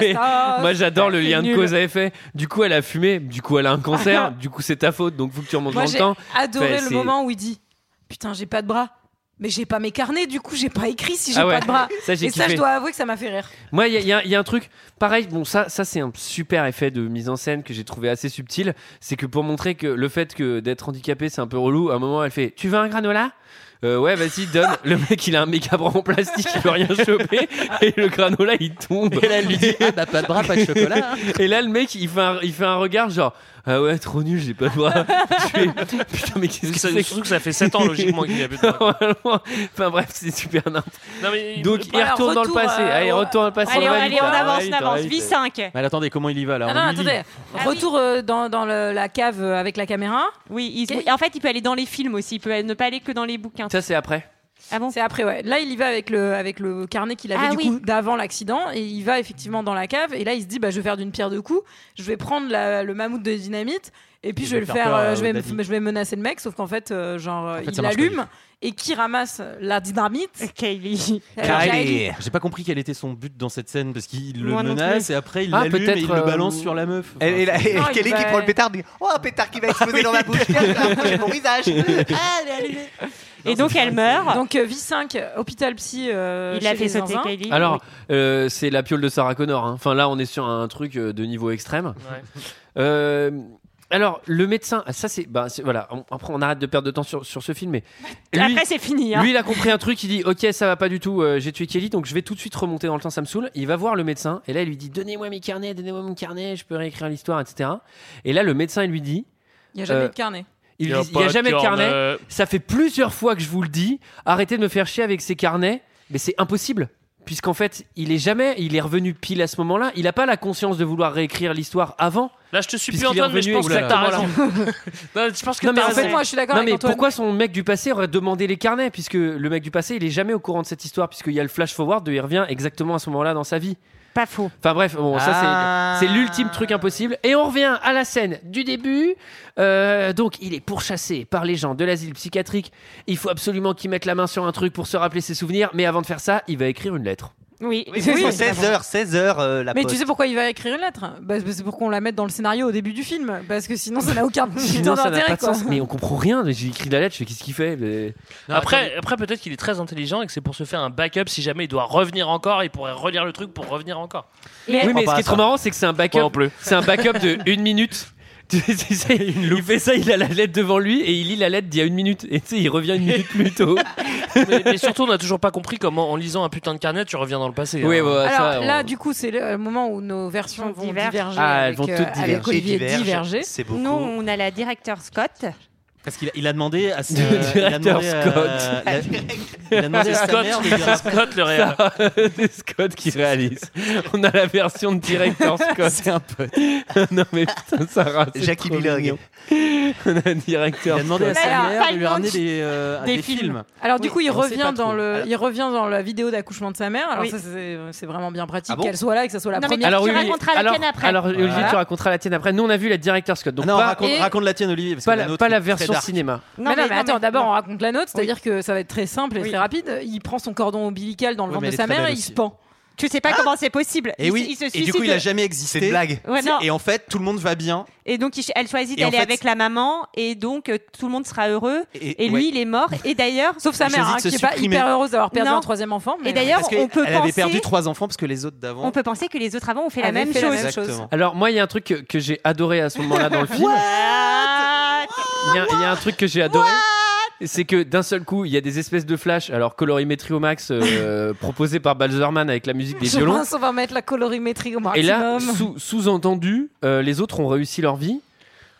Mais
ça,
moi j'adore le
c'est
lien de
nul.
cause à effet. Du coup elle a fumé, du coup elle a
[laughs]
un cancer, du coup c'est ta faute donc faut que tu remontes
Moi
dans le
j'ai
temps.
adoré
Enfin,
le
c'est-
moment où il dit putain j'ai pas de bras. Mais j'ai pas mes carnets, du coup j'ai pas écrit si j'ai
Ah ouais,
pas de bras.
ça, j'ai
et ça, je
kiffé.
dois avouer que ça m'a fait rire.
Moi, il y, a- il y a- il y a un truc pareil. Bon, ça, ça c'est un super effet de mise en scène que j'ai trouvé assez subtil. C'est que pour montrer que le fait que d'être handicapé c'est un peu relou, à un moment elle fait Tu veux un granola Euh, ouais, vas-y, donne. Le mec, il a un méga bras en plastique, il peut rien choper. Et le granola, il tombe.
Et là, elle lui dit Ah bah, pas de bras, pas de chocolat.
Et là, le mec, il fait un, il fait un regard genre Ah ouais, trop nul, j'ai pas de bras. Je fais, Putain, mais qu'est-ce que
Ça-
c'est
surtout que ça fait sept ans, logiquement, qu'il a plus de
[laughs] Enfin bref, c'est super nimp.
Non, mais-
Donc, il
Alors,
retourne dans le
retour,
passé.
euh,
Allez, retourne dans le passé.
Allez, on,
va
allez,
vite,
on
là.
avance, on avance.
vite.
Vie 5.
Mais attendez, comment il y va là
Non,
On
Ah non,
lui lit.
attendez.
Ah
Retour euh, dans, dans le- la cave euh, avec la caméra.
Oui, il- oui, en fait, il peut aller dans les films aussi, il peut ne pas aller que dans les bouquins.
Ça, c'est après.
C'est après, ouais. Là, il y va avec le, avec le carnet qu'il avait
Ah
du
oui.
coup d'avant l'accident et il va effectivement dans la cave et là, il se dit bah, je vais faire d'une pierre deux coups, je vais prendre la- le mammouth de dynamite et puis je vais le
faire
faire,
peur,
euh,
euh,
je, vais,
au
me-
daddy.
je vais menacer le mec, sauf qu'en fait, euh, genre,
fait, ça
il
marche pas du
allume et qui ramasse la dynamite Euh,
Kylie.
J'ai pas compris quel était son but dans cette scène parce qu'il le
Moi non
menace
plus.
et après il
Ah,
l'allume et
peut-être,
il
euh,
le balance sur la meuf.
Et, et, la- et
Non, il
Kelly qui
va-
prend le pétard dit Oh, un pétard qui va exploser dans ma bouche. J'ai
[laughs]
mon visage.
[laughs]
Et donc, elle meurt.
Donc, euh, vie 5, hôpital psy. euh,
Il l'a
chez
fait
les
sauter,
zinzins.
Kylie.
Alors, euh, c'est la piole de Sarah Connor. hein. Enfin, là, on est sur un truc euh, de niveau extrême. Euh, alors, le médecin, ah, ça c'est, bah, c'est- voilà. on- après, on arrête de perdre de temps sur, sur ce film, mais lui-
Après, c'est fini. hein.
Lui, il a compris un truc, il dit Ok, ça va pas du tout, euh, j'ai tué Kelly, donc je vais tout de suite remonter dans le temps, ça me saoule. Il va voir le médecin, et là, il lui dit Donnez-moi mes carnets, donnez-moi mon carnet, je peux réécrire l'histoire, etc. Et là, le médecin, il lui dit
Il n'y a jamais
euh,
eu de carnet.
il
Y
n'y
a
a,
pas de
jamais de
carnet.
carnet. Ça fait plusieurs fois que je vous le dis. Arrêtez de me faire chier avec ces carnets. Mais c'est impossible. Puisqu'en fait, il est jamais, il est revenu pile à ce moment-là. Il n'a pas la conscience de vouloir réécrire l'histoire avant.
Là, je te suis plus,
puisqu'il est
Antoine, mais je
revenu
pense que t'as
exactement
raison.
là.
[laughs] Non, je pense que
Non, mais
t'as
en fait,
raison.
moi, je suis d'accord
Non,
avec
mais
Antoine.
pourquoi son mec du passé aurait demandé les carnets Puisque le mec du passé, il est jamais au courant de cette histoire. Puisqu'il y a le flash forward, de il revient exactement à ce moment-là dans sa vie.
Pas faux.
Enfin bref, bon,
Ah.
ça c'est- c'est l'ultime truc impossible. Et on revient à la scène du début. Euh, donc il est pourchassé par les gens de l'asile psychiatrique. Il faut absolument qu'il mette la main sur un truc pour se rappeler ses souvenirs. Mais avant de faire ça, il va écrire une lettre.
Oui,
Oui, 16h, 16h, la
Mais
poste.
tu sais pourquoi il va écrire une lettre bah, C'est pour qu'on la mette dans le scénario au début du film. Parce que sinon, ça n'a aucun putain
[laughs] Sinon ça n'a
d'intérêt.
pas de
quoi.
sens. Mais on comprend rien. J'ai écrit la lettre, je fais qu'est-ce qu'il fait mais-
Après, après peut-être qu'il est très intelligent et que c'est pour se faire un backup si jamais il doit revenir encore, il pourrait relire le truc pour revenir encore.
Oh, Oui, mais ce qui est trop marrant, c'est que c'est un backup.
Moi non plus.
C'est un backup de une minute. [laughs]
tu tu sais, il fait ça, il a la lettre devant lui et il lit la lettre d'il y a une minute. Et tu sais, il revient une minute plus tôt. [laughs] mais, mais surtout, on n'a toujours pas compris comment, en lisant un putain de carnet, tu reviens dans le passé. hein.
Oui, bah,
Alors
ça, on-
là, du coup, c'est le, euh, le moment où nos versions vont
divergent.
diverger.
Ah,
avec,
elles vont
euh,
toutes
avec
diverger.
Olivier
Divergent,
diverger.
c'est beaucoup.
Nous, on a la directeur Scott.
Parce qu'il a, il a demandé à
Le directeur Scott.
il a demandé à sa
Scott,
mère de dire à-
Scott, le réel.
euh,
C'est Scott qui réalise. On a la version de directeur Scott. C'est un
[laughs]
pote. non mais putain, Sarah, c'est
Jackie
trop
Miller.
mignon. On a un directeur
Il a demandé à
Scott.
sa
Alors,
mère de
Pine
lui ramener
Punch,
des, euh, des films.
Alors du
Oui,
coup, il
on sait pas
revient dans
trop.
le, il revient dans la vidéo d'accouchement de sa mère. Alors
Oui.
ça, c'est euh, c'est vraiment bien pratique
Ah bon
qu'elle soit là et que ça soit la
Non, mais
première.
tu
oui, oui,
raconteras la
alors,
tienne après.
Alors, Olivier,
Voilà.
tu raconteras la tienne après. Nous, on a vu la directeur Scott. Donc
Ah Non,
pas,
raconte,
Et-
raconte la tienne, Olivier. Parce
pas
que
la,
nôtre,
pas la
c'est très
version
dark.
cinéma.
Non, mais,
mais- non,
attends,
mais-
d'abord
non.
on raconte la note, c'est-à-dire que ça va être très simple et très rapide. Il prend son cordon ombilical dans le
Oui, mais
ventre
elle
de sa
est très
mère et
belle
il
aussi.
se pend. Ah.
Tu sais pas comment c'est possible.
Et
il,
oui,
il se
et
suicide.
du coup, il a jamais existé.
C'est une blague.
Ouais, non.
Et en fait, tout le monde va bien.
Et donc, il ch- elle choisit
Et en
d'aller
fait,
avec la maman, et donc euh, tout le monde sera heureux.
Et-
Et, lui,
ouais.
il est mort. Et d'ailleurs,
Sauf sa
Elle
mère,
choisit
hein,
de se
qui est pas
supprimer.
hyper heureuse d'avoir perdu
Non.
un troisième enfant. mais-
Et d'ailleurs,
Parce que
on peut
elle avait
penser,
perdu trois enfants parce que les autres d'avant.
on peut penser que les autres avant ont fait la
Avaient
même
fait la
chose.
même chose.
Exactement.
Alors, moi, il y a un truc que, que j'ai adoré à ce moment-là dans le film. Il y, a- il y a un truc que j'ai adoré. C'est que d'un seul coup, il y a des espèces de flash. Alors, colorimétrie au max, euh, [laughs] proposée par Balzerman avec la musique des
Je
violons.
pense qu'on va mettre la colorimétrie au
Et
maximum.
là, sous- sous-entendu, euh, les autres ont réussi leur vie.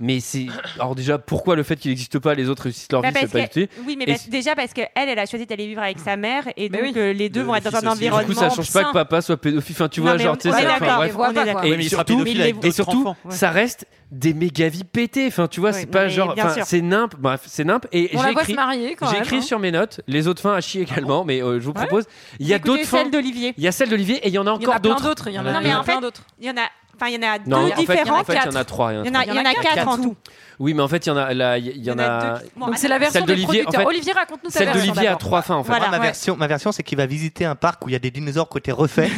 Mais c'est. Alors, déjà, pourquoi le fait qu'il n'existe pas, les autres réussissent leur
Bah,
vie,
parce
c'est pas
que-
utile.
oui, mais
Et-
parce- déjà parce que elle, elle a choisi d'aller vivre avec sa mère, et
Mais
donc
oui.
euh, les deux
Le-
vont
le
être dans
fils
un
aussi. Du
Du
environnement.
coup, ça change pas que
sain.
papa soit pédophile. Enfin, tu
Non,
vois,
mais
genre,
on-
tu sais,
on
ça-
est
enfin,
d'accord,
bref.
on est
Ouais,
d'accord.
Et
Ouais, mais il sera
surtout-
pédophile avec
Mais il
Et
d'autres
surtout,
enfants.
Ouais.
ça reste des méga vies pétées. Enfin, tu vois,
Ouais,
c'est
non,
pas
mais
genre.
bien
enfin,
sûr.
C'est nimp. Bref, c'est nimp. Et
on la
j'ai
voit se
écrit.
marier quand
J'ai
même.
écrit
hein.
sur mes notes les autres fins à chier également, mais euh, je vous propose. Il y a
Écoutez
d'autres fins.
celle d'Olivier.
Il y a celle d'Olivier et il y en a
Il y en
encore
a plein
d'autres.
d'autres. Il y en a,
Non,
il y
mais
en a
en
plein
fait,
d'autres.
il y en a, enfin, il y en a deux
Non, en fait, il y en
différents.
a- en fait, il y en a trois. il y en a-
Il y en a, il y en a quatre en tout.
Oui, mais en fait, il y en a. là, Il y- il y en a.
deux qui-
Donc c'est la version des
d'Olivier, en
producteurs.
fait-
Olivier, raconte-nous ta
Celle
version.
d'Olivier a
d'abord.
trois fins en fait.
Voilà.
Moi, ma,
Ouais.
version, ma version, c'est qu'il va visiter un parc où il y a des dinosaures
[laughs]
côté refait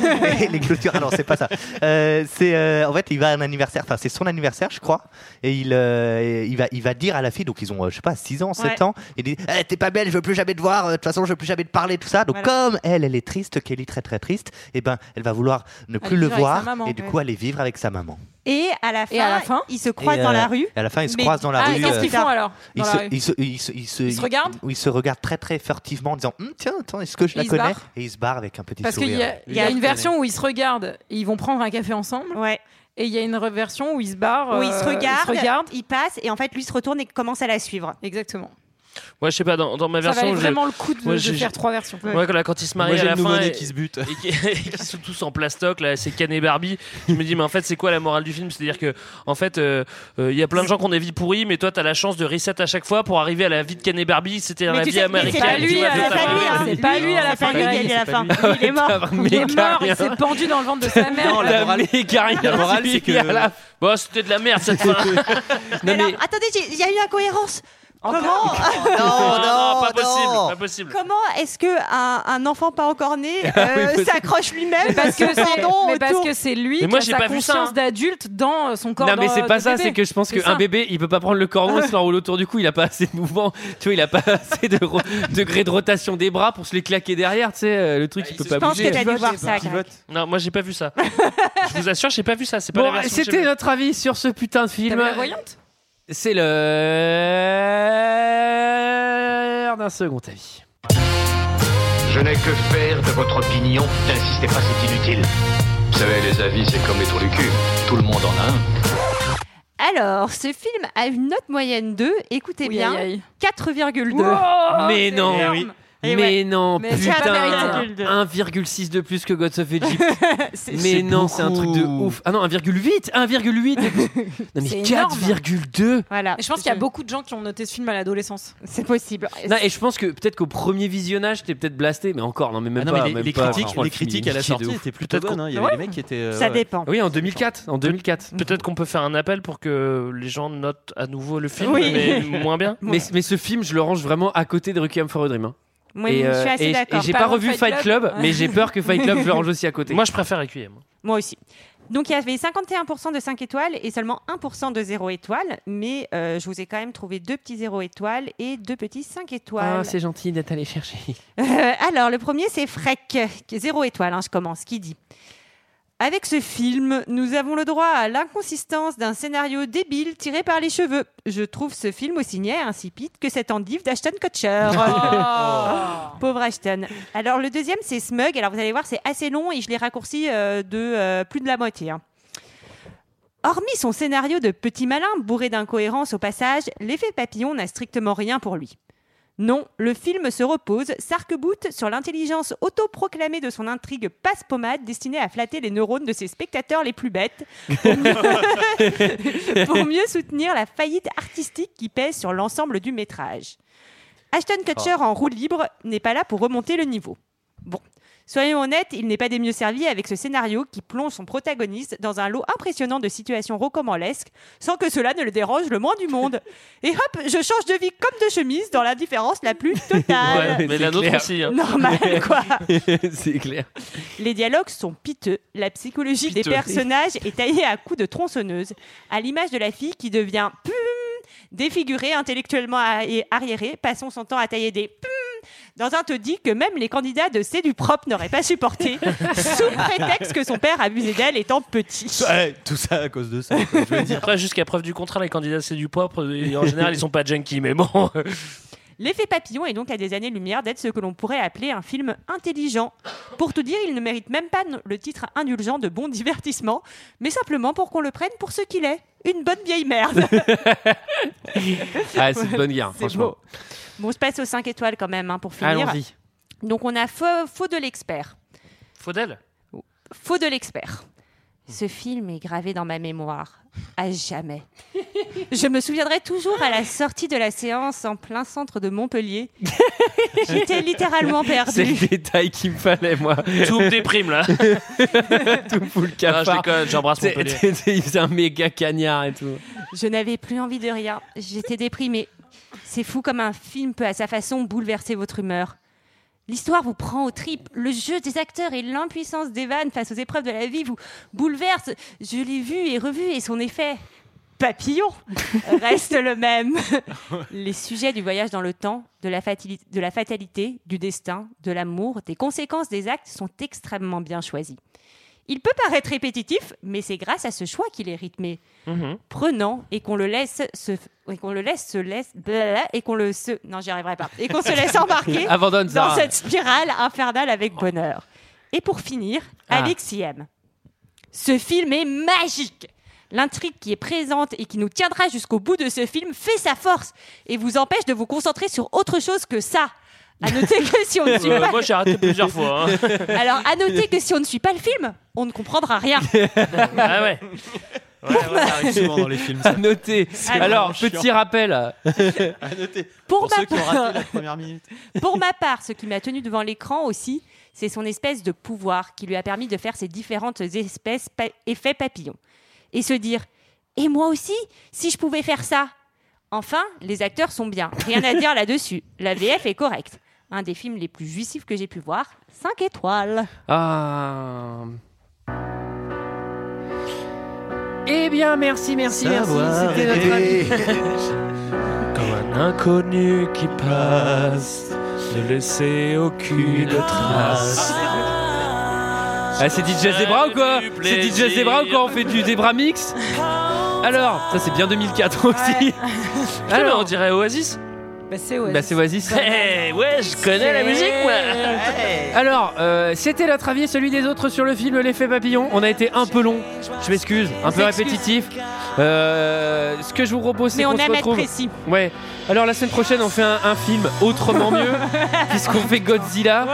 et les clôtures. Alors, c'est pas ça. Euh, c'est euh, en fait, il va à un anniversaire. Enfin, c'est son anniversaire, je crois. Et il, euh, et il va, il va dire à la fille. Donc, ils ont, euh, je sais pas, 6 ans, 7
Ouais.
ans. Il dit, Eh, t'es pas belle, je veux plus jamais te voir. euh, De toute façon, je veux plus jamais te parler, tout ça. Donc, comme elle, elle est triste, Kelly très très triste. Et ben, elle va vouloir ne plus
vivre
le
avec
voir
sa maman,
et du
ouais.
coup aller vivre avec sa maman.
Et à la fin,
Et à la fin
ils se
Et,
croisent dans
euh,
la rue.
et À la fin, ils se
mais-
croisent dans la
Ah,
rue.
et qu'est-ce
euh,
qu'ils font alors
ils
dans la
se,
rue
ils se- ils se- ils se-
Ils se regardent
Ils se regardent très très furtivement en disant Hum, Tiens, attends, est-ce que je
Et
la
ils se
connais
barrent
Et ils se barrent avec un petit
Parce qu'il
sourire.
y a, il y a
Il
une version où ils se regardent et ils vont prendre un café ensemble.
Ouais.
Et il y a une re- version où ils se barrent.
Où ils se
euh,
regardent,
Ils se regardent.
ils passent, et en fait, lui se retourne et commence à la suivre.
Exactement.
Ouais, je sais pas, dans, dans ma
Ça
version.
valait
je-
vraiment le coup de,
Moi,
de
j'ai-
faire trois versions.
Ouais, quand, là, quand ils se marient
Moi,
à
j'ai
la
le
fin.
nouveau-né
et-
qui se bute.
et qui, [laughs] et qui sont tous en plastoc là, c'est Ken et Barbie. Je me dis mais en fait c'est quoi la morale du film C'est-à-dire que en fait euh, euh, il y a plein de gens qui ont des vies pourries, mais toi t'as la chance de reset à chaque fois pour arriver à la vie de Ken et Barbie. C'était
Mais
la
tu
vie
sais- mais
C'est
américaine.
pas
Quelqu'un qui
lui,
tu vois,
à
va
la
t'as
faire
fin.
lui, hein,
C'est
c'est
pas
lui.
lui à la
C'est
fin.
pas lui,
Greg.
il est à la
C'est
fin.
pas
Il est mort.
T'as
Il est
méga
mort, il
rien.
s'est pendu dans le ventre de sa mère.
Non, la
T'as
morale-
méga
[laughs]
rien.
la morale, c'est que-
à la-
Bon, c'était de la merde
[laughs]
cette fois.
Non, mais-
Alors, attendez, j'ai- il y a eu incohérence. Comment, [laughs]
Non,
non,
pas
non.
possible, pas possible.
comment est-ce que un, un enfant pas encore
[laughs]
né
Ah
euh, s'accroche lui-même
Parce que
son
c'est
tendon
mais parce
autour
que c'est lui
Mais moi,
qui
j'ai
a sa
pas vu ça,
conscience
hein.
d'adulte dans euh, son corps.
Non mais
dans-
c'est
de
pas ça,
bébé.
c'est que je pense
C'est
qu'un
ça.
bébé il peut pas prendre le cordon et se l'enroule autour du cou, il a pas assez de mouvement, tu vois, il a pas [laughs] assez de ro- degré de rotation des bras pour se les claquer derrière, tu sais, euh, le truc il peut
Je
pas
pense que
bouger.
t'as dû voir ça. Greg.
Pivote.
Non, moi j'ai pas vu ça. Je vous assure, j'ai pas vu ça. C'est pas
Bon,
la version que j'ai
c'était
vue.
notre avis sur ce putain de
T'as
film.
vu la voyante
C'est l'heure d'un second avis.
Je n'ai que faire de votre opinion. N'insistez pas, c'est inutile. Vous savez, les avis, c'est comme les trous du cul. Tout le monde en a un.
Alors, ce film a une note moyenne de, écoutez
Oui,
bien,
aïe, aïe.
4,2.
Wow,
Mais
c'est
non.
énorme.
Eh oui.
Et
mais
ouais.
non,
Mais c'est pas
putain,
mérité.
1,6 de plus que Gods of Egypt.
C'est-
mais non, c'est un truc de ouf. Ah non, 1,8, 1,8. non mais
C'est énorme.
4,2.
Voilà.
Et je pense qu'il y a beaucoup de gens qui ont noté ce film à l'adolescence.
C'est possible.
Non, et je pense que peut-être qu'au premier visionnage, t'es peut-être blasté, mais encore, non, mais même
Ah non,
pas.
mais les,
même
les
pas.
critiques,
Oh,
les
le film,
critiques
il
à la
est chier de
sortie
ouf.
étaient plutôt
Peut-être
bonnes. hein. Il y avait
Ouais.
des mecs qui étaient. euh,
Ça
ouais.
dépend.
Oui, en 2004. En 2004.
Peut-être qu'on peut faire un appel pour que les gens notent à nouveau le film,
Oui.
mais
[laughs]
moins bien.
[laughs] Mais, mais ce film, je le range vraiment à côté de Requiem for a Dream. hein.
Moi,
et,
je
euh,
suis assez
et-
d'accord.
et j'ai
Pas
pas
loin de
revu
Fight
Fight Club,
Club.
mais j'ai peur que
[laughs]
Fight Club, je le range aussi à côté.
Moi, je préfère Requiem.
Moi aussi. Donc il y avait 51% de 5 étoiles et seulement 1% de 0 étoiles, mais euh, je vous ai quand même trouvé deux petits 0 étoiles et deux petits 5 étoiles.
Ah, c'est gentil d'être allé
[laughs]
chercher.
Euh, alors le premier c'est Freck, 0 étoile, hein, je commence, qui dit Avec ce film, nous avons le droit à l'inconsistance d'un scénario débile tiré par les cheveux. Je trouve ce film aussi niais et insipide que cette endive d'Ashton Kutcher. Oh Pauvre Ashton. Alors le deuxième, c'est Smug. Alors vous allez voir, c'est assez long et je l'ai raccourci euh, de euh, plus de la moitié. hein. Hormis son scénario de petit malin bourré d'incohérences au passage, l'effet papillon n'a strictement rien pour lui. Non, le film se repose, s'arc-boute sur l'intelligence autoproclamée de son intrigue passe-pommade destinée à flatter les neurones de ses spectateurs les plus bêtes pour mieux soutenir la faillite artistique qui pèse sur l'ensemble du métrage. Ashton Kutcher en roue libre n'est pas là pour remonter le niveau. Bon, soyons honnêtes, il n'est pas des mieux servis avec ce scénario qui plonge son protagoniste dans un lot impressionnant de situations rocambolesques sans que cela ne le dérange le moins du monde. Et hop, je change de vie comme de chemise dans l'indifférence la plus totale.
mais la nôtre aussi. hein.
[laughs]
Normal, quoi.
c'est clair.
Les dialogues sont piteux. La psychologie des
Piteux.
personnages est taillée à coups de tronçonneuse, à l'image de la fille qui devient pum, défigurée, intellectuellement a- et arriérée, passant son temps à tailler des pum dans un taudis que même les candidats de C'est du propre n'auraient pas supporté, [laughs] sous prétexte que son père abusait d'elle étant petit.
Ouais, tout ça à cause de ça.
Après, jusqu'à preuve du contraire, les candidats c'est du propre. et En général, ils sont pas junkies, mais bon.
[laughs]
L'effet papillon est donc à des années-lumière d'être ce que l'on pourrait appeler un film intelligent. Pour tout dire, il ne mérite même pas le titre indulgent de bon divertissement, mais simplement pour qu'on le prenne pour ce qu'il est, une bonne vieille merde.
[laughs] Ah, c'est une bonne guerre, franchement.
Bon, je passe aux 5 étoiles quand même hein, pour finir.
Allons-y.
Donc on a faux, Faux de l'expert.
Faut d'elle.
Faux de l'expert. Mm. Ce film est gravé dans ma mémoire, à jamais. [laughs] Je me souviendrai toujours à la sortie de la séance en plein centre de Montpellier.
[laughs]
J'étais littéralement
C'est
perdue.
le détail qu'il me fallait, moi.
Tout me déprime, là.
Tout me fout le cafard.
déconne, j'embrasse
T'es-
[laughs]
Montpellier.
t'es- t'es- Il faisait un méga cagnard et tout.
Je n'avais plus envie de rien. J'étais déprimée. C'est fou comme un film peut à sa façon bouleverser votre humeur. L'histoire vous prend aux tripes, le jeu des acteurs et l'impuissance des vannes face aux épreuves de la vie vous bouleverse. Je l'ai vu et revu et son effet papillon reste le même. Les sujets du voyage dans le temps, de la, fatali- de la fatalité, du destin, de l'amour, des conséquences des actes sont extrêmement bien choisis. Il peut paraître répétitif, mais c'est grâce à ce choix qu'il est rythmé
Mhm.
prenant et qu'on le laisse se et qu'on le laisse se laisse blablabla, et qu'on le se non j'y arriverai pas et qu'on se laisse embarquer
[laughs] Abandonne,
dans
Sarah.
cette spirale infernale avec bonheur et pour finir
Ah.
avec Siem ce film est magique L'intrigue qui est présente et qui nous tiendra jusqu'au bout de ce film fait sa force et vous empêche de vous concentrer sur autre chose que ça. À noter que si on ne suit
Euh,
pas...
moi, j'ai arrêté plusieurs fois. hein.
[laughs]
Alors, à noter que si on ne suit pas le film, on ne comprendra rien.
Ah ouais.
souvent dans les films. ça.
À noter.
C'est
Alors,
vraiment
petit
chiant.
rappel.
[laughs] À noter.
Pour ma
ceux qui ont
part-
raté la première minute.
[laughs] Pour ma part, ce qui m'a tenu devant l'écran aussi, c'est son espèce de pouvoir qui lui a permis de faire ses différentes espèces pa- effets papillons. Et se dire Et moi aussi, si je pouvais faire ça Enfin, les acteurs sont bien. Rien à dire là-dessus. La VF est correcte. Un des films les plus jouissifs que j'ai pu voir. 5 étoiles.
Ah. Eh bien, merci, merci, merci. C'était notre avis.
Comme un inconnu qui passe, ne laissez aucune trace.
Ah, c'est DJ Zebra ou quoi C'est DJ Zebra ou quoi On fait du Zebra Mix Alors, ça c'est bien 2004 aussi.
Alors,
Alors,
on dirait Oasis.
Bah, c'est
bah c'est Oasis.
Eh ouais, je connais la musique, moi.
[laughs]
Alors, euh, c'était notre avis, celui des autres sur le film L'effet papillon. On a été un peu long, je m'excuse, un peu répétitif. Euh, ce que je vous propose, c'est
Mais
qu'on
on
se
aime être
retrouve.
précis.
Ouais. Alors la semaine prochaine, on fait un, un film autrement
[laughs]
mieux, puisqu'on fait Godzilla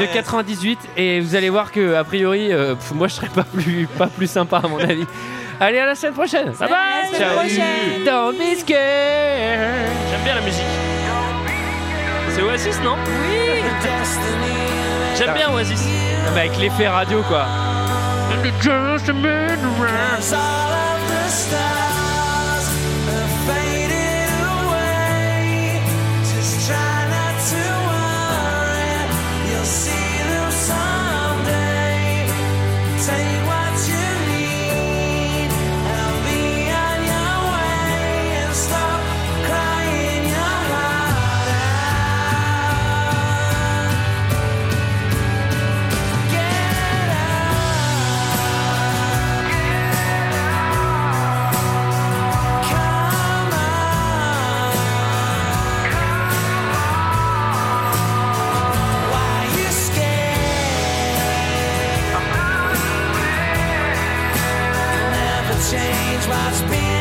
de 98, et vous allez voir que a priori, euh, pff, moi je serais pas plus pas plus sympa à mon avis. Allez à la semaine prochaine.
Ah
Bye
bah,
bye.
À la semaine prochaine.
Don't be scared.
J'aime bien la musique. C'est Oasis, non Oui. J'aime bien Oasis.
Bah, avec l'effet radio quoi.
Stop crying your heart out. Get out. must be